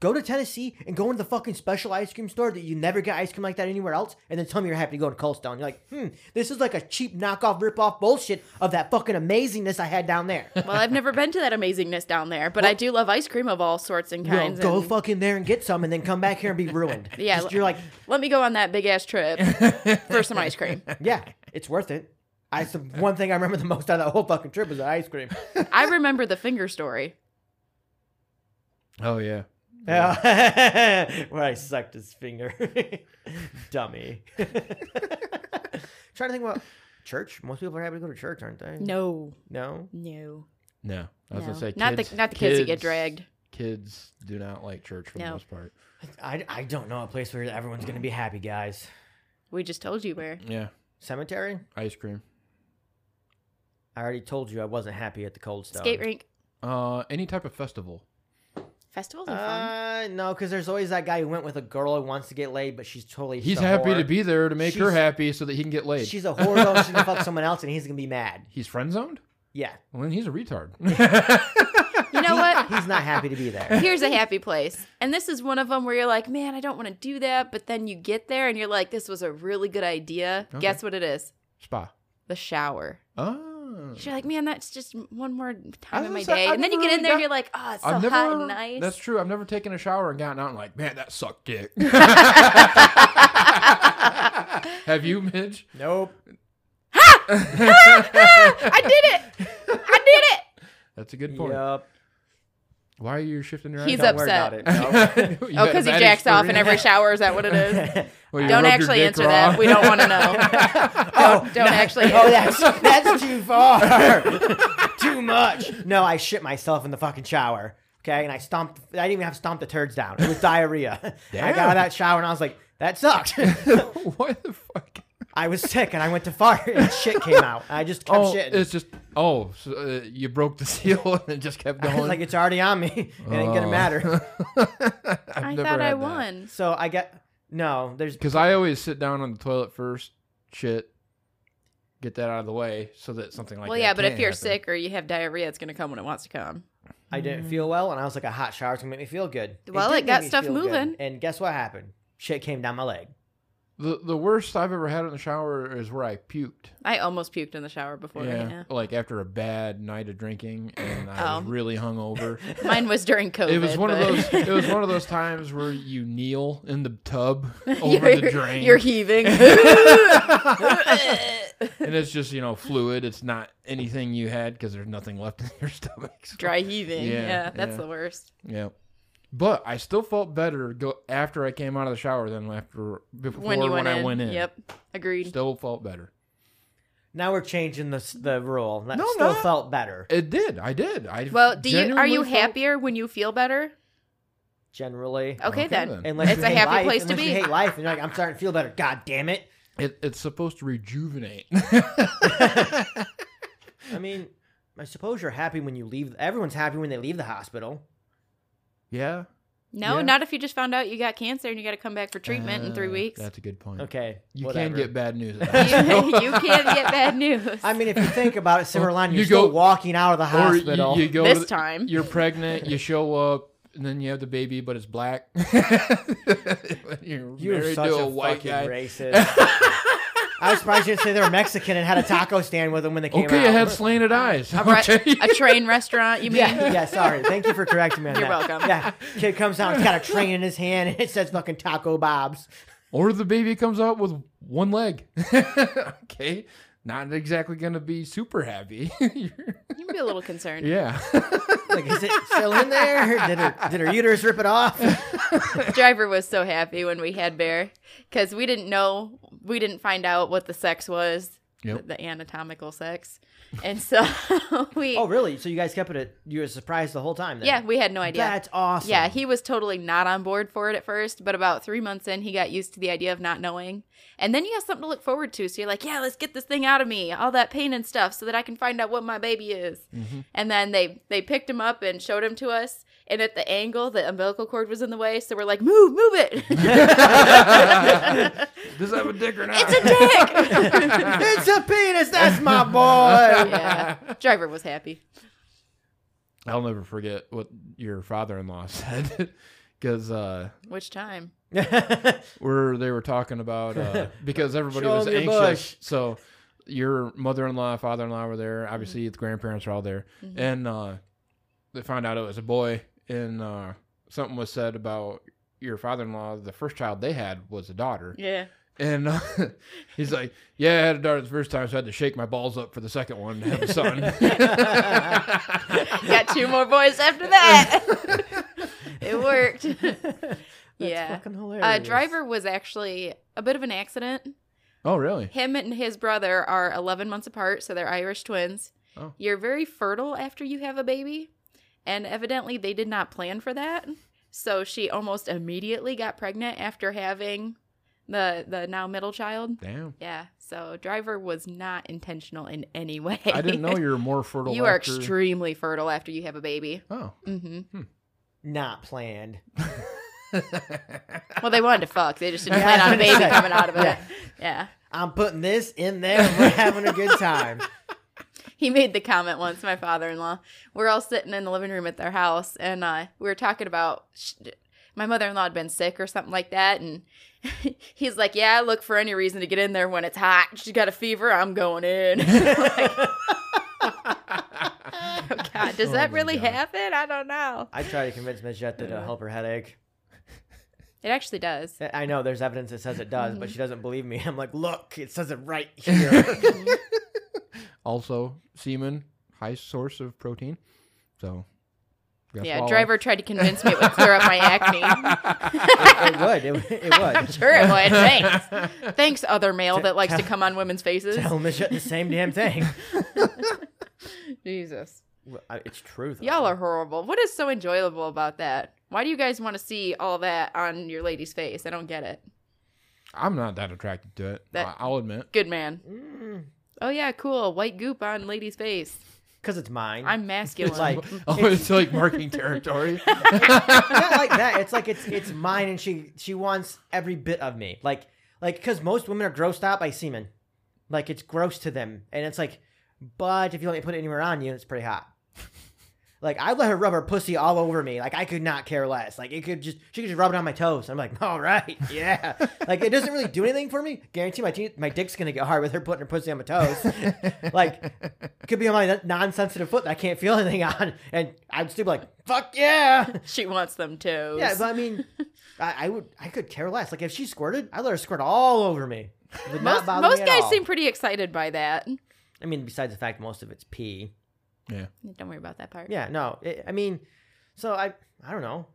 Speaker 4: Go to Tennessee and go into the fucking special ice cream store that you never get ice cream like that anywhere else, and then tell me you're happy to go to Cold Stone. You're like, hmm, this is like a cheap knockoff, rip-off bullshit of that fucking amazingness I had down there.
Speaker 3: Well, I've never been to that amazingness down there, but I do love ice cream of all sorts and
Speaker 4: Well,
Speaker 3: kinds.
Speaker 4: go
Speaker 3: and-
Speaker 4: fucking there and get some, and then come back here and be ruined.
Speaker 3: Yeah,
Speaker 4: Just- you're like,
Speaker 3: Let me go on that big ass trip for some ice cream.
Speaker 4: yeah, it's worth it. I it's the one thing I remember the most out of that whole fucking trip was the ice cream.
Speaker 3: I remember the finger story.
Speaker 1: oh yeah.
Speaker 4: Yeah. Where I sucked his finger, dummy. Trying to think about church. Most people are happy to go to church, aren't they?
Speaker 3: No,
Speaker 4: No.
Speaker 3: no,
Speaker 1: No, I was gonna
Speaker 3: no.
Speaker 1: say
Speaker 3: not
Speaker 1: kids,
Speaker 3: the not the kids, who get
Speaker 1: kids-
Speaker 3: dragged.
Speaker 1: Kids do not like church for the
Speaker 3: No.
Speaker 1: most part.
Speaker 4: I, I don't know a place where everyone's gonna be happy, guys.
Speaker 3: We just told you where.
Speaker 1: Yeah,
Speaker 4: Cemetery.
Speaker 1: ice cream.
Speaker 4: I already told you I wasn't happy at the cold stone.
Speaker 3: Skate rink
Speaker 1: Uh, any type of festival.
Speaker 3: festivals are fun.
Speaker 4: Uh, no, because there's always that guy who went with a girl who wants to get laid, but she's totally.
Speaker 1: He's
Speaker 4: a
Speaker 1: happy to
Speaker 4: whore.
Speaker 1: be there to make her
Speaker 4: She's-
Speaker 1: happy so that he can get laid.
Speaker 4: She's a whore though. She's gonna fuck someone else, and he's gonna be mad.
Speaker 1: He's friend zoned.
Speaker 4: Yeah.
Speaker 1: Well, then he's a retard.
Speaker 3: You know
Speaker 4: He-
Speaker 3: what?
Speaker 4: He's not happy to be there.
Speaker 3: Here's a happy place, and this is one of them where you're like, man, I don't want to do that, but then you get there and you're like, this was a really good idea.
Speaker 1: Okay.
Speaker 3: Guess what it is?
Speaker 1: Spa.
Speaker 3: The shower.
Speaker 1: Oh.
Speaker 3: So You're like, man, that's just one more time
Speaker 1: was
Speaker 3: in
Speaker 1: gonna
Speaker 3: my
Speaker 1: say,
Speaker 3: day.
Speaker 1: I've
Speaker 3: and then you
Speaker 1: never
Speaker 3: get
Speaker 1: really
Speaker 3: in there,
Speaker 1: got-
Speaker 3: you're like, oh, it's so
Speaker 1: I've never.
Speaker 3: hot and nice.
Speaker 1: That's true. I've never taken a shower and gotten out and like, man, that sucked dick. Have you, Midge?
Speaker 4: nope.
Speaker 3: I did it. I
Speaker 1: That's a good point.
Speaker 4: Yep.
Speaker 1: Why are you shifting your?
Speaker 3: He's
Speaker 1: eyes?
Speaker 4: Don't
Speaker 1: out?
Speaker 4: worry
Speaker 3: upset.
Speaker 4: about it. Nope.
Speaker 1: You
Speaker 3: Oh,
Speaker 1: had a
Speaker 3: because he
Speaker 1: bad
Speaker 3: jacks off in
Speaker 1: experience?
Speaker 3: every shower. Is that what it is?
Speaker 1: Well, you rubbed
Speaker 3: Don't
Speaker 1: your
Speaker 3: actually
Speaker 1: dick
Speaker 3: answer
Speaker 1: raw.
Speaker 3: that. We don't want to know.
Speaker 4: oh,
Speaker 3: Don't actually.
Speaker 4: Oh, that's that's too far. too much. No, I shit myself in the fucking shower. Okay, and I stomped. I didn't even have stomped the turds down. It was diarrhea. I got out of that shower and I was like, that sucked.
Speaker 1: Why the fuck?
Speaker 4: I was sick and I went to fart and shit came out. I just kept
Speaker 1: Oh,
Speaker 4: shitting.
Speaker 1: it's just oh, so, uh, you broke the seal and it just kept
Speaker 4: I
Speaker 1: going.
Speaker 4: was like, it's already on me. It ain't gonna
Speaker 1: Oh.
Speaker 4: matter.
Speaker 1: I've
Speaker 3: I
Speaker 1: never
Speaker 3: thought I
Speaker 1: had that.
Speaker 3: won.
Speaker 4: So I got no. There's
Speaker 1: Because I always sit down on the toilet first, shit, get that out of the way, so that something like
Speaker 3: Well,
Speaker 1: that
Speaker 3: yeah, but if
Speaker 1: can't
Speaker 3: you're
Speaker 1: happen.
Speaker 3: sick or you have diarrhea, it's going to come when it wants to come.
Speaker 4: I didn't feel well, and I was like, a hot shower's gonna make me feel good.
Speaker 3: Mm. Well,
Speaker 4: did
Speaker 3: it
Speaker 4: make
Speaker 3: got
Speaker 4: me
Speaker 3: stuff
Speaker 4: feel good,
Speaker 3: moving.
Speaker 4: and guess what happened? Shit came down my leg.
Speaker 1: The the worst I've ever had in the shower is where I puked.
Speaker 3: I almost puked in the shower before.
Speaker 1: Yeah,
Speaker 3: Yeah.
Speaker 1: like after a bad night of drinking, and I was
Speaker 3: Oh.
Speaker 1: really hungover.
Speaker 3: Mine was during COVID.
Speaker 1: It was one of
Speaker 3: but-
Speaker 1: those. It was one of those times where you kneel in the tub over the
Speaker 3: You're-
Speaker 1: drain,
Speaker 3: You're heaving.
Speaker 1: and it's just you know fluid. It's not anything you had because there's nothing left in your stomach. So-
Speaker 3: Dry heaving.
Speaker 1: Yeah,
Speaker 3: Yeah, that's
Speaker 1: yeah.
Speaker 3: the worst.
Speaker 1: Yeah, but I still felt better go after I came out of the shower than after before
Speaker 3: When you went
Speaker 1: I
Speaker 3: in.
Speaker 1: went in.
Speaker 3: Yep. Agreed.
Speaker 1: still felt better.
Speaker 4: Now we're changing the s- the rule. That
Speaker 1: No, I'm
Speaker 4: still
Speaker 1: not.
Speaker 4: felt better.
Speaker 1: It did. I did. I
Speaker 3: well, do you are
Speaker 1: genuinely
Speaker 3: you
Speaker 1: felt-
Speaker 3: happier when you feel better?
Speaker 4: Generally,
Speaker 3: Okay,
Speaker 1: Okay,
Speaker 3: then.
Speaker 1: then.
Speaker 4: unless
Speaker 3: It's
Speaker 4: you
Speaker 3: a
Speaker 4: hate
Speaker 3: happy
Speaker 4: life,
Speaker 3: place to
Speaker 4: unless you
Speaker 3: be.
Speaker 4: hate life, and you're like, I'm starting to feel better. God damn it!
Speaker 1: It, it's supposed to rejuvenate.
Speaker 4: I mean, I suppose you're happy when you leave. Everyone's happy when they leave the hospital.
Speaker 1: yeah.
Speaker 3: No,
Speaker 1: Yeah.
Speaker 3: not if you just found out you got cancer and you got to come back for treatment in three
Speaker 1: Uh,
Speaker 3: weeks.
Speaker 1: That's a good point.
Speaker 4: Okay,
Speaker 1: You
Speaker 4: whatever.
Speaker 1: can get bad news. at
Speaker 3: you,
Speaker 1: that.
Speaker 3: you can't get bad news.
Speaker 4: I mean, if you think about it, Silver Line, you're
Speaker 1: You
Speaker 4: still
Speaker 1: go-
Speaker 4: walking out of the
Speaker 1: or you-
Speaker 4: hospital.
Speaker 1: you, go.
Speaker 3: this
Speaker 1: to the-
Speaker 3: time.
Speaker 1: You're pregnant. You show up, and then you have the baby, but it's black. you're
Speaker 4: You're
Speaker 1: married
Speaker 4: such
Speaker 1: to
Speaker 4: a,
Speaker 1: a, white
Speaker 4: fucking
Speaker 1: guy.
Speaker 4: racist. I was surprised you didn't say they were Mexican and had a taco stand with them when they came out.
Speaker 1: Okay, it had slanted eyes.
Speaker 3: Re-
Speaker 1: Okay.
Speaker 3: a train restaurant, you mean?
Speaker 4: yeah, yeah, sorry. Thank you for correcting me on
Speaker 3: You're
Speaker 4: that.
Speaker 3: welcome.
Speaker 4: Yeah, kid comes out, he's got a train in his hand, and it says fucking Taco Bob's.
Speaker 1: or the baby comes out with one leg. okay, not exactly gonna be super happy.
Speaker 3: You can be a little concerned.
Speaker 1: yeah.
Speaker 4: Like, is it still in there? Did her, did her uterus rip it off?
Speaker 3: driver was so happy when we had Bear because we didn't know, we didn't find out what the sex was,
Speaker 1: Yep.
Speaker 3: the, the anatomical sex, and so we,
Speaker 4: Oh, really? So you guys kept it? At, you were surprised the whole time? Then?
Speaker 3: yeah, we had no idea.
Speaker 4: That's awesome.
Speaker 3: yeah, he was totally not on board for it at first, but about three months in, he got used to the idea of not knowing. And then you have something to look forward to. So you're like, yeah, let's get this thing out of me, all that pain and stuff, so that I can find out what my baby is. And then they they picked him up and showed him to us. And at the angle, the umbilical cord was in the way, so we're like, move, move it.
Speaker 1: Does that have a dick or not?
Speaker 3: it's a dick.
Speaker 4: it's a penis. That's my boy.
Speaker 3: yeah. Driver was happy.
Speaker 1: I'll never forget what your father-in-law said because uh,
Speaker 3: Which time?
Speaker 1: where they were talking about uh, because everybody
Speaker 4: Show
Speaker 1: was
Speaker 4: 'em your
Speaker 1: anxious.
Speaker 4: bush.
Speaker 1: So your mother-in-law, father-in-law were there. Obviously, the grandparents are all there,
Speaker 4: Mm-hmm.
Speaker 1: and uh, they found out it was a boy. And uh, something was said about your father-in-law. The first child they had was a daughter,
Speaker 3: Yeah.
Speaker 1: and uh, he's like, "Yeah, I had a daughter the first time, so I had to shake my balls up for the second one to have a son."
Speaker 3: Got two more boys after that. it worked. yeah.
Speaker 4: fucking hilarious.
Speaker 3: Uh, driver was actually a bit of an accident.
Speaker 1: oh, really?
Speaker 3: Him and his brother are 11 months apart, so they're Irish twins.
Speaker 1: Oh.
Speaker 3: You're very fertile after you have a baby, and evidently they did not plan for that. So she almost immediately got pregnant after having the the now middle child.
Speaker 1: Damn.
Speaker 3: Yeah, so driver was not intentional in any way.
Speaker 1: I didn't know you were more fertile.
Speaker 3: You are
Speaker 1: after-
Speaker 3: extremely fertile after you have a baby.
Speaker 1: Oh.
Speaker 3: hmm
Speaker 4: Not planned.
Speaker 3: Well, they wanted to fuck. They just didn't
Speaker 4: Yeah,
Speaker 3: plan on a
Speaker 4: I was
Speaker 3: baby
Speaker 4: gonna say.
Speaker 3: coming out of it.
Speaker 4: Yeah.
Speaker 3: Yeah.
Speaker 4: I'm putting this in there. and We're having a good time.
Speaker 3: He made the comment once, my father in law. We're all sitting in the living room at their house, and uh, we were talking about sh- my mother in law had been sick or something like that. And he's like, Yeah, I look for any reason to get in there when it's hot. She's got a fever. I'm going in. Like- oh, God. Does
Speaker 1: Oh,
Speaker 3: that
Speaker 1: my
Speaker 3: really
Speaker 1: God.
Speaker 3: happen? I don't know.
Speaker 4: I try to convince Miss Jet that it'll help her headache.
Speaker 3: It actually does.
Speaker 4: I know there's evidence that says it does, but she doesn't believe me. I'm like, look, it says Mm-hmm. it right here.
Speaker 1: Also, semen, high source of protein. So, gotta
Speaker 3: Yeah,
Speaker 1: swallow.
Speaker 3: driver tried to convince me it would clear up my acne.
Speaker 4: it would. It, it
Speaker 3: I'm
Speaker 4: would.
Speaker 3: sure it would. Thanks. Thanks, other male that likes to
Speaker 4: tell-
Speaker 3: come on women's faces.
Speaker 4: Tell Miss Jet the same damn thing.
Speaker 3: Jesus.
Speaker 4: Well, I- It's true. Though.
Speaker 3: Y'all are horrible. What is so enjoyable about that? Why do you guys want to see all that on your lady's face? I don't get it.
Speaker 1: I'm not that attracted to it.
Speaker 3: That-
Speaker 1: I- I'll admit.
Speaker 3: Good man.
Speaker 4: Mm,
Speaker 3: Oh, yeah, cool. White goop on lady's face.
Speaker 4: because it's mine.
Speaker 3: I'm masculine.
Speaker 4: like-
Speaker 1: Oh, it's like marking territory.
Speaker 4: not like that. It's like it's it's mine, and she she wants every bit of me. Like like because most women are grossed out by semen, like it's gross to them, and it's like, but if you let me put it anywhere on you, it's pretty hot. Like I let her rub her pussy all over me. Like I could not care less. Like it could just she could just rub it on my toes. I'm like, all right, yeah. like it doesn't really do anything for me. Guarantee my teeth, my dick's gonna get hard with her putting her pussy on my toes. like it could be on my non-sensitive foot that I can't feel anything on, and I'd still be like, fuck yeah.
Speaker 3: She wants them toes.
Speaker 4: Yeah, but I mean, I, I would, I could care less. Like if she squirted, I let her squirt all over me. It would not
Speaker 3: most,
Speaker 4: bother me
Speaker 3: most
Speaker 4: at
Speaker 3: guys
Speaker 4: all.
Speaker 3: seem pretty excited by that.
Speaker 4: I mean, besides the fact most of it's pee.
Speaker 1: Yeah.
Speaker 3: Don't worry about that part.
Speaker 4: Yeah, no, it, I mean, so I, I don't know.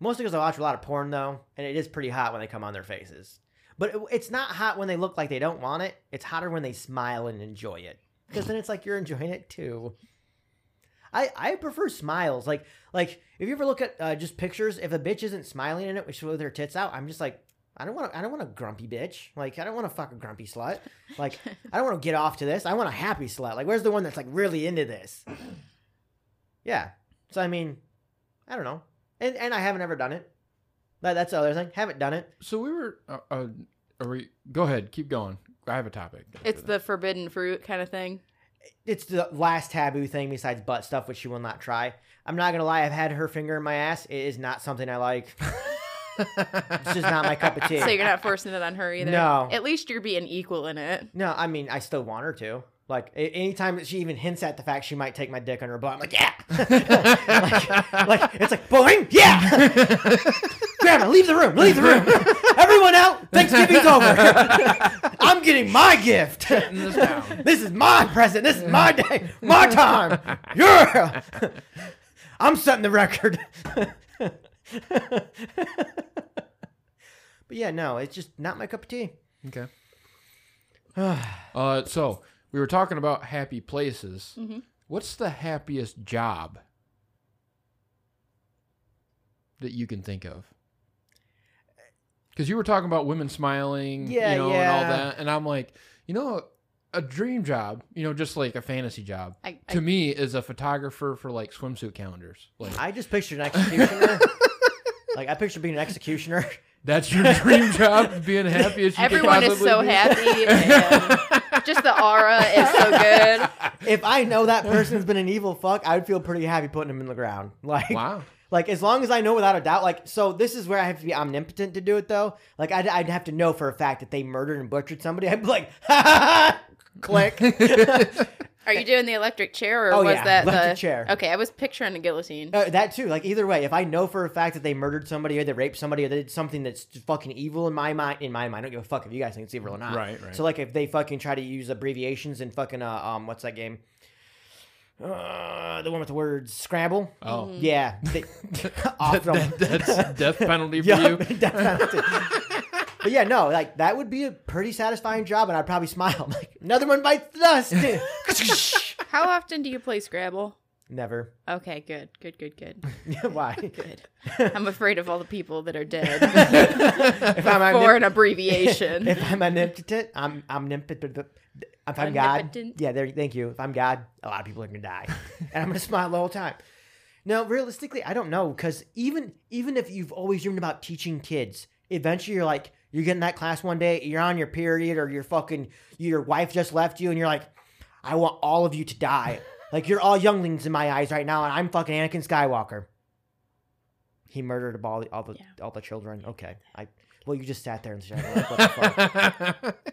Speaker 4: Mostly because I watch a lot of porn though, and it is pretty hot when they come on their faces. But it, it's not hot when they look like they don't want it. It's hotter when they smile and enjoy it, because then it's like you're enjoying it too. I, I prefer smiles. Like like if you ever look at uh, just pictures, if a bitch isn't smiling in it, which with her tits out, I'm just like, I don't want I don't want a grumpy bitch. Like I don't want to fuck a grumpy slut. Like I don't want to get off to this. I want a happy slut. Like where's the one that's like really into this? Yeah. So I mean, I don't know. And and I haven't ever done it. That, that's the other thing. Haven't done it.
Speaker 1: So we were. Uh, uh, are we? Go ahead. Keep going. I have a topic.
Speaker 3: It's the forbidden fruit kind of thing.
Speaker 4: It's the last taboo thing besides butt stuff, which she will not try. I'm not gonna lie. I've had her finger in my ass. It is not something I like. it's just not my cup of tea.
Speaker 3: So you're not forcing it on her either.
Speaker 4: No.
Speaker 3: At least you're being equal in it.
Speaker 4: No, I mean, I still want her to. Like, a- anytime that she even hints at the fact she might take my dick on her butt, I'm like, yeah. like, like, it's like, boing, yeah. Grandma, leave the room, leave the room. Everyone out, Thanksgiving's over. I'm getting my gift.
Speaker 1: this down.
Speaker 4: This is my present. This is my day, my time. Yeah. I'm setting the record. but yeah, no, it's just not my cup of tea.
Speaker 1: Okay. uh, so we were talking about happy places.
Speaker 3: Mm-hmm.
Speaker 1: What's the happiest job that you can think of? Because you were talking about women smiling,
Speaker 4: Yeah,
Speaker 1: you know, and all
Speaker 4: yeah.
Speaker 1: that, and I'm like, you know, a dream job, you know, just like a fantasy job,
Speaker 3: I- I-
Speaker 1: to me is a photographer for like swimsuit calendars. Like
Speaker 4: I just pictured an executioner. like I picture being an executioner.
Speaker 1: that's your dream job, being happy as you could
Speaker 3: Everyone is
Speaker 1: possibly
Speaker 3: so
Speaker 1: be?
Speaker 3: happy. And just the aura is so good.
Speaker 4: If I know that person's been an evil fuck, I would feel pretty happy putting him in the ground. Like
Speaker 1: Wow.
Speaker 4: Like as long as I know without a doubt, like so this is where I have to be omnipotent to do it though. Like I'd, I'd have to know for a fact that they murdered and butchered somebody. I'd be like, ha ha ha, click.
Speaker 3: Are you doing the electric chair or
Speaker 4: Oh,
Speaker 3: was
Speaker 4: yeah,
Speaker 3: that the
Speaker 4: electric chair.
Speaker 3: Okay, I was picturing a guillotine.
Speaker 4: Uh, that too. Like either way, if I know for a fact that they murdered somebody or they raped somebody or they did something that's just fucking evil in my mind, in my mind, I don't give a fuck if you guys think it's evil or not.
Speaker 1: Right, right.
Speaker 4: So like if they fucking try to use abbreviations and fucking uh, um, what's that game? Uh, the one with the words scramble.
Speaker 3: Mm-hmm.
Speaker 1: Oh.
Speaker 4: Yeah, they, off them.
Speaker 1: That- that's death penalty for
Speaker 4: Yeah,
Speaker 1: you.
Speaker 4: death penalty. but yeah, no, like that would be a pretty satisfying job, and I'd probably smile. I'm like another one bites the dust.
Speaker 3: How often do you play Scrabble?
Speaker 4: Never.
Speaker 3: Okay, good, good, good, good,
Speaker 4: Why?
Speaker 3: good. I'm afraid of all the people that are dead
Speaker 4: If I'm
Speaker 3: for
Speaker 4: omnip-
Speaker 3: an abbreviation.
Speaker 4: if I'm omnipotent, I'm omnipotent. If I'm God,
Speaker 3: Omnipotent.
Speaker 4: yeah, there. Thank you. If I'm God, a lot of people are gonna die, and I'm gonna smile the whole time. No, realistically, I don't know because even even if you've always dreamed about teaching kids, eventually you're like you're getting that class one day, you're on your period, or your fucking your wife just left you, and you're like, I want all of you to die. like you're all younglings in my eyes right now, and I'm fucking Anakin Skywalker. He murdered all the all the all the children. Okay, I well you just sat there and said, like, what the fuck?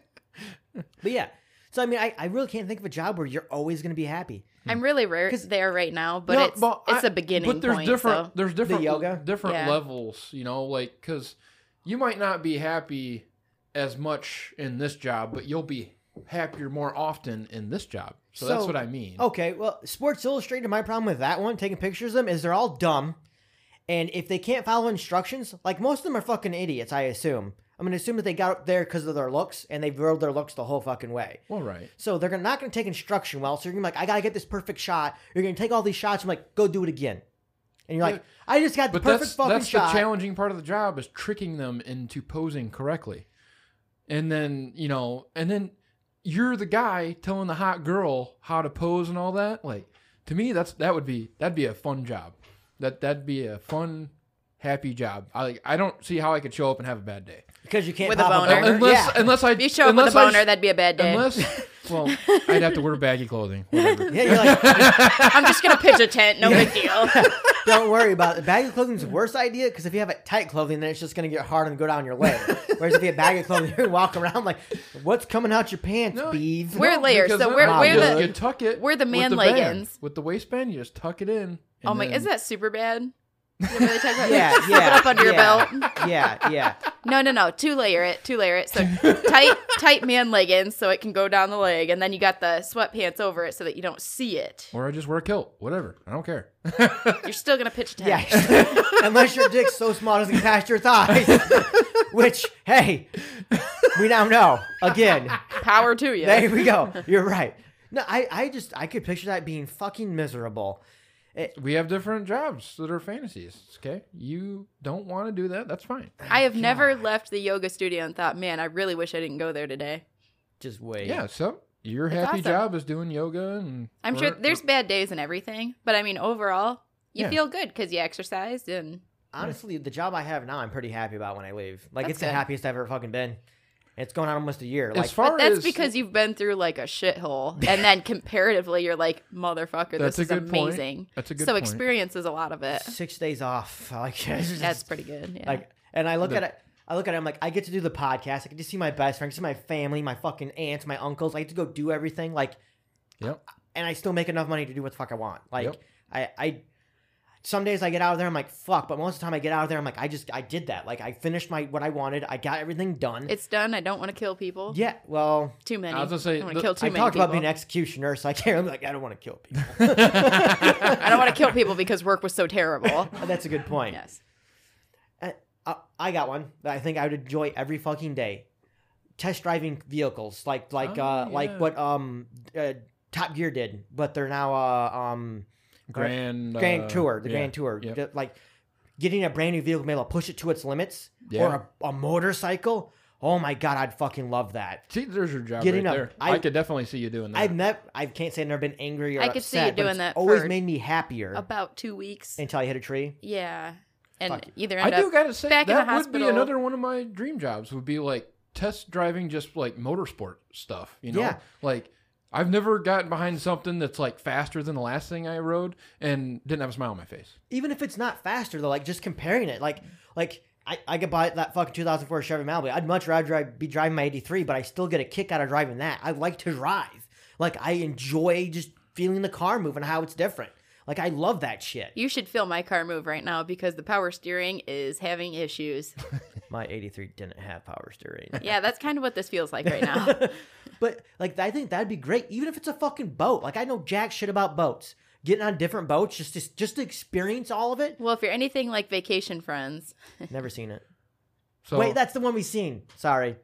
Speaker 4: But yeah. So I mean, I, I really can't think of a job where you're always going to be happy.
Speaker 3: I'm really rare
Speaker 4: 'Cause-
Speaker 3: there right now, but
Speaker 1: No,
Speaker 3: it's it's
Speaker 1: I-
Speaker 3: a beginning
Speaker 1: But there's
Speaker 3: point.
Speaker 1: different
Speaker 3: so-
Speaker 1: there's different
Speaker 4: yoga?
Speaker 1: different
Speaker 3: Yeah.
Speaker 1: levels, you know, like because you might not be happy as much in this job, but you'll be happier more often in this job. So, that's
Speaker 4: So- Oh.
Speaker 1: what I mean.
Speaker 4: Okay, well, Sports Illustrated. My problem with that one, taking pictures of them, is they're all dumb, and if they can't follow instructions, like most of them are fucking idiots. I assume. I'm gonna assume that they got up there because of their looks, and they've rode their looks the whole fucking way.
Speaker 1: Well, right.
Speaker 4: So they're not going to take instruction well. So you're gonna be like, I gotta get this perfect shot. You're gonna take all these shots. I'm like, go do it again. And you're like, I just got the
Speaker 1: But
Speaker 4: perfect
Speaker 1: that's
Speaker 4: fucking
Speaker 1: that's
Speaker 4: shot.
Speaker 1: the challenging part of the job is tricking them into posing correctly, and then you know, and then you're the guy telling the hot girl how to pose and all that. Like to me, that's that would be that'd be a fun job. That that'd be a fun happy job. I like I don't see how I could show up and have a bad day. Uh,
Speaker 4: because you can't
Speaker 3: With a
Speaker 4: pop
Speaker 3: boner.
Speaker 1: Unless
Speaker 4: yeah.
Speaker 1: unless I
Speaker 3: If you show up with a
Speaker 1: unless I
Speaker 3: boner,
Speaker 1: sh-
Speaker 3: that'd be a bad day.
Speaker 1: Unless well, I'd have to wear baggy clothing. whatever.
Speaker 4: yeah, you're like,
Speaker 3: I'm just gonna pitch a tent. No big deal.
Speaker 4: don't worry about it. Baggy clothing's the worst idea because if you have it tight clothing, then it's just gonna get hard and go down your leg. Whereas if you have baggy clothing, you walk around like, what's coming out your pants,
Speaker 1: No,
Speaker 4: beeve?
Speaker 3: We're- Wear layers,
Speaker 1: because
Speaker 3: so
Speaker 1: then
Speaker 3: wear-
Speaker 1: you
Speaker 4: wear
Speaker 1: just-
Speaker 4: the-
Speaker 1: you tuck it.
Speaker 3: wear the
Speaker 1: with
Speaker 3: man
Speaker 1: band.
Speaker 3: leggings.
Speaker 1: with the waistband. You just tuck it in.
Speaker 3: oh
Speaker 1: and
Speaker 3: my,
Speaker 1: then-
Speaker 3: isn't that super bad? Really tight clothing?
Speaker 4: Yeah,
Speaker 3: Slip
Speaker 4: yeah,
Speaker 3: it up under
Speaker 4: yeah.
Speaker 3: your belt.
Speaker 4: yeah, yeah.
Speaker 3: No, no, no. Two layer it. Two layer it. So tight, tight man leggings, so it can go down the leg, and then you got the sweatpants over it, so that you don't see it.
Speaker 1: Or I just wear a kilt. Whatever. I don't care.
Speaker 3: You're still gonna pitch a tent.
Speaker 4: Yeah. Unless your dick's so small it doesn't pass your thighs. Which, hey, we now know. Again,
Speaker 3: Power to you.
Speaker 4: there we go. You're right. No, I, I just, I could picture that being fucking miserable.
Speaker 1: we have different jobs that are fantasies. Okay, you don't want to do that. That's fine.
Speaker 3: I have never left the yoga studio and thought, man, I really wish I didn't go there today.
Speaker 4: Just wait.
Speaker 1: Yeah. So your
Speaker 3: That's
Speaker 1: happy
Speaker 3: awesome.
Speaker 1: job is doing yoga and.
Speaker 3: I'm
Speaker 1: or-
Speaker 3: sure there's bad days and everything, but I mean, overall, you
Speaker 1: Yeah.
Speaker 3: feel good because you exercised and
Speaker 4: Honestly, the job I have now, I'm pretty happy about when I leave. Like,
Speaker 3: That's
Speaker 4: it's the
Speaker 3: good.
Speaker 4: happiest I've ever fucking been. It's going on almost a year.
Speaker 1: As
Speaker 4: Like,
Speaker 1: far
Speaker 3: But that's
Speaker 1: as
Speaker 3: because you've been through like a shithole, and then comparatively, you're like, motherfucker,
Speaker 1: That's
Speaker 3: this
Speaker 1: a
Speaker 3: is
Speaker 1: good point.
Speaker 3: amazing.
Speaker 1: That's a good
Speaker 3: so
Speaker 1: point.
Speaker 3: experience is a lot of it.
Speaker 4: six days off. Like, it's just-
Speaker 3: That's pretty good. Yeah.
Speaker 4: Like, and I look
Speaker 1: The-
Speaker 4: at it. I look at it. I'm like, I get to do the podcast. I get to see my best friend. I get to see my family, my fucking aunts, my uncles. I get to go do everything. Like,
Speaker 1: Yep.
Speaker 4: And I still make enough money to do what the fuck I want. Like,
Speaker 1: Yep.
Speaker 4: I, I. Some days I get out of there. I'm like, fuck. But most of the time I get out of there. I'm like, I just, I did that. Like, I finished my what I wanted. I got everything done.
Speaker 3: it's done. I don't want to kill people.
Speaker 4: yeah. Well,
Speaker 3: Too many.
Speaker 1: I was gonna say,
Speaker 3: I want
Speaker 1: the-
Speaker 3: to kill too
Speaker 4: I
Speaker 3: many.
Speaker 4: talked about
Speaker 3: people.
Speaker 4: being an executioner, so I can't. I'm like, I don't want to kill people.
Speaker 3: I don't want to kill people because work was so terrible.
Speaker 4: That's a good point.
Speaker 3: yes.
Speaker 4: I, Uh, I got one that I think I would enjoy every fucking day. Test driving vehicles, like like
Speaker 1: Oh,
Speaker 4: uh,
Speaker 1: yeah.
Speaker 4: like what um uh, Top Gear did, but they're now uh, um
Speaker 1: grand
Speaker 4: Grand
Speaker 1: uh,
Speaker 4: Tour, the
Speaker 1: yeah.
Speaker 4: Grand Tour,
Speaker 1: yep.
Speaker 4: Ju- like getting a brand new vehicle, maybe to push it to its limits,
Speaker 1: Yeah.
Speaker 4: or a, a motorcycle. Oh my god, I'd fucking love that.
Speaker 1: See, there's your job
Speaker 4: Getting
Speaker 1: right
Speaker 4: up.
Speaker 1: there.
Speaker 4: I-
Speaker 1: I, could definitely see you doing that.
Speaker 4: I've met. I can't say I've never been angry or
Speaker 3: I could see you
Speaker 4: upset, but
Speaker 3: doing
Speaker 4: it's
Speaker 3: that
Speaker 4: Always
Speaker 3: for-
Speaker 4: made me happier
Speaker 3: About two weeks.
Speaker 4: until I hit a tree.
Speaker 3: Yeah. And
Speaker 4: Fuck.
Speaker 3: either
Speaker 1: I
Speaker 3: end
Speaker 1: do
Speaker 3: up
Speaker 1: gotta say
Speaker 3: back in
Speaker 1: that
Speaker 3: the
Speaker 1: would be
Speaker 3: hospital.
Speaker 1: another one of my dream jobs. Would be like test driving, just like motorsport stuff. You know,
Speaker 4: Yeah.
Speaker 1: like I've never gotten behind something that's like faster than the last thing I rode and didn't have a smile on my face.
Speaker 4: even if it's not faster though, like just comparing it, like like I, I could buy that fucking 2004 Chevy Malibu. I'd much rather drive, be driving my 83, but I still get a kick out of driving that. I like to drive. Like I enjoy just feeling the car move and how it's different. Like I love that shit.
Speaker 3: You should feel my car move right now because the power steering is having issues.
Speaker 4: My 83 didn't have power steering.
Speaker 3: yeah, that's kind of what this feels like right now.
Speaker 4: but like I think that'd be great, even if it's a fucking boat. Like I know jack shit about boats. Getting on different boats just to, just to experience all of it.
Speaker 3: well, if you're anything like vacation friends,
Speaker 4: Never seen it.
Speaker 1: So
Speaker 4: Wait, that's the one we seen. Sorry,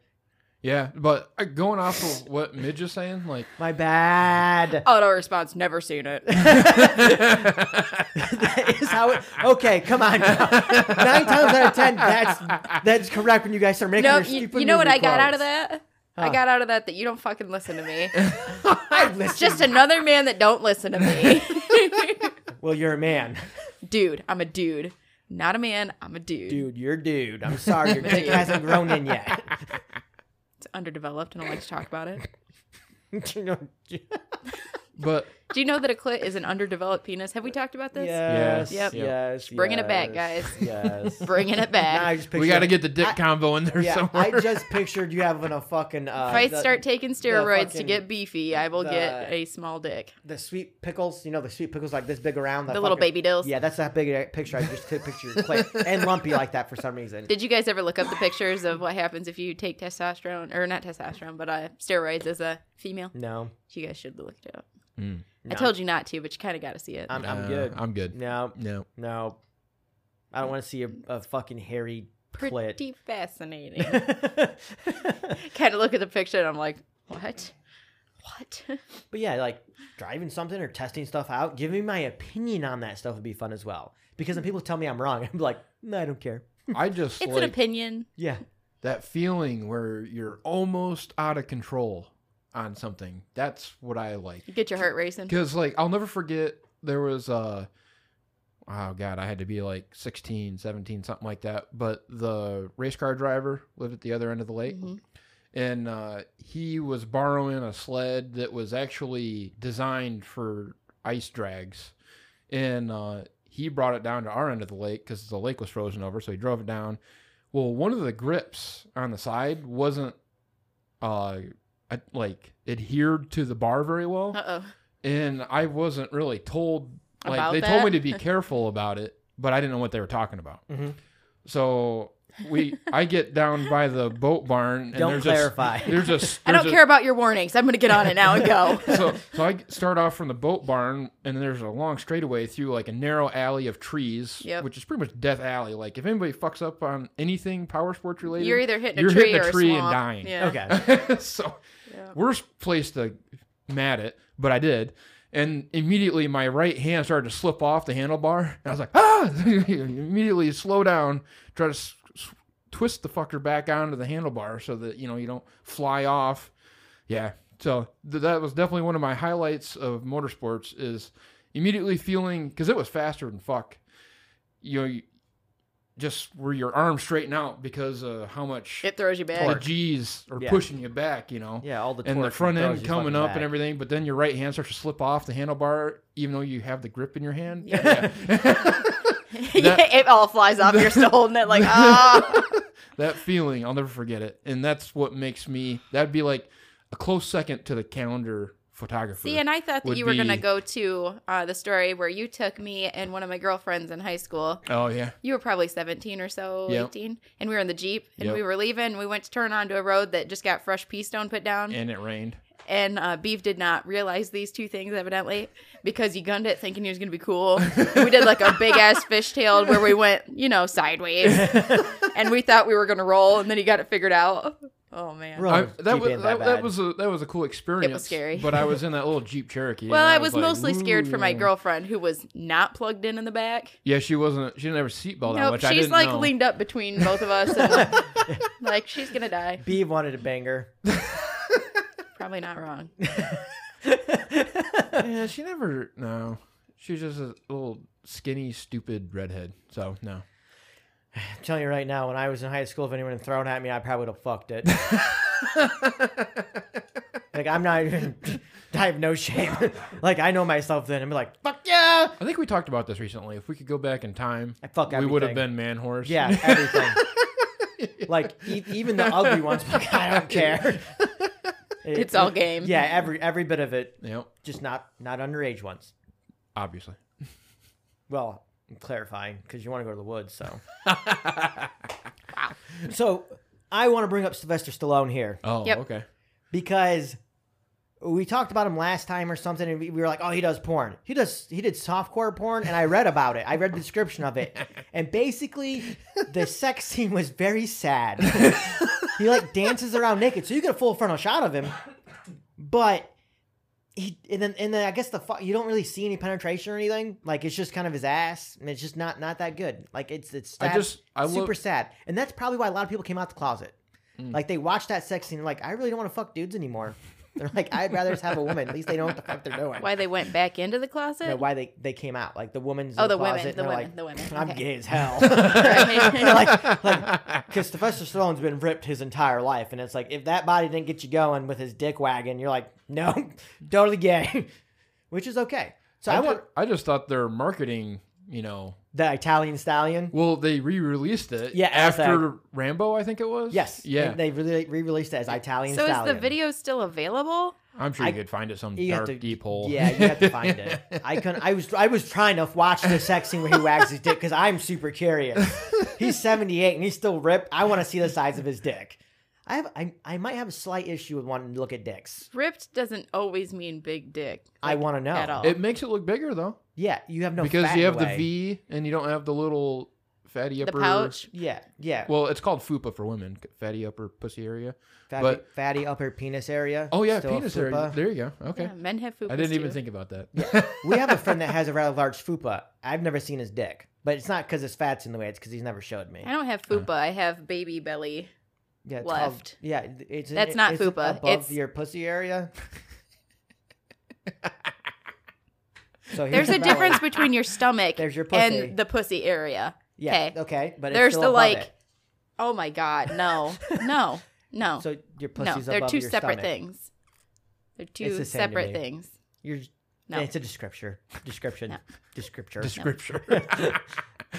Speaker 1: yeah, but uh, going off of what Midge is saying, like
Speaker 4: my bad.
Speaker 3: auto response never seen it.
Speaker 4: that is how it. Okay, come on. Now. Nine times out of ten, that's that's correct. When you guys start making
Speaker 3: no,
Speaker 4: your
Speaker 3: you,
Speaker 4: stupid
Speaker 3: you know what
Speaker 4: movie
Speaker 3: I got out
Speaker 4: quotes.
Speaker 3: of that?
Speaker 4: Huh.
Speaker 3: I got out of that that you don't fucking listen to me.
Speaker 4: I listen.
Speaker 3: Just another man that don't listen to me.
Speaker 4: well, you're a man,
Speaker 3: dude, I'm a dude. Not a man, I'm a dude.
Speaker 4: dude. You're a dude. I'm sorry, your dick hasn't grown in yet.
Speaker 3: It's underdeveloped and I don't like to talk about it.
Speaker 4: You know-
Speaker 1: but
Speaker 3: Do you know that a clit is an underdeveloped penis? Have we talked about this?
Speaker 4: yes,
Speaker 3: Yep.
Speaker 4: yes,
Speaker 3: bringing it back,
Speaker 4: yes,
Speaker 3: guys.
Speaker 4: Yes.
Speaker 3: Bringing it
Speaker 4: Now I
Speaker 3: back.
Speaker 4: just
Speaker 1: we got to
Speaker 4: picture-
Speaker 1: get the dick combo in there
Speaker 4: Yeah,
Speaker 1: somewhere.
Speaker 4: I just pictured you having a fucking. Uh,
Speaker 3: if I
Speaker 4: the-
Speaker 3: start taking steroids to
Speaker 4: fucking-
Speaker 3: get beefy, I will get
Speaker 4: the-
Speaker 3: a small dick.
Speaker 4: the sweet pickles, you know, the sweet pickles like this big around. that
Speaker 3: The little
Speaker 4: fucking-
Speaker 3: baby dills.
Speaker 4: Yeah, that's that big a picture. I just could picture your clit and lumpy like that for some reason.
Speaker 3: Did you guys ever look up the pictures of what happens if you take testosterone or not testosterone, but uh, steroids as a female?
Speaker 4: No,
Speaker 3: You guys should look it up.
Speaker 1: Mm.
Speaker 3: I told you not to, but you kind of got to see it.
Speaker 4: I'm, I'm
Speaker 1: Uh,
Speaker 4: good.
Speaker 1: I'm good.
Speaker 4: No,
Speaker 1: No.
Speaker 4: no. I don't want to see a, a fucking hairy clit.
Speaker 3: Pretty fascinating. kind of look at the picture and I'm like, what? What?
Speaker 4: but yeah, like driving something or testing stuff out, giving my opinion on that stuff would be fun as well. Because when people tell me I'm wrong, I'm like, no, I don't care.
Speaker 1: I just
Speaker 3: it's an
Speaker 1: like
Speaker 3: opinion.
Speaker 4: Yeah.
Speaker 1: that feeling where you're almost out of control on something. That's what I like.
Speaker 3: You get your heart racing.
Speaker 1: Because like I'll never forget there was uh oh god, I had to be like 16, 17, something like that. But the race car driver lived at the other end of the lake.
Speaker 3: Mhm.
Speaker 1: And uh, he was borrowing a sled that was actually designed for ice drags. And uh, he brought it down to our end of the lake because the lake was frozen over. So he drove it down. Well, one of the grips on the side wasn't uh, ad- like adhered to the bar very well
Speaker 3: Uh oh.
Speaker 1: and I wasn't really told. Like
Speaker 3: About
Speaker 1: they told me
Speaker 3: that?
Speaker 1: to be careful about it, but I didn't know what they were talking about.
Speaker 4: Mhm.
Speaker 1: So we, I get down by the boat barn. And
Speaker 4: Don't
Speaker 1: there's
Speaker 4: clarify.
Speaker 1: A, there's just
Speaker 3: I don't care about your warnings. I'm going to get on it now and go.
Speaker 1: So so I start off from the boat barn, and there's a long straightaway through like a narrow alley of trees,
Speaker 3: Yep.
Speaker 1: which is pretty much death alley. Like if anybody fucks up on anything power sports related,
Speaker 3: You're either hitting a
Speaker 1: You're
Speaker 3: tree
Speaker 1: hitting a
Speaker 3: or a
Speaker 1: tree and
Speaker 3: swamp.
Speaker 1: dying.
Speaker 3: Yeah.
Speaker 4: Okay.
Speaker 1: so
Speaker 3: Yeah.
Speaker 1: worst place to mad it, but I did. And immediately my right hand started to slip off the handlebar. And I was like, ah! immediately slow down, try to s- s- twist the fucker back onto the handlebar so that, you know, you don't fly off. Yeah. So th- that was definitely one of my highlights of motorsports is immediately feeling, because it was faster than fuck. You know, you- just where your arms straighten out because of how much
Speaker 3: It throws you
Speaker 1: the
Speaker 3: back.
Speaker 1: G's are
Speaker 4: Yeah.
Speaker 1: pushing you back, you know
Speaker 4: Yeah, all the
Speaker 1: and the
Speaker 4: torque
Speaker 1: front
Speaker 4: throws
Speaker 1: end
Speaker 4: you
Speaker 1: coming
Speaker 4: fucking
Speaker 1: up
Speaker 4: back.
Speaker 1: and everything, but then your right hand starts to slip off the handlebar, even though you have the grip in your hand.
Speaker 3: Yeah.
Speaker 1: Yeah. That-
Speaker 3: it all flies off. You're still holding it like, ah.
Speaker 1: that feeling, I'll never forget it. And that's what makes me, that'd be like a close second to the calendar photographer.
Speaker 3: See, and I thought that
Speaker 1: Would
Speaker 3: you were going to
Speaker 1: be-
Speaker 3: go to uh, the story where you took me and one of my girlfriends in high school.
Speaker 1: oh, yeah.
Speaker 3: You were probably 17 or so,
Speaker 1: Yep.
Speaker 3: 18. And we were in the Jeep and
Speaker 1: Yep.
Speaker 3: we were leaving. We went to turn onto a road that just got fresh pea stone put down.
Speaker 1: And it rained.
Speaker 3: and uh, Beef did not realize these two things evidently because he gunned it thinking he was gonna be cool. And we did like a big ass fishtail where we went, you know, sideways, and we thought we were gonna roll, and then he got it figured out. Oh man.
Speaker 4: Really?
Speaker 1: I,
Speaker 4: Jeep
Speaker 1: that, was,
Speaker 4: ain't
Speaker 1: that,
Speaker 4: that
Speaker 1: that
Speaker 4: bad.
Speaker 1: was a that was a cool experience.
Speaker 3: scary.
Speaker 1: but I was in that little Jeep Cherokee. and
Speaker 3: Well, I was
Speaker 1: like,
Speaker 3: mostly scared for my
Speaker 1: "Ooh."
Speaker 3: girlfriend who was not plugged in in the back.
Speaker 1: Yeah, she wasn't. She didn't have a seatbelt on,
Speaker 3: nope,
Speaker 1: which I
Speaker 3: she's
Speaker 1: didn't
Speaker 3: like
Speaker 1: know.
Speaker 3: leaned up between both of us, and, like she's gonna die.
Speaker 4: Beeve wanted a banger.
Speaker 3: Probably not wrong.
Speaker 1: Yeah, she never. No, she's just a little skinny, stupid redhead. So no.
Speaker 4: I'm telling you right now, when I was in high school, if anyone had thrown at me, I probably would have fucked it. like I'm not even. I have no shame. like I know myself then. I'm like, fuck yeah.
Speaker 1: I think we talked about this recently. If we could go back in time,
Speaker 4: I fuck
Speaker 1: we
Speaker 4: everything.
Speaker 1: would have been man horse.
Speaker 4: Yeah, everything. like e- even the ugly ones. Like, I don't care.
Speaker 3: It's all game.
Speaker 4: Yeah, every every bit of it.
Speaker 1: Yep.
Speaker 4: Just not not underage ones.
Speaker 1: Obviously.
Speaker 4: Well, I'm clarifying because you want to go to the woods. So. So I want to bring up Sylvester Stallone here.
Speaker 1: Oh,
Speaker 3: Yep.
Speaker 1: okay.
Speaker 4: because we talked about him last time or something, and we we were like, "Oh, he does porn. He does. He did softcore porn." And I read about it. I read the description of it, and basically, the sex scene was very sad. he like dances around naked, so you get a full frontal shot of him, but he and then and then I guess the fu- you don't really see any penetration or anything. Like it's just kind of his ass, and it's just not not that good. Like it's it's
Speaker 1: I
Speaker 4: sad,
Speaker 1: just- I
Speaker 4: super
Speaker 1: look-
Speaker 4: sad, and that's probably why a lot of people came out the closet. Like they watch that sex scene, and like I really don't want to fuck dudes anymore. They're like, I'd rather just have a woman. At least they know what the fuck they're doing.
Speaker 3: Why they went back into the closet?
Speaker 4: No, why they, they came out like the woman's in
Speaker 3: oh, the
Speaker 4: closet,
Speaker 3: women,
Speaker 4: and
Speaker 3: the
Speaker 4: they're
Speaker 3: women,
Speaker 4: like,
Speaker 3: the women.
Speaker 4: I'm
Speaker 3: Okay.
Speaker 4: gay as hell.
Speaker 3: Right.
Speaker 4: like, like, because Sylvester Stallone's been ripped his entire life, and it's like if that body didn't get you going with his dick wagon, you're like, no, totally gay, which is okay. So I,
Speaker 1: I,
Speaker 4: want
Speaker 1: ju- I just thought their marketing, you know,
Speaker 4: the Italian stallion.
Speaker 1: well, they re-released it.
Speaker 4: Yeah, as
Speaker 1: after Rambo, I think it was.
Speaker 4: Yes,
Speaker 1: Yeah,
Speaker 4: they, they really re-released it as Italian.
Speaker 3: so is
Speaker 4: stallion.
Speaker 3: the video still available?
Speaker 1: I'm sure you
Speaker 4: I-
Speaker 1: could find it some
Speaker 4: You have
Speaker 1: dark
Speaker 4: to-
Speaker 1: deep hole.
Speaker 4: Yeah, you have to find it. I couldn't. I was I was trying to watch the sex scene where he wags his dick because I'm super curious. He's 78 and he's still ripped. I want to see the size of his dick. I have I, I might have a slight issue with wanting to look at dicks.
Speaker 3: Ripped doesn't always mean big dick.
Speaker 4: I want to know.
Speaker 3: at all.
Speaker 1: It makes it look bigger though,
Speaker 4: Yeah, you have no
Speaker 1: because
Speaker 4: fat
Speaker 1: you have
Speaker 4: away.
Speaker 1: the V and you don't have the little fatty
Speaker 3: The
Speaker 1: upper
Speaker 3: pouch.
Speaker 4: Yeah, yeah.
Speaker 1: Well, it's called FUPA for women, fatty upper pussy area.
Speaker 4: fatty,
Speaker 1: but-
Speaker 4: fatty upper penis area.
Speaker 1: Oh yeah,
Speaker 4: still a
Speaker 1: penis area.
Speaker 4: fupa.
Speaker 1: There you go. Okay.
Speaker 3: Yeah, men have fupas
Speaker 1: I didn't even
Speaker 3: too.
Speaker 1: think about that.
Speaker 4: We have a friend that has a rather large fupa. I've never seen his dick, but it's not because his fat's in the way. It's because he's never showed me.
Speaker 3: I don't have fupa. I have baby belly.
Speaker 4: Yeah, it's
Speaker 3: left.
Speaker 4: Called, yeah, it's
Speaker 3: That's not
Speaker 4: it's
Speaker 3: fupa,
Speaker 4: Above
Speaker 3: it's-
Speaker 4: your pussy area. So
Speaker 3: There's
Speaker 4: here's the
Speaker 3: a
Speaker 4: belly.
Speaker 3: difference between your stomach
Speaker 4: There's your pussy.
Speaker 3: and the pussy area.
Speaker 4: Yeah.
Speaker 3: 'Kay.
Speaker 4: Okay. But
Speaker 3: There's
Speaker 4: it's still
Speaker 3: the like,
Speaker 4: above it.
Speaker 3: oh my god, no, no, no,
Speaker 4: So your pussy's
Speaker 3: oh, no.
Speaker 4: above
Speaker 3: They're two
Speaker 4: your
Speaker 3: separate
Speaker 4: stomach.
Speaker 3: things. They're
Speaker 4: It's
Speaker 3: two
Speaker 4: the same to
Speaker 3: separate
Speaker 4: me.
Speaker 3: things.
Speaker 4: You're,
Speaker 3: No.
Speaker 4: It's a description. Description. Descriptor.
Speaker 1: Description.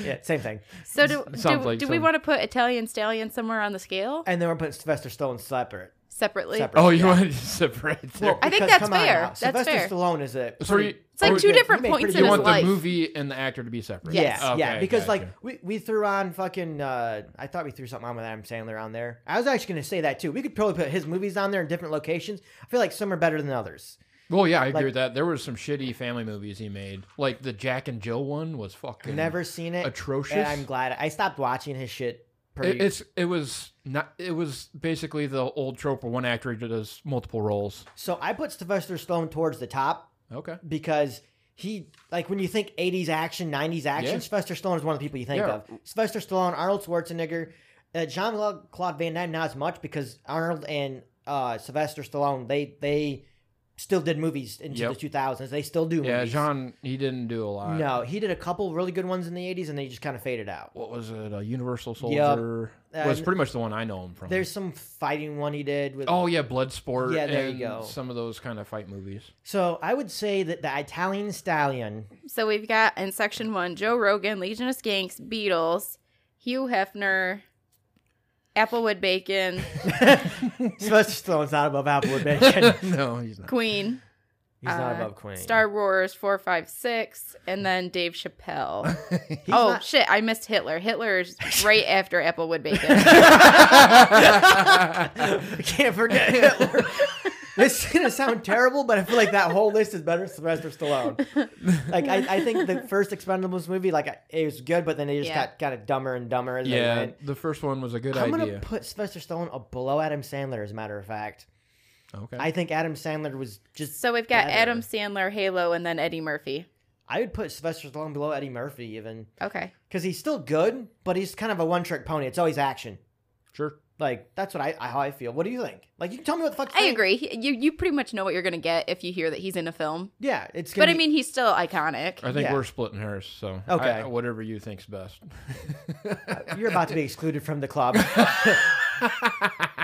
Speaker 4: yeah, same thing.
Speaker 3: So do do,
Speaker 1: sounds like
Speaker 3: do we
Speaker 1: some-
Speaker 3: want to put Italian stallion somewhere on the scale
Speaker 4: And then we're putting Sylvester Stallone separate.
Speaker 3: separately?
Speaker 4: Separate.
Speaker 1: oh, you want to separate? There.
Speaker 3: I think
Speaker 4: Because
Speaker 3: that's
Speaker 4: come on
Speaker 3: fair.
Speaker 4: now,
Speaker 3: That's
Speaker 4: Sylvester
Speaker 3: fair.
Speaker 4: Stallone is a.
Speaker 1: so you,
Speaker 3: It's like
Speaker 1: or-
Speaker 3: two
Speaker 4: good.
Speaker 3: different
Speaker 4: You made
Speaker 3: points
Speaker 4: pretty
Speaker 3: in
Speaker 1: You
Speaker 3: his
Speaker 4: good-
Speaker 1: want the
Speaker 3: life.
Speaker 1: movie and the actor to be separate?
Speaker 3: Yes.
Speaker 4: Yeah, yeah.
Speaker 1: Okay,
Speaker 4: Because
Speaker 1: gotcha.
Speaker 4: like we, we threw on fucking uh I thought we threw something on with Adam Sandler on there. I was actually gonna say that too. We could probably put his movies on there in different locations. I feel like some are better than others.
Speaker 1: Well, yeah, I agree
Speaker 4: Like-
Speaker 1: with that. There were some shitty family movies he made. Like the Jack and Jill one was fucking
Speaker 4: Never seen it.
Speaker 1: atrocious.
Speaker 4: And I'm glad I stopped watching his shit. Pretty.
Speaker 1: It, it's it was not it was basically the old trope where one actor does multiple roles.
Speaker 4: so I put Sylvester Stallone towards the top
Speaker 1: Okay.
Speaker 4: because he like when you think 80s action, 90s action,
Speaker 1: Yeah.
Speaker 4: Sylvester Stallone is one of the people you think
Speaker 1: Yeah.
Speaker 4: of. Sylvester Stallone, Arnold Schwarzenegger, uh, Jean Claude Van Damme not as much because Arnold and uh, Sylvester Stallone they they still did movies into
Speaker 1: Yep.
Speaker 4: the 2000s. They still do.
Speaker 1: Yeah,
Speaker 4: movies.
Speaker 1: John he didn't do a lot.
Speaker 4: No, he did a couple really good ones in the 80s and they just kind of faded out.
Speaker 1: What was it? A Universal Soldier was
Speaker 4: And-
Speaker 1: pretty much the one I know him from.
Speaker 4: Uh, There's some fighting one he did with
Speaker 1: oh yeah, Bloodsport.
Speaker 4: Yeah, there you
Speaker 1: and
Speaker 4: go.
Speaker 1: Some of those kind of fight movies.
Speaker 4: So I would say that the Italian stallion.
Speaker 3: So we've got in section one Joe Rogan, Legion of Skanks, Beatles, Hugh Hefner, Applewood Bacon,
Speaker 4: Sylvester Stallone's not above Applewood Mansion.
Speaker 1: no, he's not.
Speaker 3: Queen,
Speaker 4: He's not
Speaker 3: uh,
Speaker 4: above Queen.
Speaker 3: Star Wars 456, and then Dave Chappelle.
Speaker 4: He's
Speaker 3: oh,
Speaker 4: not-
Speaker 3: shit, I missed Hitler. Hitler's right after Applewood Bacon.
Speaker 4: I can't forget Hitler. this is gonna sound terrible, but I feel like that whole list is better than Sylvester Stallone. Like I, I think the first Expendables movie, like it was good, but then they just
Speaker 3: Yeah.
Speaker 4: got kind of dumber and dumber as
Speaker 1: Yeah,
Speaker 4: they went.
Speaker 1: the first one was a good
Speaker 4: I'm
Speaker 1: idea.
Speaker 4: gonna put Sylvester Stallone a below Adam Sandler. As a matter of fact,
Speaker 1: okay.
Speaker 4: I think Adam Sandler was just.
Speaker 3: So we've got
Speaker 4: Better.
Speaker 3: Adam Sandler, Halo, and then Eddie Murphy.
Speaker 4: I would put Sylvester Stallone below Eddie Murphy, even
Speaker 3: Okay.
Speaker 4: because he's still good, but he's kind of a one-trick pony. It's always action.
Speaker 1: sure.
Speaker 4: Like that's what I I- how I feel. What do you think? Like you can tell me what the fuck. you
Speaker 3: I
Speaker 4: think.
Speaker 3: agree. He- You you pretty much know what you're going to get if you hear that he's in a film.
Speaker 4: Yeah, it's.
Speaker 3: But
Speaker 4: Gonna
Speaker 3: I
Speaker 4: be-
Speaker 3: mean, he's still iconic.
Speaker 1: I think
Speaker 4: Yeah.
Speaker 1: we're splitting hairs, so I-
Speaker 4: Okay.
Speaker 1: whatever you think's best.
Speaker 4: you're about to be excluded from the club.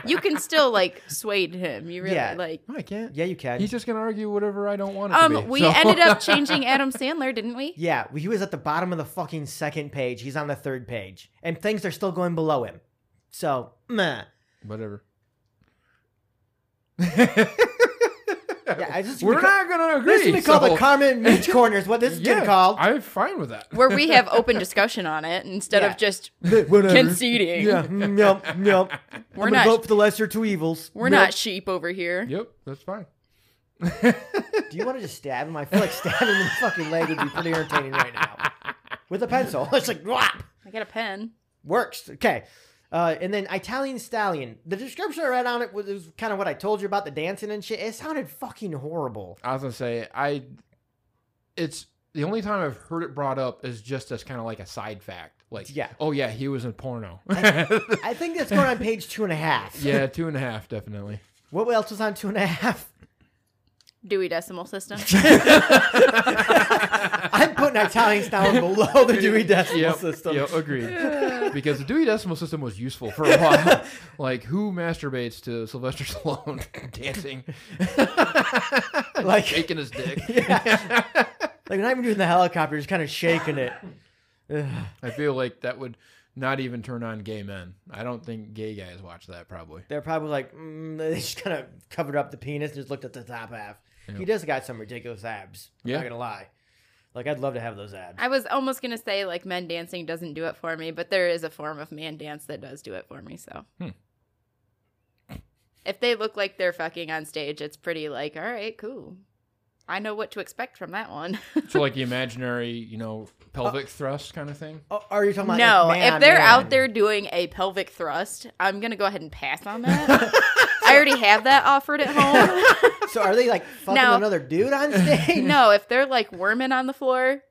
Speaker 3: You can still like sway him. You really
Speaker 4: Yeah.
Speaker 3: like
Speaker 1: No, I can't.
Speaker 4: yeah, you can.
Speaker 1: He's just gonna argue whatever I don't want it to be.
Speaker 3: Um, we
Speaker 1: so-
Speaker 3: ended up changing Adam Sandler, didn't we?
Speaker 4: yeah, he was at the bottom of the fucking second page. He's on the third page, and things are still going below him. So, meh.
Speaker 1: whatever.
Speaker 4: Yeah, I just
Speaker 1: We're not gonna agree.
Speaker 4: This is gonna be called
Speaker 1: so-
Speaker 4: the Carmen Mitch corner. Is what this is
Speaker 1: yeah,
Speaker 4: getting called.
Speaker 1: I'm fine with that.
Speaker 3: Where we have open discussion on it instead
Speaker 4: Yeah.
Speaker 3: of just
Speaker 4: Whatever.
Speaker 3: conceding.
Speaker 4: Yeah, mm, yep, yep.
Speaker 3: We're
Speaker 4: I'm gonna
Speaker 3: not-
Speaker 4: vote for the lesser two evils.
Speaker 3: We're not sheep over here.
Speaker 1: Yep, that's fine.
Speaker 4: Do you want to just stab him? I feel like stabbing him in the fucking leg would be pretty entertaining right now. With a pencil, it's like whap.
Speaker 3: I got a pen.
Speaker 4: works. Okay. Uh, and then Italian Stallion. The description I read on it was, was kind of what I told you about the dancing and shit. It sounded fucking horrible.
Speaker 1: I was gonna say I. It's the only time I've heard it brought up is just as kind of like a side fact. Like,
Speaker 4: Yeah.
Speaker 1: oh yeah, he was in porno.
Speaker 4: I think that's going on page two and a half.
Speaker 1: yeah, two and a half definitely.
Speaker 4: What else was on two and a half?
Speaker 3: Dewey Decimal System.
Speaker 4: I'm putting Italian Stallion below the Dewey Decimal
Speaker 1: yep,
Speaker 4: System.
Speaker 1: Yep, agreed. because the Dewey Decimal System was useful for a while. like, who masturbates to Sylvester Stallone dancing,
Speaker 4: Like,
Speaker 1: shaking his dick?
Speaker 4: like not even doing the helicopter, just kind of shaking it.
Speaker 1: I feel like that would not even turn on gay men. I don't think gay guys watch that probably.
Speaker 4: They're probably like, mm, they just kind of covered up the penis and just looked at the top half. He does got some ridiculous abs. I'm
Speaker 1: Yeah.
Speaker 4: not gonna lie. Like, I'd love to have those abs.
Speaker 3: I was almost gonna say like men dancing doesn't do it for me, but there is a form of man dance that does do it for me. So
Speaker 1: Hmm.
Speaker 3: if they look like they're fucking on stage, it's pretty like all right, cool. I know what to expect from that one.
Speaker 1: So, like the imaginary, you know, pelvic thrust kind of thing.
Speaker 4: Oh, are you talking about
Speaker 3: no,
Speaker 4: like, man
Speaker 3: if
Speaker 4: on
Speaker 3: they're
Speaker 4: man?
Speaker 3: out there doing a pelvic thrust, I'm gonna go ahead and pass on that. I already have that offered at home.
Speaker 4: So are they like fucking
Speaker 3: Now-
Speaker 4: another dude on stage?
Speaker 3: no, if they're like worming on the floor,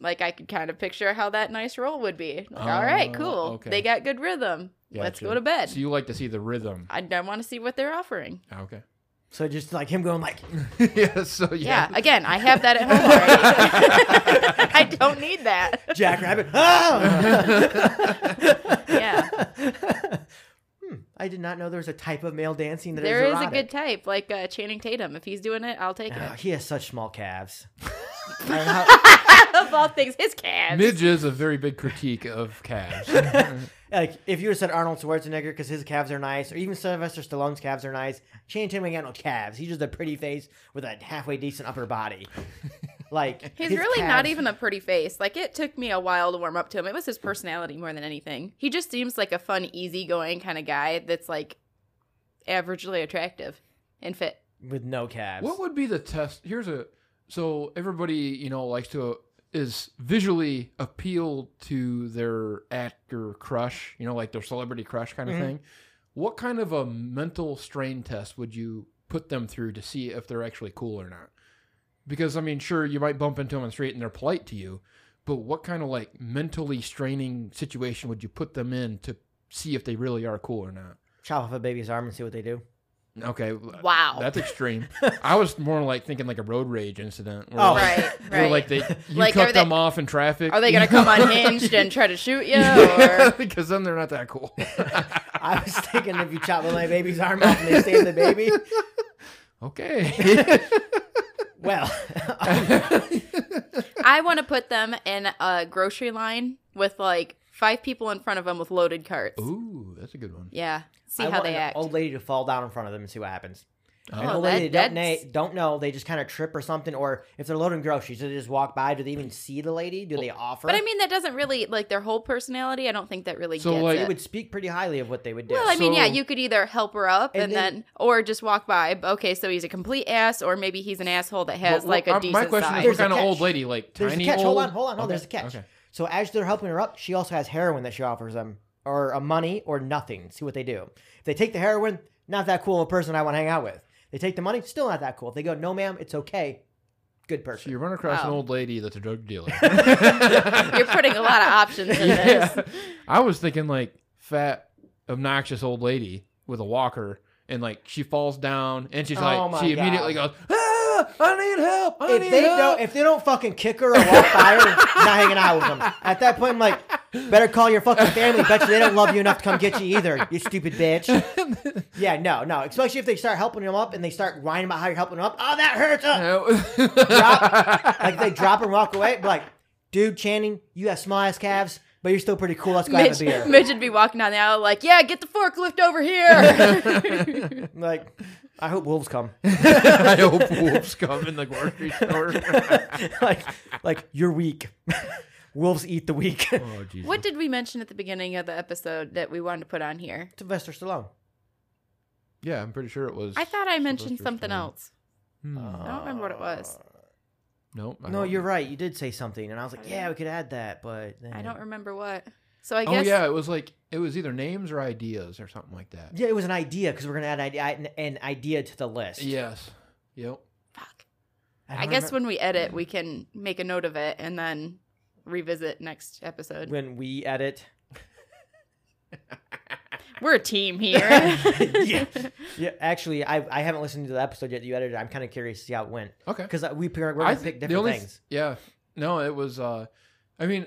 Speaker 3: like I could kind of picture how that nice roll would be. Like, all right,
Speaker 1: Oh,
Speaker 3: cool.
Speaker 1: okay.
Speaker 3: They got good rhythm. Let's
Speaker 1: Gotcha.
Speaker 3: go to bed.
Speaker 1: So you like to see the rhythm?
Speaker 3: I, I want to see what they're offering.
Speaker 1: Ah, Okay.
Speaker 4: So just like him going like,
Speaker 1: yeah, so yeah.
Speaker 3: Yeah. Again, I have that at home already. I don't need that.
Speaker 4: Jackrabbit. Oh!
Speaker 3: Yeah.
Speaker 4: Hmm, I did not know there was a type of male dancing that is
Speaker 3: There is a
Speaker 4: erotic.
Speaker 3: good type, like uh, Channing Tatum. If he's doing it, I'll take
Speaker 4: Oh,
Speaker 3: it.
Speaker 4: he has such small calves. I don't know how-
Speaker 3: of all things, his calves.
Speaker 1: Midge is a very big critique of calves.
Speaker 3: Mm-hmm.
Speaker 4: like if you would have said Arnold Schwarzenegger because his calves are nice, or even Sylvester Stallone's calves are nice. Channing Tatum ain't got no calves. He's just a pretty face with a halfway decent upper body. Like
Speaker 3: He's
Speaker 4: his
Speaker 3: really not
Speaker 4: calves-
Speaker 3: even a pretty face. Like it took me a while to warm up to him. It was his personality more than anything. He just seems like a fun, easygoing kind of guy that's like averagely attractive and fit.
Speaker 4: with no calves.
Speaker 1: what would be the test? Here's a so everybody you know likes to is visually appeal to their actor crush, you know, like their celebrity crush kind of
Speaker 4: Mhm.
Speaker 1: thing. What kind of a mental strain test would you put them through to see if they're actually cool or not? Because I mean, sure, you might bump into them on the street and they're polite to you, but what kind of like mentally straining situation would you put them in to see if they really are cool or not?
Speaker 4: Chop off a baby's arm and see what they do.
Speaker 1: Okay.
Speaker 3: Wow.
Speaker 1: That's extreme. I was more like thinking like a road rage incident. Where
Speaker 4: Oh.
Speaker 1: like,
Speaker 3: Right,
Speaker 1: where,
Speaker 3: right.
Speaker 1: like they you
Speaker 3: Like,
Speaker 1: cut
Speaker 3: are they-
Speaker 1: them off in traffic.
Speaker 3: Are they gonna come unhinged and try to shoot you? Or
Speaker 1: Because then they're not that cool.
Speaker 4: I was thinking if you chop my baby's arm off and they save the baby,
Speaker 1: okay.
Speaker 4: well,
Speaker 3: I want to put them in a grocery line with like five people in front of them with loaded carts.
Speaker 1: Ooh, that's a good one.
Speaker 3: Yeah, see
Speaker 4: I
Speaker 3: how
Speaker 4: want
Speaker 3: they
Speaker 4: an
Speaker 3: act.
Speaker 4: old lady to fall down in front of them and see what happens. An
Speaker 3: Oh,
Speaker 4: old
Speaker 3: that-
Speaker 4: lady that, don't,
Speaker 3: that's-
Speaker 4: na- don't know, they just kind of trip or something, or if they're loading groceries, do they just walk by? Do they even see the lady? Do they offer?
Speaker 3: But I mean, that doesn't really like their whole personality. I don't think that really
Speaker 1: So,
Speaker 3: gets
Speaker 1: like-
Speaker 3: it.
Speaker 4: they would speak pretty highly of what they would do.
Speaker 3: Well, I mean, yeah,
Speaker 1: So-
Speaker 3: you could either help her up and,
Speaker 4: And
Speaker 3: then,
Speaker 4: then-
Speaker 3: or just walk by. but Okay, so he's a complete ass, or maybe he's an asshole that has
Speaker 1: Well,
Speaker 3: like
Speaker 1: well,
Speaker 3: a
Speaker 1: uh,
Speaker 3: decent
Speaker 1: my question
Speaker 3: size.
Speaker 1: is
Speaker 4: There's
Speaker 1: what
Speaker 4: a
Speaker 1: kind of
Speaker 4: catch.
Speaker 1: old lady? Like
Speaker 4: there's
Speaker 1: tiny
Speaker 4: a catch.
Speaker 1: old?
Speaker 4: Hold on, hold on. No,
Speaker 1: Okay,
Speaker 4: there's a catch.
Speaker 1: okay.
Speaker 4: So as they're helping her up, she also has heroin that she offers them, or a money or nothing. See what they do. If they take the heroin, not that cool of a person I want to hang out with. They take the money, still not that cool. If they go, no, ma'am, it's okay. Good
Speaker 1: So
Speaker 4: person.
Speaker 1: you run across an
Speaker 3: Wow.
Speaker 1: old lady that's a drug dealer.
Speaker 3: You're putting a lot of options in this.
Speaker 1: yeah. I was thinking like fat, obnoxious old lady with a walker, and like she falls down, and she's
Speaker 4: Oh
Speaker 1: like
Speaker 4: my
Speaker 1: she
Speaker 4: God.
Speaker 1: immediately goes, ah, "I need help! I
Speaker 4: if
Speaker 1: need
Speaker 4: they
Speaker 1: help!"
Speaker 4: don't, if they don't fucking kick her or walk by her, not hanging out with them. At that point, I'm like, better call your fucking family. Bet you they don't love you enough to come get you either. You stupid bitch. Yeah, no, no. Especially if they start helping them up and they start whining about how you're helping them up. Oh, that hurts. Uh, drop, like they drop and walk away. Be like, dude, Channing, you have small ass calves, but you're still pretty cool. Let's go
Speaker 3: Midge,
Speaker 4: have a beer.
Speaker 3: Midge would be walking down the aisle like, "Yeah, get the forklift over here."
Speaker 4: Like, I hope wolves come.
Speaker 1: I hope wolves come in the grocery store.
Speaker 4: like, like you're weak. wolves eat the weak.
Speaker 1: oh, Jesus.
Speaker 3: what did we mention at the beginning of the episode that we wanted to put on here?
Speaker 4: Sylvester Stallone.
Speaker 1: Yeah, I'm pretty sure it was.
Speaker 3: I thought I mentioned
Speaker 1: Sylvester
Speaker 3: something
Speaker 1: Stallone.
Speaker 3: else.
Speaker 1: Hmm.
Speaker 3: I don't remember what it was.
Speaker 1: nope. I
Speaker 4: Uh, No,
Speaker 1: don't-
Speaker 4: you're right. You did say something, and I was like, yeah, we could add that, but then-
Speaker 3: I don't remember what. So I
Speaker 1: Oh
Speaker 3: guess
Speaker 1: yeah, it was like it was either names or ideas or something like that.
Speaker 4: Yeah, it was an idea because we're gonna add idea, an, an idea to the list.
Speaker 1: Yes. Yep.
Speaker 3: fuck.
Speaker 4: don't
Speaker 3: I guess
Speaker 4: remember-
Speaker 3: when we edit, we can make a note of it and then revisit next episode.
Speaker 4: when we edit.
Speaker 3: We're a team here.
Speaker 4: yeah, yeah. Actually, I I haven't listened to the episode yet. that You edited. it. I'm kind of curious to see how it went
Speaker 1: Okay.
Speaker 4: because we pick- we're
Speaker 1: I
Speaker 4: gonna
Speaker 1: th-
Speaker 4: pick
Speaker 1: the
Speaker 4: different
Speaker 1: only-
Speaker 4: things.
Speaker 1: Yeah. No, it was. uh I mean,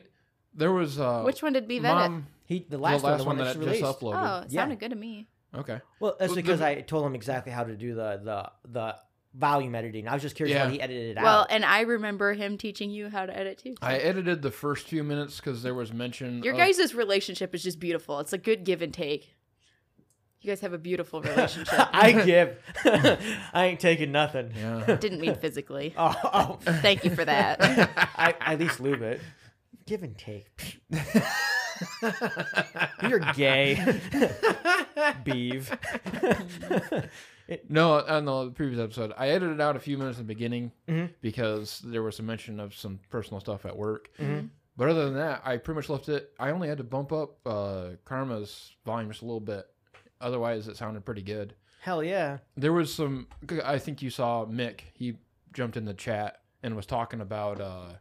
Speaker 1: there was. uh
Speaker 3: Which one did we vet? it?
Speaker 1: Mom,
Speaker 4: He the
Speaker 1: the
Speaker 4: last,
Speaker 1: last,
Speaker 4: one, the
Speaker 1: one,
Speaker 4: one, that's
Speaker 1: that just
Speaker 4: released.
Speaker 3: Oh,
Speaker 1: uploaded.
Speaker 3: it
Speaker 4: Yeah.
Speaker 3: sounded good to me.
Speaker 1: Okay.
Speaker 4: Well, that's
Speaker 1: Well,
Speaker 4: because
Speaker 1: the-
Speaker 4: I told him exactly how to do the the the volume editing. I was just curious
Speaker 1: Yeah.
Speaker 4: how he edited it
Speaker 3: Well,
Speaker 4: out.
Speaker 3: and I remember him teaching you how to edit too.
Speaker 1: I uh, edited the first few minutes because there was mention.
Speaker 3: Your
Speaker 1: of-
Speaker 3: guys' relationship is just beautiful. It's a good give and take. You guys have a beautiful relationship.
Speaker 4: I give. I ain't taking nothing.
Speaker 1: Yeah.
Speaker 3: Didn't mean physically.
Speaker 4: Oh, oh.
Speaker 3: Thank you for that.
Speaker 4: I at least lube it. Give and take. You're gay. Beeve.
Speaker 1: No, on the previous episode, I edited out a few minutes in the beginning
Speaker 4: Mm-hmm.
Speaker 1: because there was a mention of some personal stuff at work.
Speaker 4: Mm-hmm.
Speaker 1: But other than that, I pretty much left it. I only had to bump up uh, Karma's volume just a little bit. Otherwise, it sounded pretty good.
Speaker 4: Hell yeah.
Speaker 1: There was some. I think you saw Mick. He jumped in the chat and was talking about uh,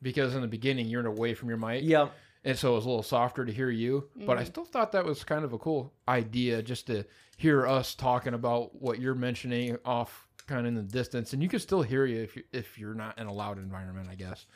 Speaker 1: because in the beginning you're away from your mic.
Speaker 4: Yep.
Speaker 1: and so it was a little softer to hear you. But I still thought that was kind of a cool idea, just to hear us talking about what you're mentioning off kind of in the distance, and you can still hear you if you, if you're not in a loud environment, I guess.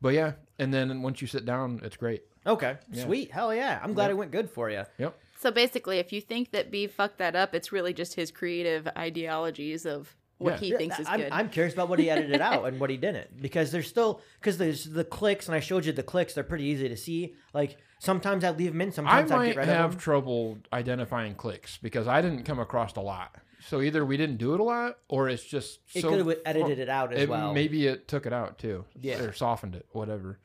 Speaker 1: But yeah, and then once you sit down, it's great.
Speaker 4: Okay. Sweet. Hell yeah. I'm glad it went good for you.
Speaker 1: Yep.
Speaker 3: So basically, if you think that B fucked that up, it's really just his creative ideologies of what
Speaker 1: Yeah.
Speaker 3: he
Speaker 4: Yeah,
Speaker 3: thinks is
Speaker 4: I'm,
Speaker 3: good.
Speaker 4: I'm curious about what he edited out and what he didn't because there's still because there's the clicks and I showed you the clicks. They're pretty easy to see. Like sometimes I leave them in,
Speaker 1: I
Speaker 4: sometimes I,
Speaker 1: might
Speaker 4: get rid of
Speaker 1: have
Speaker 4: them.
Speaker 1: trouble identifying clicks because I didn't come across a lot. So either we didn't do it a lot, or it's just
Speaker 4: It
Speaker 1: so
Speaker 4: could have edited it out as
Speaker 1: It-
Speaker 4: well.
Speaker 1: Maybe it took it out too,
Speaker 4: Yeah.
Speaker 1: or softened it, whatever.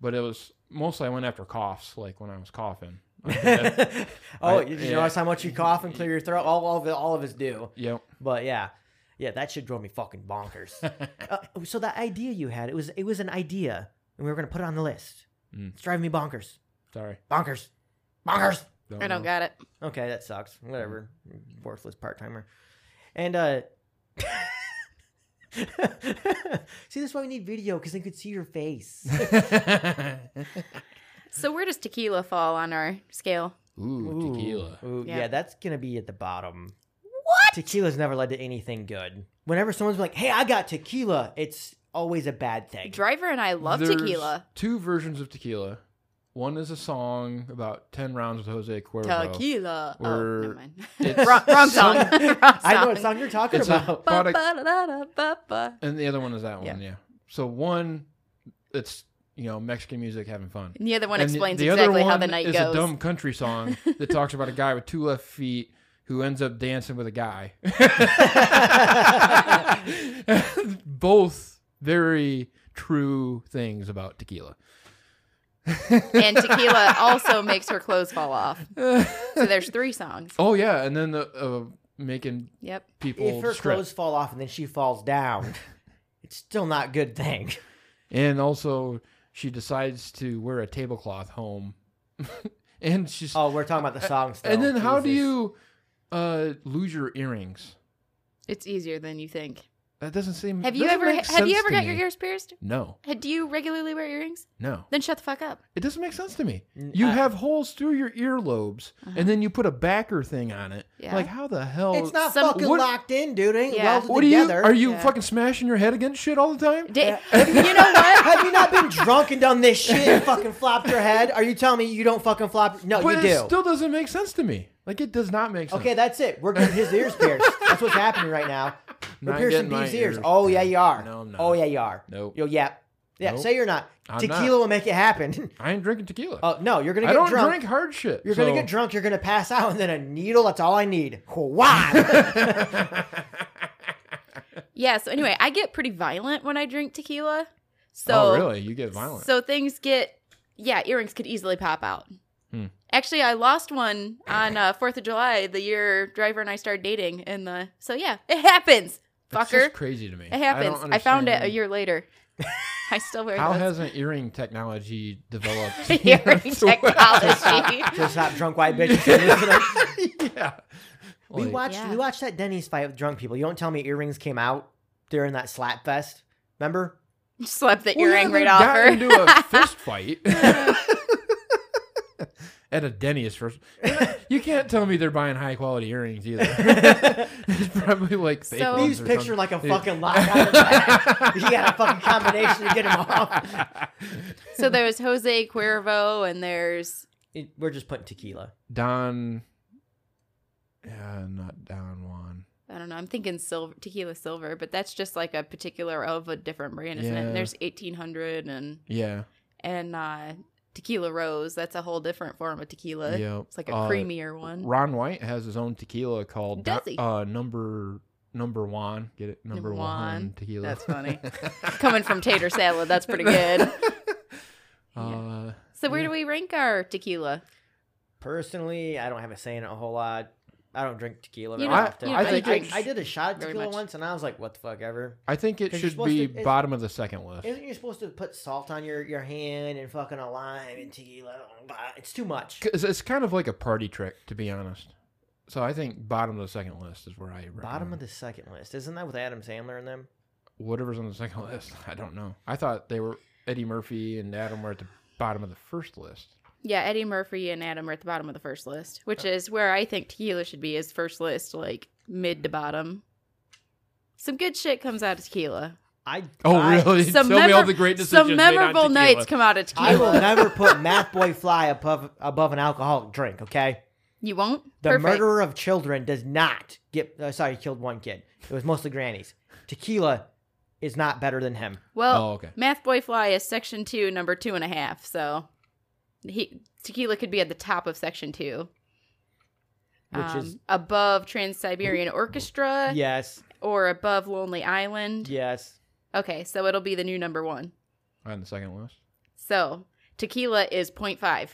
Speaker 1: But it was mostly I went after coughs, like when I was coughing.
Speaker 4: oh,
Speaker 1: I-
Speaker 4: you
Speaker 1: yeah.
Speaker 4: notice how much you cough and clear your throat? All, all of it, all of us do.
Speaker 1: yep.
Speaker 4: But yeah, yeah, that should drove me fucking bonkers. uh, so that idea you had, it was it was an idea, and we were gonna put it on the list.
Speaker 1: Mm.
Speaker 4: It's driving me bonkers,
Speaker 1: Sorry.
Speaker 4: bonkers, bonkers.
Speaker 3: I don't got it.
Speaker 4: Okay, that sucks. Whatever,
Speaker 1: Mm.
Speaker 4: worthless part timer. And uh, see, that's why we need video because they could see your face.
Speaker 3: So where does tequila fall on our scale?
Speaker 1: Ooh, tequila.
Speaker 4: Ooh, yeah.
Speaker 3: Yeah.
Speaker 4: that's gonna be at the bottom.
Speaker 3: What?
Speaker 4: Tequila's never led to anything good. Whenever someone's like, "Hey, I got tequila," it's always a bad thing.
Speaker 3: Driver and I love
Speaker 1: There's
Speaker 3: tequila.
Speaker 1: Two versions of tequila. One is a song about ten rounds with Jose Cuervo.
Speaker 3: Tequila. oh,
Speaker 1: We're-
Speaker 3: never mind.
Speaker 1: It's-
Speaker 3: wrong, wrong song. Wrong
Speaker 4: I know
Speaker 3: song.
Speaker 4: what song you're talking
Speaker 1: It's a-
Speaker 4: about.
Speaker 3: Ba,
Speaker 1: Product-
Speaker 3: ba, da, da, ba, ba.
Speaker 1: and the other one is that
Speaker 3: Yeah.
Speaker 1: one. Yeah. So one, it's you know Mexican music having fun.
Speaker 3: And the other one
Speaker 1: And
Speaker 3: explains exactly how the night
Speaker 1: is
Speaker 3: goes.
Speaker 1: a dumb country song that talks about a guy with two left feet who ends up dancing with a guy. Both very true things about tequila.
Speaker 3: and tequila also makes her clothes fall off. So there's three songs.
Speaker 1: Oh yeah, and then the uh, making
Speaker 3: Yep.
Speaker 1: people
Speaker 4: if her
Speaker 1: strip.
Speaker 4: clothes fall off and then she falls down, it's still not a good thing.
Speaker 1: and also she decides to wear a tablecloth home, and she's
Speaker 4: Oh, we're talking about the song still.
Speaker 1: and then how do
Speaker 4: Jesus.
Speaker 1: you uh, lose your earrings?
Speaker 3: It's easier than you think.
Speaker 1: That doesn't seem.
Speaker 3: Have you
Speaker 1: doesn't
Speaker 3: ever
Speaker 1: make
Speaker 3: have you
Speaker 1: sense
Speaker 3: ever
Speaker 1: to
Speaker 3: got your
Speaker 1: me.
Speaker 3: ears pierced?
Speaker 1: No,
Speaker 3: Had- Do you regularly wear earrings?
Speaker 1: no.
Speaker 3: Then shut the fuck up.
Speaker 1: It doesn't make sense to me. You
Speaker 4: I-
Speaker 1: have holes through your earlobes, and then you put a backer thing on it.
Speaker 3: Uh-huh. Yeah.
Speaker 1: Like how the hell?
Speaker 4: It's not
Speaker 3: Some-
Speaker 4: fucking
Speaker 1: What-
Speaker 4: locked in, dude. It ain't
Speaker 3: Yeah.
Speaker 4: welded
Speaker 1: What do you?
Speaker 4: together.
Speaker 1: Are you
Speaker 3: Yeah.
Speaker 1: fucking smashing your head against shit all the time?
Speaker 3: Da- you know what?
Speaker 4: Have you not been drunk and done this shit and fucking flopped your head? Are you telling me you don't fucking flop? No,
Speaker 1: but
Speaker 4: you
Speaker 1: it
Speaker 4: do.
Speaker 1: still doesn't make sense to me. Like it does not make sense.
Speaker 4: okay, that's it. We're getting his ears pierced. That's what's happening right now. We're
Speaker 1: Not
Speaker 4: piercing
Speaker 1: getting my
Speaker 4: B's ears.
Speaker 1: ears
Speaker 4: Oh yeah,
Speaker 1: pierced.
Speaker 4: you are.
Speaker 1: No, I'm not.
Speaker 4: Oh yeah, you are.
Speaker 1: Nope.
Speaker 4: Yo, yeah, yeah.
Speaker 1: Nope.
Speaker 4: Say you're not.
Speaker 1: I'm
Speaker 4: Tequila
Speaker 1: not.
Speaker 4: will make it happen.
Speaker 1: I ain't drinking tequila.
Speaker 4: Oh no, you're gonna
Speaker 1: I
Speaker 4: get
Speaker 1: don't
Speaker 4: drunk.
Speaker 1: drink hard shit.
Speaker 4: You're gonna
Speaker 1: so-
Speaker 4: get drunk. You're gonna pass out, and then a needle. That's all I need. Why?
Speaker 3: Yeah, so anyway, I get pretty violent when I drink tequila. So
Speaker 1: oh really? You get violent.
Speaker 3: So things get yeah, earrings could easily pop out.
Speaker 1: Hmm.
Speaker 3: Actually, I lost one on uh, Fourth of July the year driver and I started dating, and the so yeah, it happens,
Speaker 1: That's
Speaker 3: fucker.
Speaker 1: just crazy to me.
Speaker 3: It happens.
Speaker 1: don't
Speaker 3: I, found it a
Speaker 1: understand.
Speaker 3: year later. I still wear
Speaker 1: How
Speaker 3: those.
Speaker 1: hasn't earring technology developed?
Speaker 3: earring
Speaker 1: to where-
Speaker 3: technology.
Speaker 4: Just stop drunk white bitches. from listening.
Speaker 1: yeah.
Speaker 4: We
Speaker 1: Like-
Speaker 4: watched
Speaker 3: Yeah.
Speaker 4: we watched that Denny's fight with drunk people. You don't tell me earrings came out during that slap fest. Remember?
Speaker 3: Slept the
Speaker 1: Well,
Speaker 3: earring
Speaker 1: yeah,
Speaker 3: right
Speaker 1: they
Speaker 3: off
Speaker 1: got
Speaker 3: her.
Speaker 1: into a fist fight at a Denny's first. You can't tell me they're buying high quality earrings either. it's probably like fake
Speaker 3: So-
Speaker 1: ones
Speaker 4: These
Speaker 1: or
Speaker 4: picture
Speaker 1: something.
Speaker 4: like a
Speaker 1: Dude,
Speaker 4: fucking lock on the back. You got a fucking combination to get them off.
Speaker 3: so there's Jose Cuervo, and there's
Speaker 4: It- We're just putting tequila.
Speaker 1: Don. Yeah, not Don Juan.
Speaker 3: I don't know. I'm thinking silver tequila silver, but that's just like a particular of a different brand, isn't it?
Speaker 1: Yeah.
Speaker 3: And there's 1800 and
Speaker 1: Yeah,
Speaker 3: and uh, tequila rose. That's a whole different form of tequila.
Speaker 1: Yep.
Speaker 3: It's like a
Speaker 1: Uh,
Speaker 3: creamier one.
Speaker 1: Ron White has his own tequila called
Speaker 3: Does
Speaker 1: Don-
Speaker 3: he?
Speaker 1: uh, Number Number One. Get it? Number,
Speaker 3: Number
Speaker 1: one.
Speaker 3: One.
Speaker 1: tequila.
Speaker 3: That's funny. Coming from tater salad, that's pretty good.
Speaker 1: uh,
Speaker 3: So where do we rank our tequila?
Speaker 4: Personally, I don't have a say in it a whole lot. I don't drink tequila
Speaker 3: You
Speaker 4: very
Speaker 1: don't-
Speaker 4: often.
Speaker 1: you don't I really
Speaker 4: I,
Speaker 1: think-
Speaker 4: I did a shot of
Speaker 3: very
Speaker 4: tequila
Speaker 3: much.
Speaker 4: once and I was like, what the fuck ever.
Speaker 1: I think it
Speaker 4: 'Cause you're
Speaker 1: should
Speaker 4: supposed
Speaker 1: be
Speaker 4: to- it's-
Speaker 1: bottom of the second list.
Speaker 4: Isn't you supposed to put salt on your, your hand and fucking a lime and tequila? It's too much.
Speaker 1: Cause it's kind of like a party trick, to be honest. So I think bottom of the second list is where I recommend.
Speaker 4: Bottom of the second list. Isn't that with Adam Sandler and them?
Speaker 1: whatever's on the second list. I don't know. I thought they were Eddie Murphy and Adam were at the bottom of the first list.
Speaker 3: Yeah, Eddie Murphy and Adam are at the bottom of the first list, which is where I think tequila should be is first list, like mid to bottom. Some good shit comes out of tequila.
Speaker 4: I
Speaker 1: Oh,
Speaker 4: I,
Speaker 1: really?
Speaker 3: Some,
Speaker 1: Tell me all
Speaker 3: memor-
Speaker 1: the great decisions
Speaker 3: some
Speaker 1: made on
Speaker 3: memorable
Speaker 1: tequila.
Speaker 3: nights come out of
Speaker 4: I will
Speaker 3: tequila.
Speaker 4: never put Math Boy Fly above above an alcoholic drink. Okay.
Speaker 3: you won't?
Speaker 4: The
Speaker 3: Perfect.
Speaker 4: murderer of children does not get. Uh, sorry, he killed one kid. It was mostly grannies. Tequila is not better than him.
Speaker 3: Well,
Speaker 1: Oh, okay.
Speaker 3: Math Boy Fly is section two, number two and a half. So he, tequila could be at the top of section two,
Speaker 4: Which
Speaker 3: um,
Speaker 4: is-
Speaker 3: above Trans Siberian Orchestra
Speaker 4: Yes,
Speaker 3: or above Lonely Island.
Speaker 4: yes.
Speaker 3: Okay, so it'll be the new number one.
Speaker 1: On the second list.
Speaker 3: So tequila is 0.5.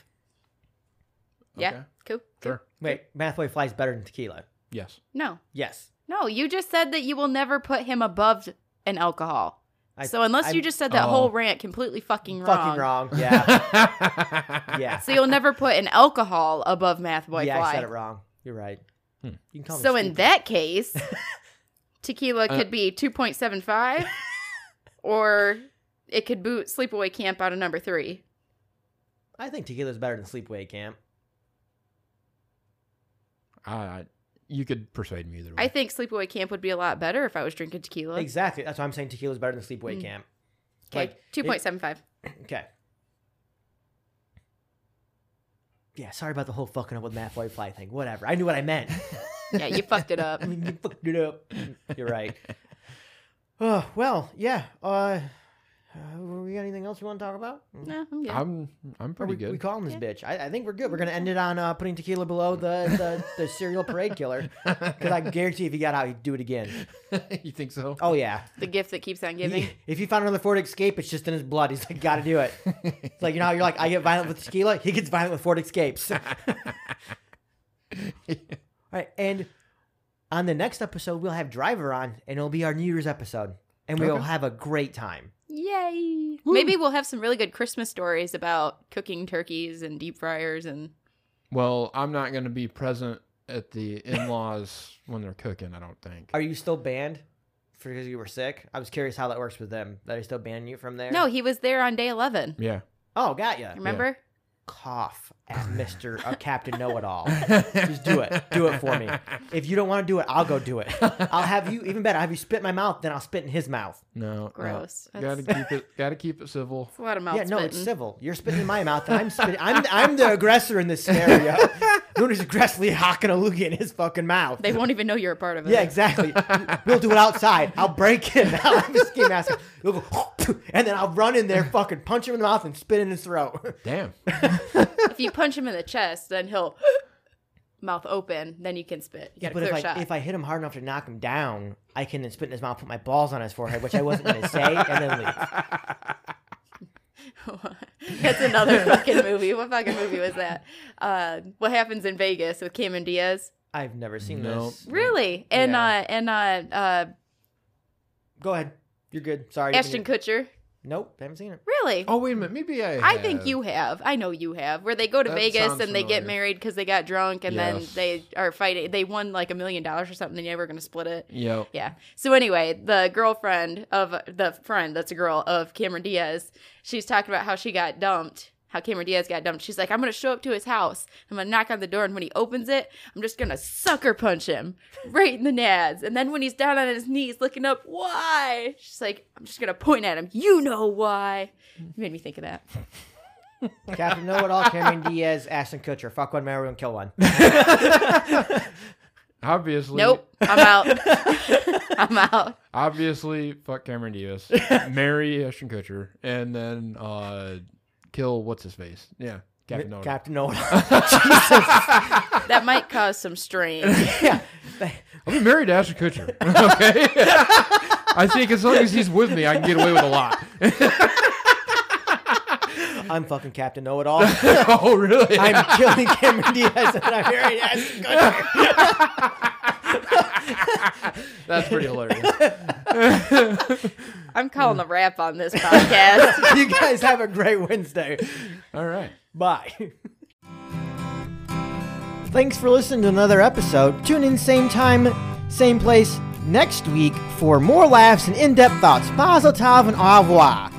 Speaker 3: Yeah,
Speaker 1: Okay.
Speaker 3: cool. cool.
Speaker 1: Sure.
Speaker 4: Wait, Math Boy Fly is better than tequila.
Speaker 1: Yes.
Speaker 3: No,
Speaker 4: Yes.
Speaker 3: no, you just said that you will never put him above an alcohol.
Speaker 4: I-
Speaker 3: so unless
Speaker 4: I-
Speaker 3: you just said that
Speaker 1: Oh.
Speaker 3: whole rant completely fucking wrong.
Speaker 4: Fucking wrong. Yeah.
Speaker 1: yeah.
Speaker 4: yeah.
Speaker 3: So you'll never put an alcohol above Math Boy
Speaker 4: yeah,
Speaker 3: Fly.
Speaker 4: I said it wrong. You're right.
Speaker 1: Hmm.
Speaker 4: You can call me
Speaker 3: So in
Speaker 4: stupid.
Speaker 3: that case, tequila could be 2.75 or it could boot Sleepaway Camp out of number 3.
Speaker 4: I think tequila's better than Sleepaway Camp.
Speaker 1: Uh, you could persuade me either way.
Speaker 3: I think Sleepaway Camp would be a lot better if I was drinking tequila.
Speaker 4: Exactly. That's why I'm saying tequila's better than Sleepaway
Speaker 3: Mm.
Speaker 4: Camp.
Speaker 3: Okay, 2.75.
Speaker 4: Okay. Yeah, sorry about the whole fucking up with Matt White Fly thing. Whatever. I knew what I meant.
Speaker 3: yeah, you fucked it up.
Speaker 4: I mean, you fucked it up. You're right. Oh, well, yeah. Uh, uh, we got anything else we want to talk about?
Speaker 3: No, I'm good.
Speaker 1: I'm I'm
Speaker 4: Are
Speaker 1: pretty
Speaker 4: we,
Speaker 1: good.
Speaker 4: we calling this
Speaker 3: Yeah. Mm-hmm.
Speaker 4: bitch. I, I think we're good. We're gonna end it on uh, putting tequila below the, the, the serial parade killer because I guarantee if he got out, he'd do it again.
Speaker 1: you think so?
Speaker 4: Oh yeah.
Speaker 3: the gift that keeps on giving.
Speaker 4: He, if he found another Ford Escape, it's just in his blood. He's like, gotta do it. Oh. It's like you know, how you're like, I get violent with tequila. He gets violent with Ford Escapes. All right, and on the next episode, we'll have Driver on, and it'll be our New Year's episode, and we'll
Speaker 1: Okay.
Speaker 4: have a great time.
Speaker 3: Yay! Maybe we'll have some really good Christmas stories about cooking turkeys and deep fryers and
Speaker 1: Well, I'm not going to be present at the in-laws when they're cooking. I don't think.
Speaker 4: Are you still banned? For because you were sick, I was curious how that works with them. Are they still banning you from there?
Speaker 3: No, he was there on day 11.
Speaker 1: yeah.
Speaker 4: Oh, got ya.
Speaker 3: Remember?
Speaker 4: Cough at Mister uh, Captain Know It All. Just do it. Do it for me. If you don't want to do it, I'll go do it. I'll have you even better. I'll have you spit in my mouth, then I'll spit in his mouth.
Speaker 1: No.
Speaker 3: Gross.
Speaker 1: No. Got
Speaker 3: That's-
Speaker 1: to keep it. Got to keep it civil.
Speaker 3: It's a lot of mouth
Speaker 4: yeah, no, it's
Speaker 3: spitting.
Speaker 4: civil. You're spitting in my mouth, and I'm spitting. I'm I'm the aggressor in this scenario. no one is aggressively hocking a loogie in his fucking mouth.
Speaker 3: They won't even know you're a part of it.
Speaker 4: yeah, exactly. we'll do it outside. I'll break in. I'll have a ski mask. You'll go, and then I'll run in there, fucking punch him in the mouth, and spit in his throat.
Speaker 1: Damn.
Speaker 3: If you punch him in the chest, then he'll mouth open. Then you can spit. You got a
Speaker 4: but if
Speaker 3: clear
Speaker 4: I
Speaker 3: shot.
Speaker 4: if I hit him hard enough to knock him down, I can then spit in his mouth, put my balls on his forehead, which I wasn't going to say, and then leave.
Speaker 3: That's another fucking movie. What fucking movie was that? Uh, what happens in Vegas with Cameron Diaz?
Speaker 4: I've never seen
Speaker 1: Nope.
Speaker 4: this.
Speaker 3: Really? And
Speaker 4: Yeah.
Speaker 3: uh, and uh, uh,
Speaker 4: Go ahead. You're good. Sorry. you
Speaker 3: Ashton
Speaker 4: can-
Speaker 3: Kutcher.
Speaker 4: Nope, haven't seen it.
Speaker 3: Really?
Speaker 1: Oh wait a minute. Maybe I.
Speaker 3: I think
Speaker 1: have.
Speaker 3: you have. I know you have. Where they go to
Speaker 1: That
Speaker 3: Vegas and
Speaker 1: sounds
Speaker 3: they get
Speaker 1: familiar.
Speaker 3: married because they got drunk and then
Speaker 1: Yes.
Speaker 3: they are fighting. They won like a million dollars or something. and They were going to split it.
Speaker 1: Yep.
Speaker 3: Yeah. So anyway, the girlfriend of the friend that's a girl of Cameron Diaz, she's talking about how she got dumped. How Cameron Diaz got dumped. She's like, I'm gonna show up to his house. I'm gonna knock on the door, and when he opens it, I'm just gonna sucker punch him right in the nads. And then when he's down on his knees looking up, why? She's like, I'm just gonna point at him. You know why? You made me think of that.
Speaker 4: Captain Know It All, Cameron Diaz, Ashton Kutcher. Fuck one, marry one, kill one.
Speaker 1: Obviously.
Speaker 3: Nope. I'm out. I'm out.
Speaker 1: Obviously, fuck Cameron Diaz, marry Ashton Kutcher, and then uh, kill what's his face. Yeah, Captain Nolan.
Speaker 4: Captain Know It All.
Speaker 3: That might cause some strain.
Speaker 4: yeah.
Speaker 1: I'll be married to Ashton Kutcher. Okay. I think as long as he's with me, I can get away with a lot.
Speaker 4: I'm fucking Captain Know It All.
Speaker 1: oh, really?
Speaker 4: I'm killing Cameron Diaz and I'm marrying Ashton Kutcher.
Speaker 1: That's pretty hilarious.
Speaker 3: I'm calling a wrap on this podcast.
Speaker 4: You guys have a great Wednesday.
Speaker 1: All right.
Speaker 4: Bye. Thanks for listening to another episode. Tune in same time, same place next week for more laughs and in-depth thoughts. Mazel tov and au revoir.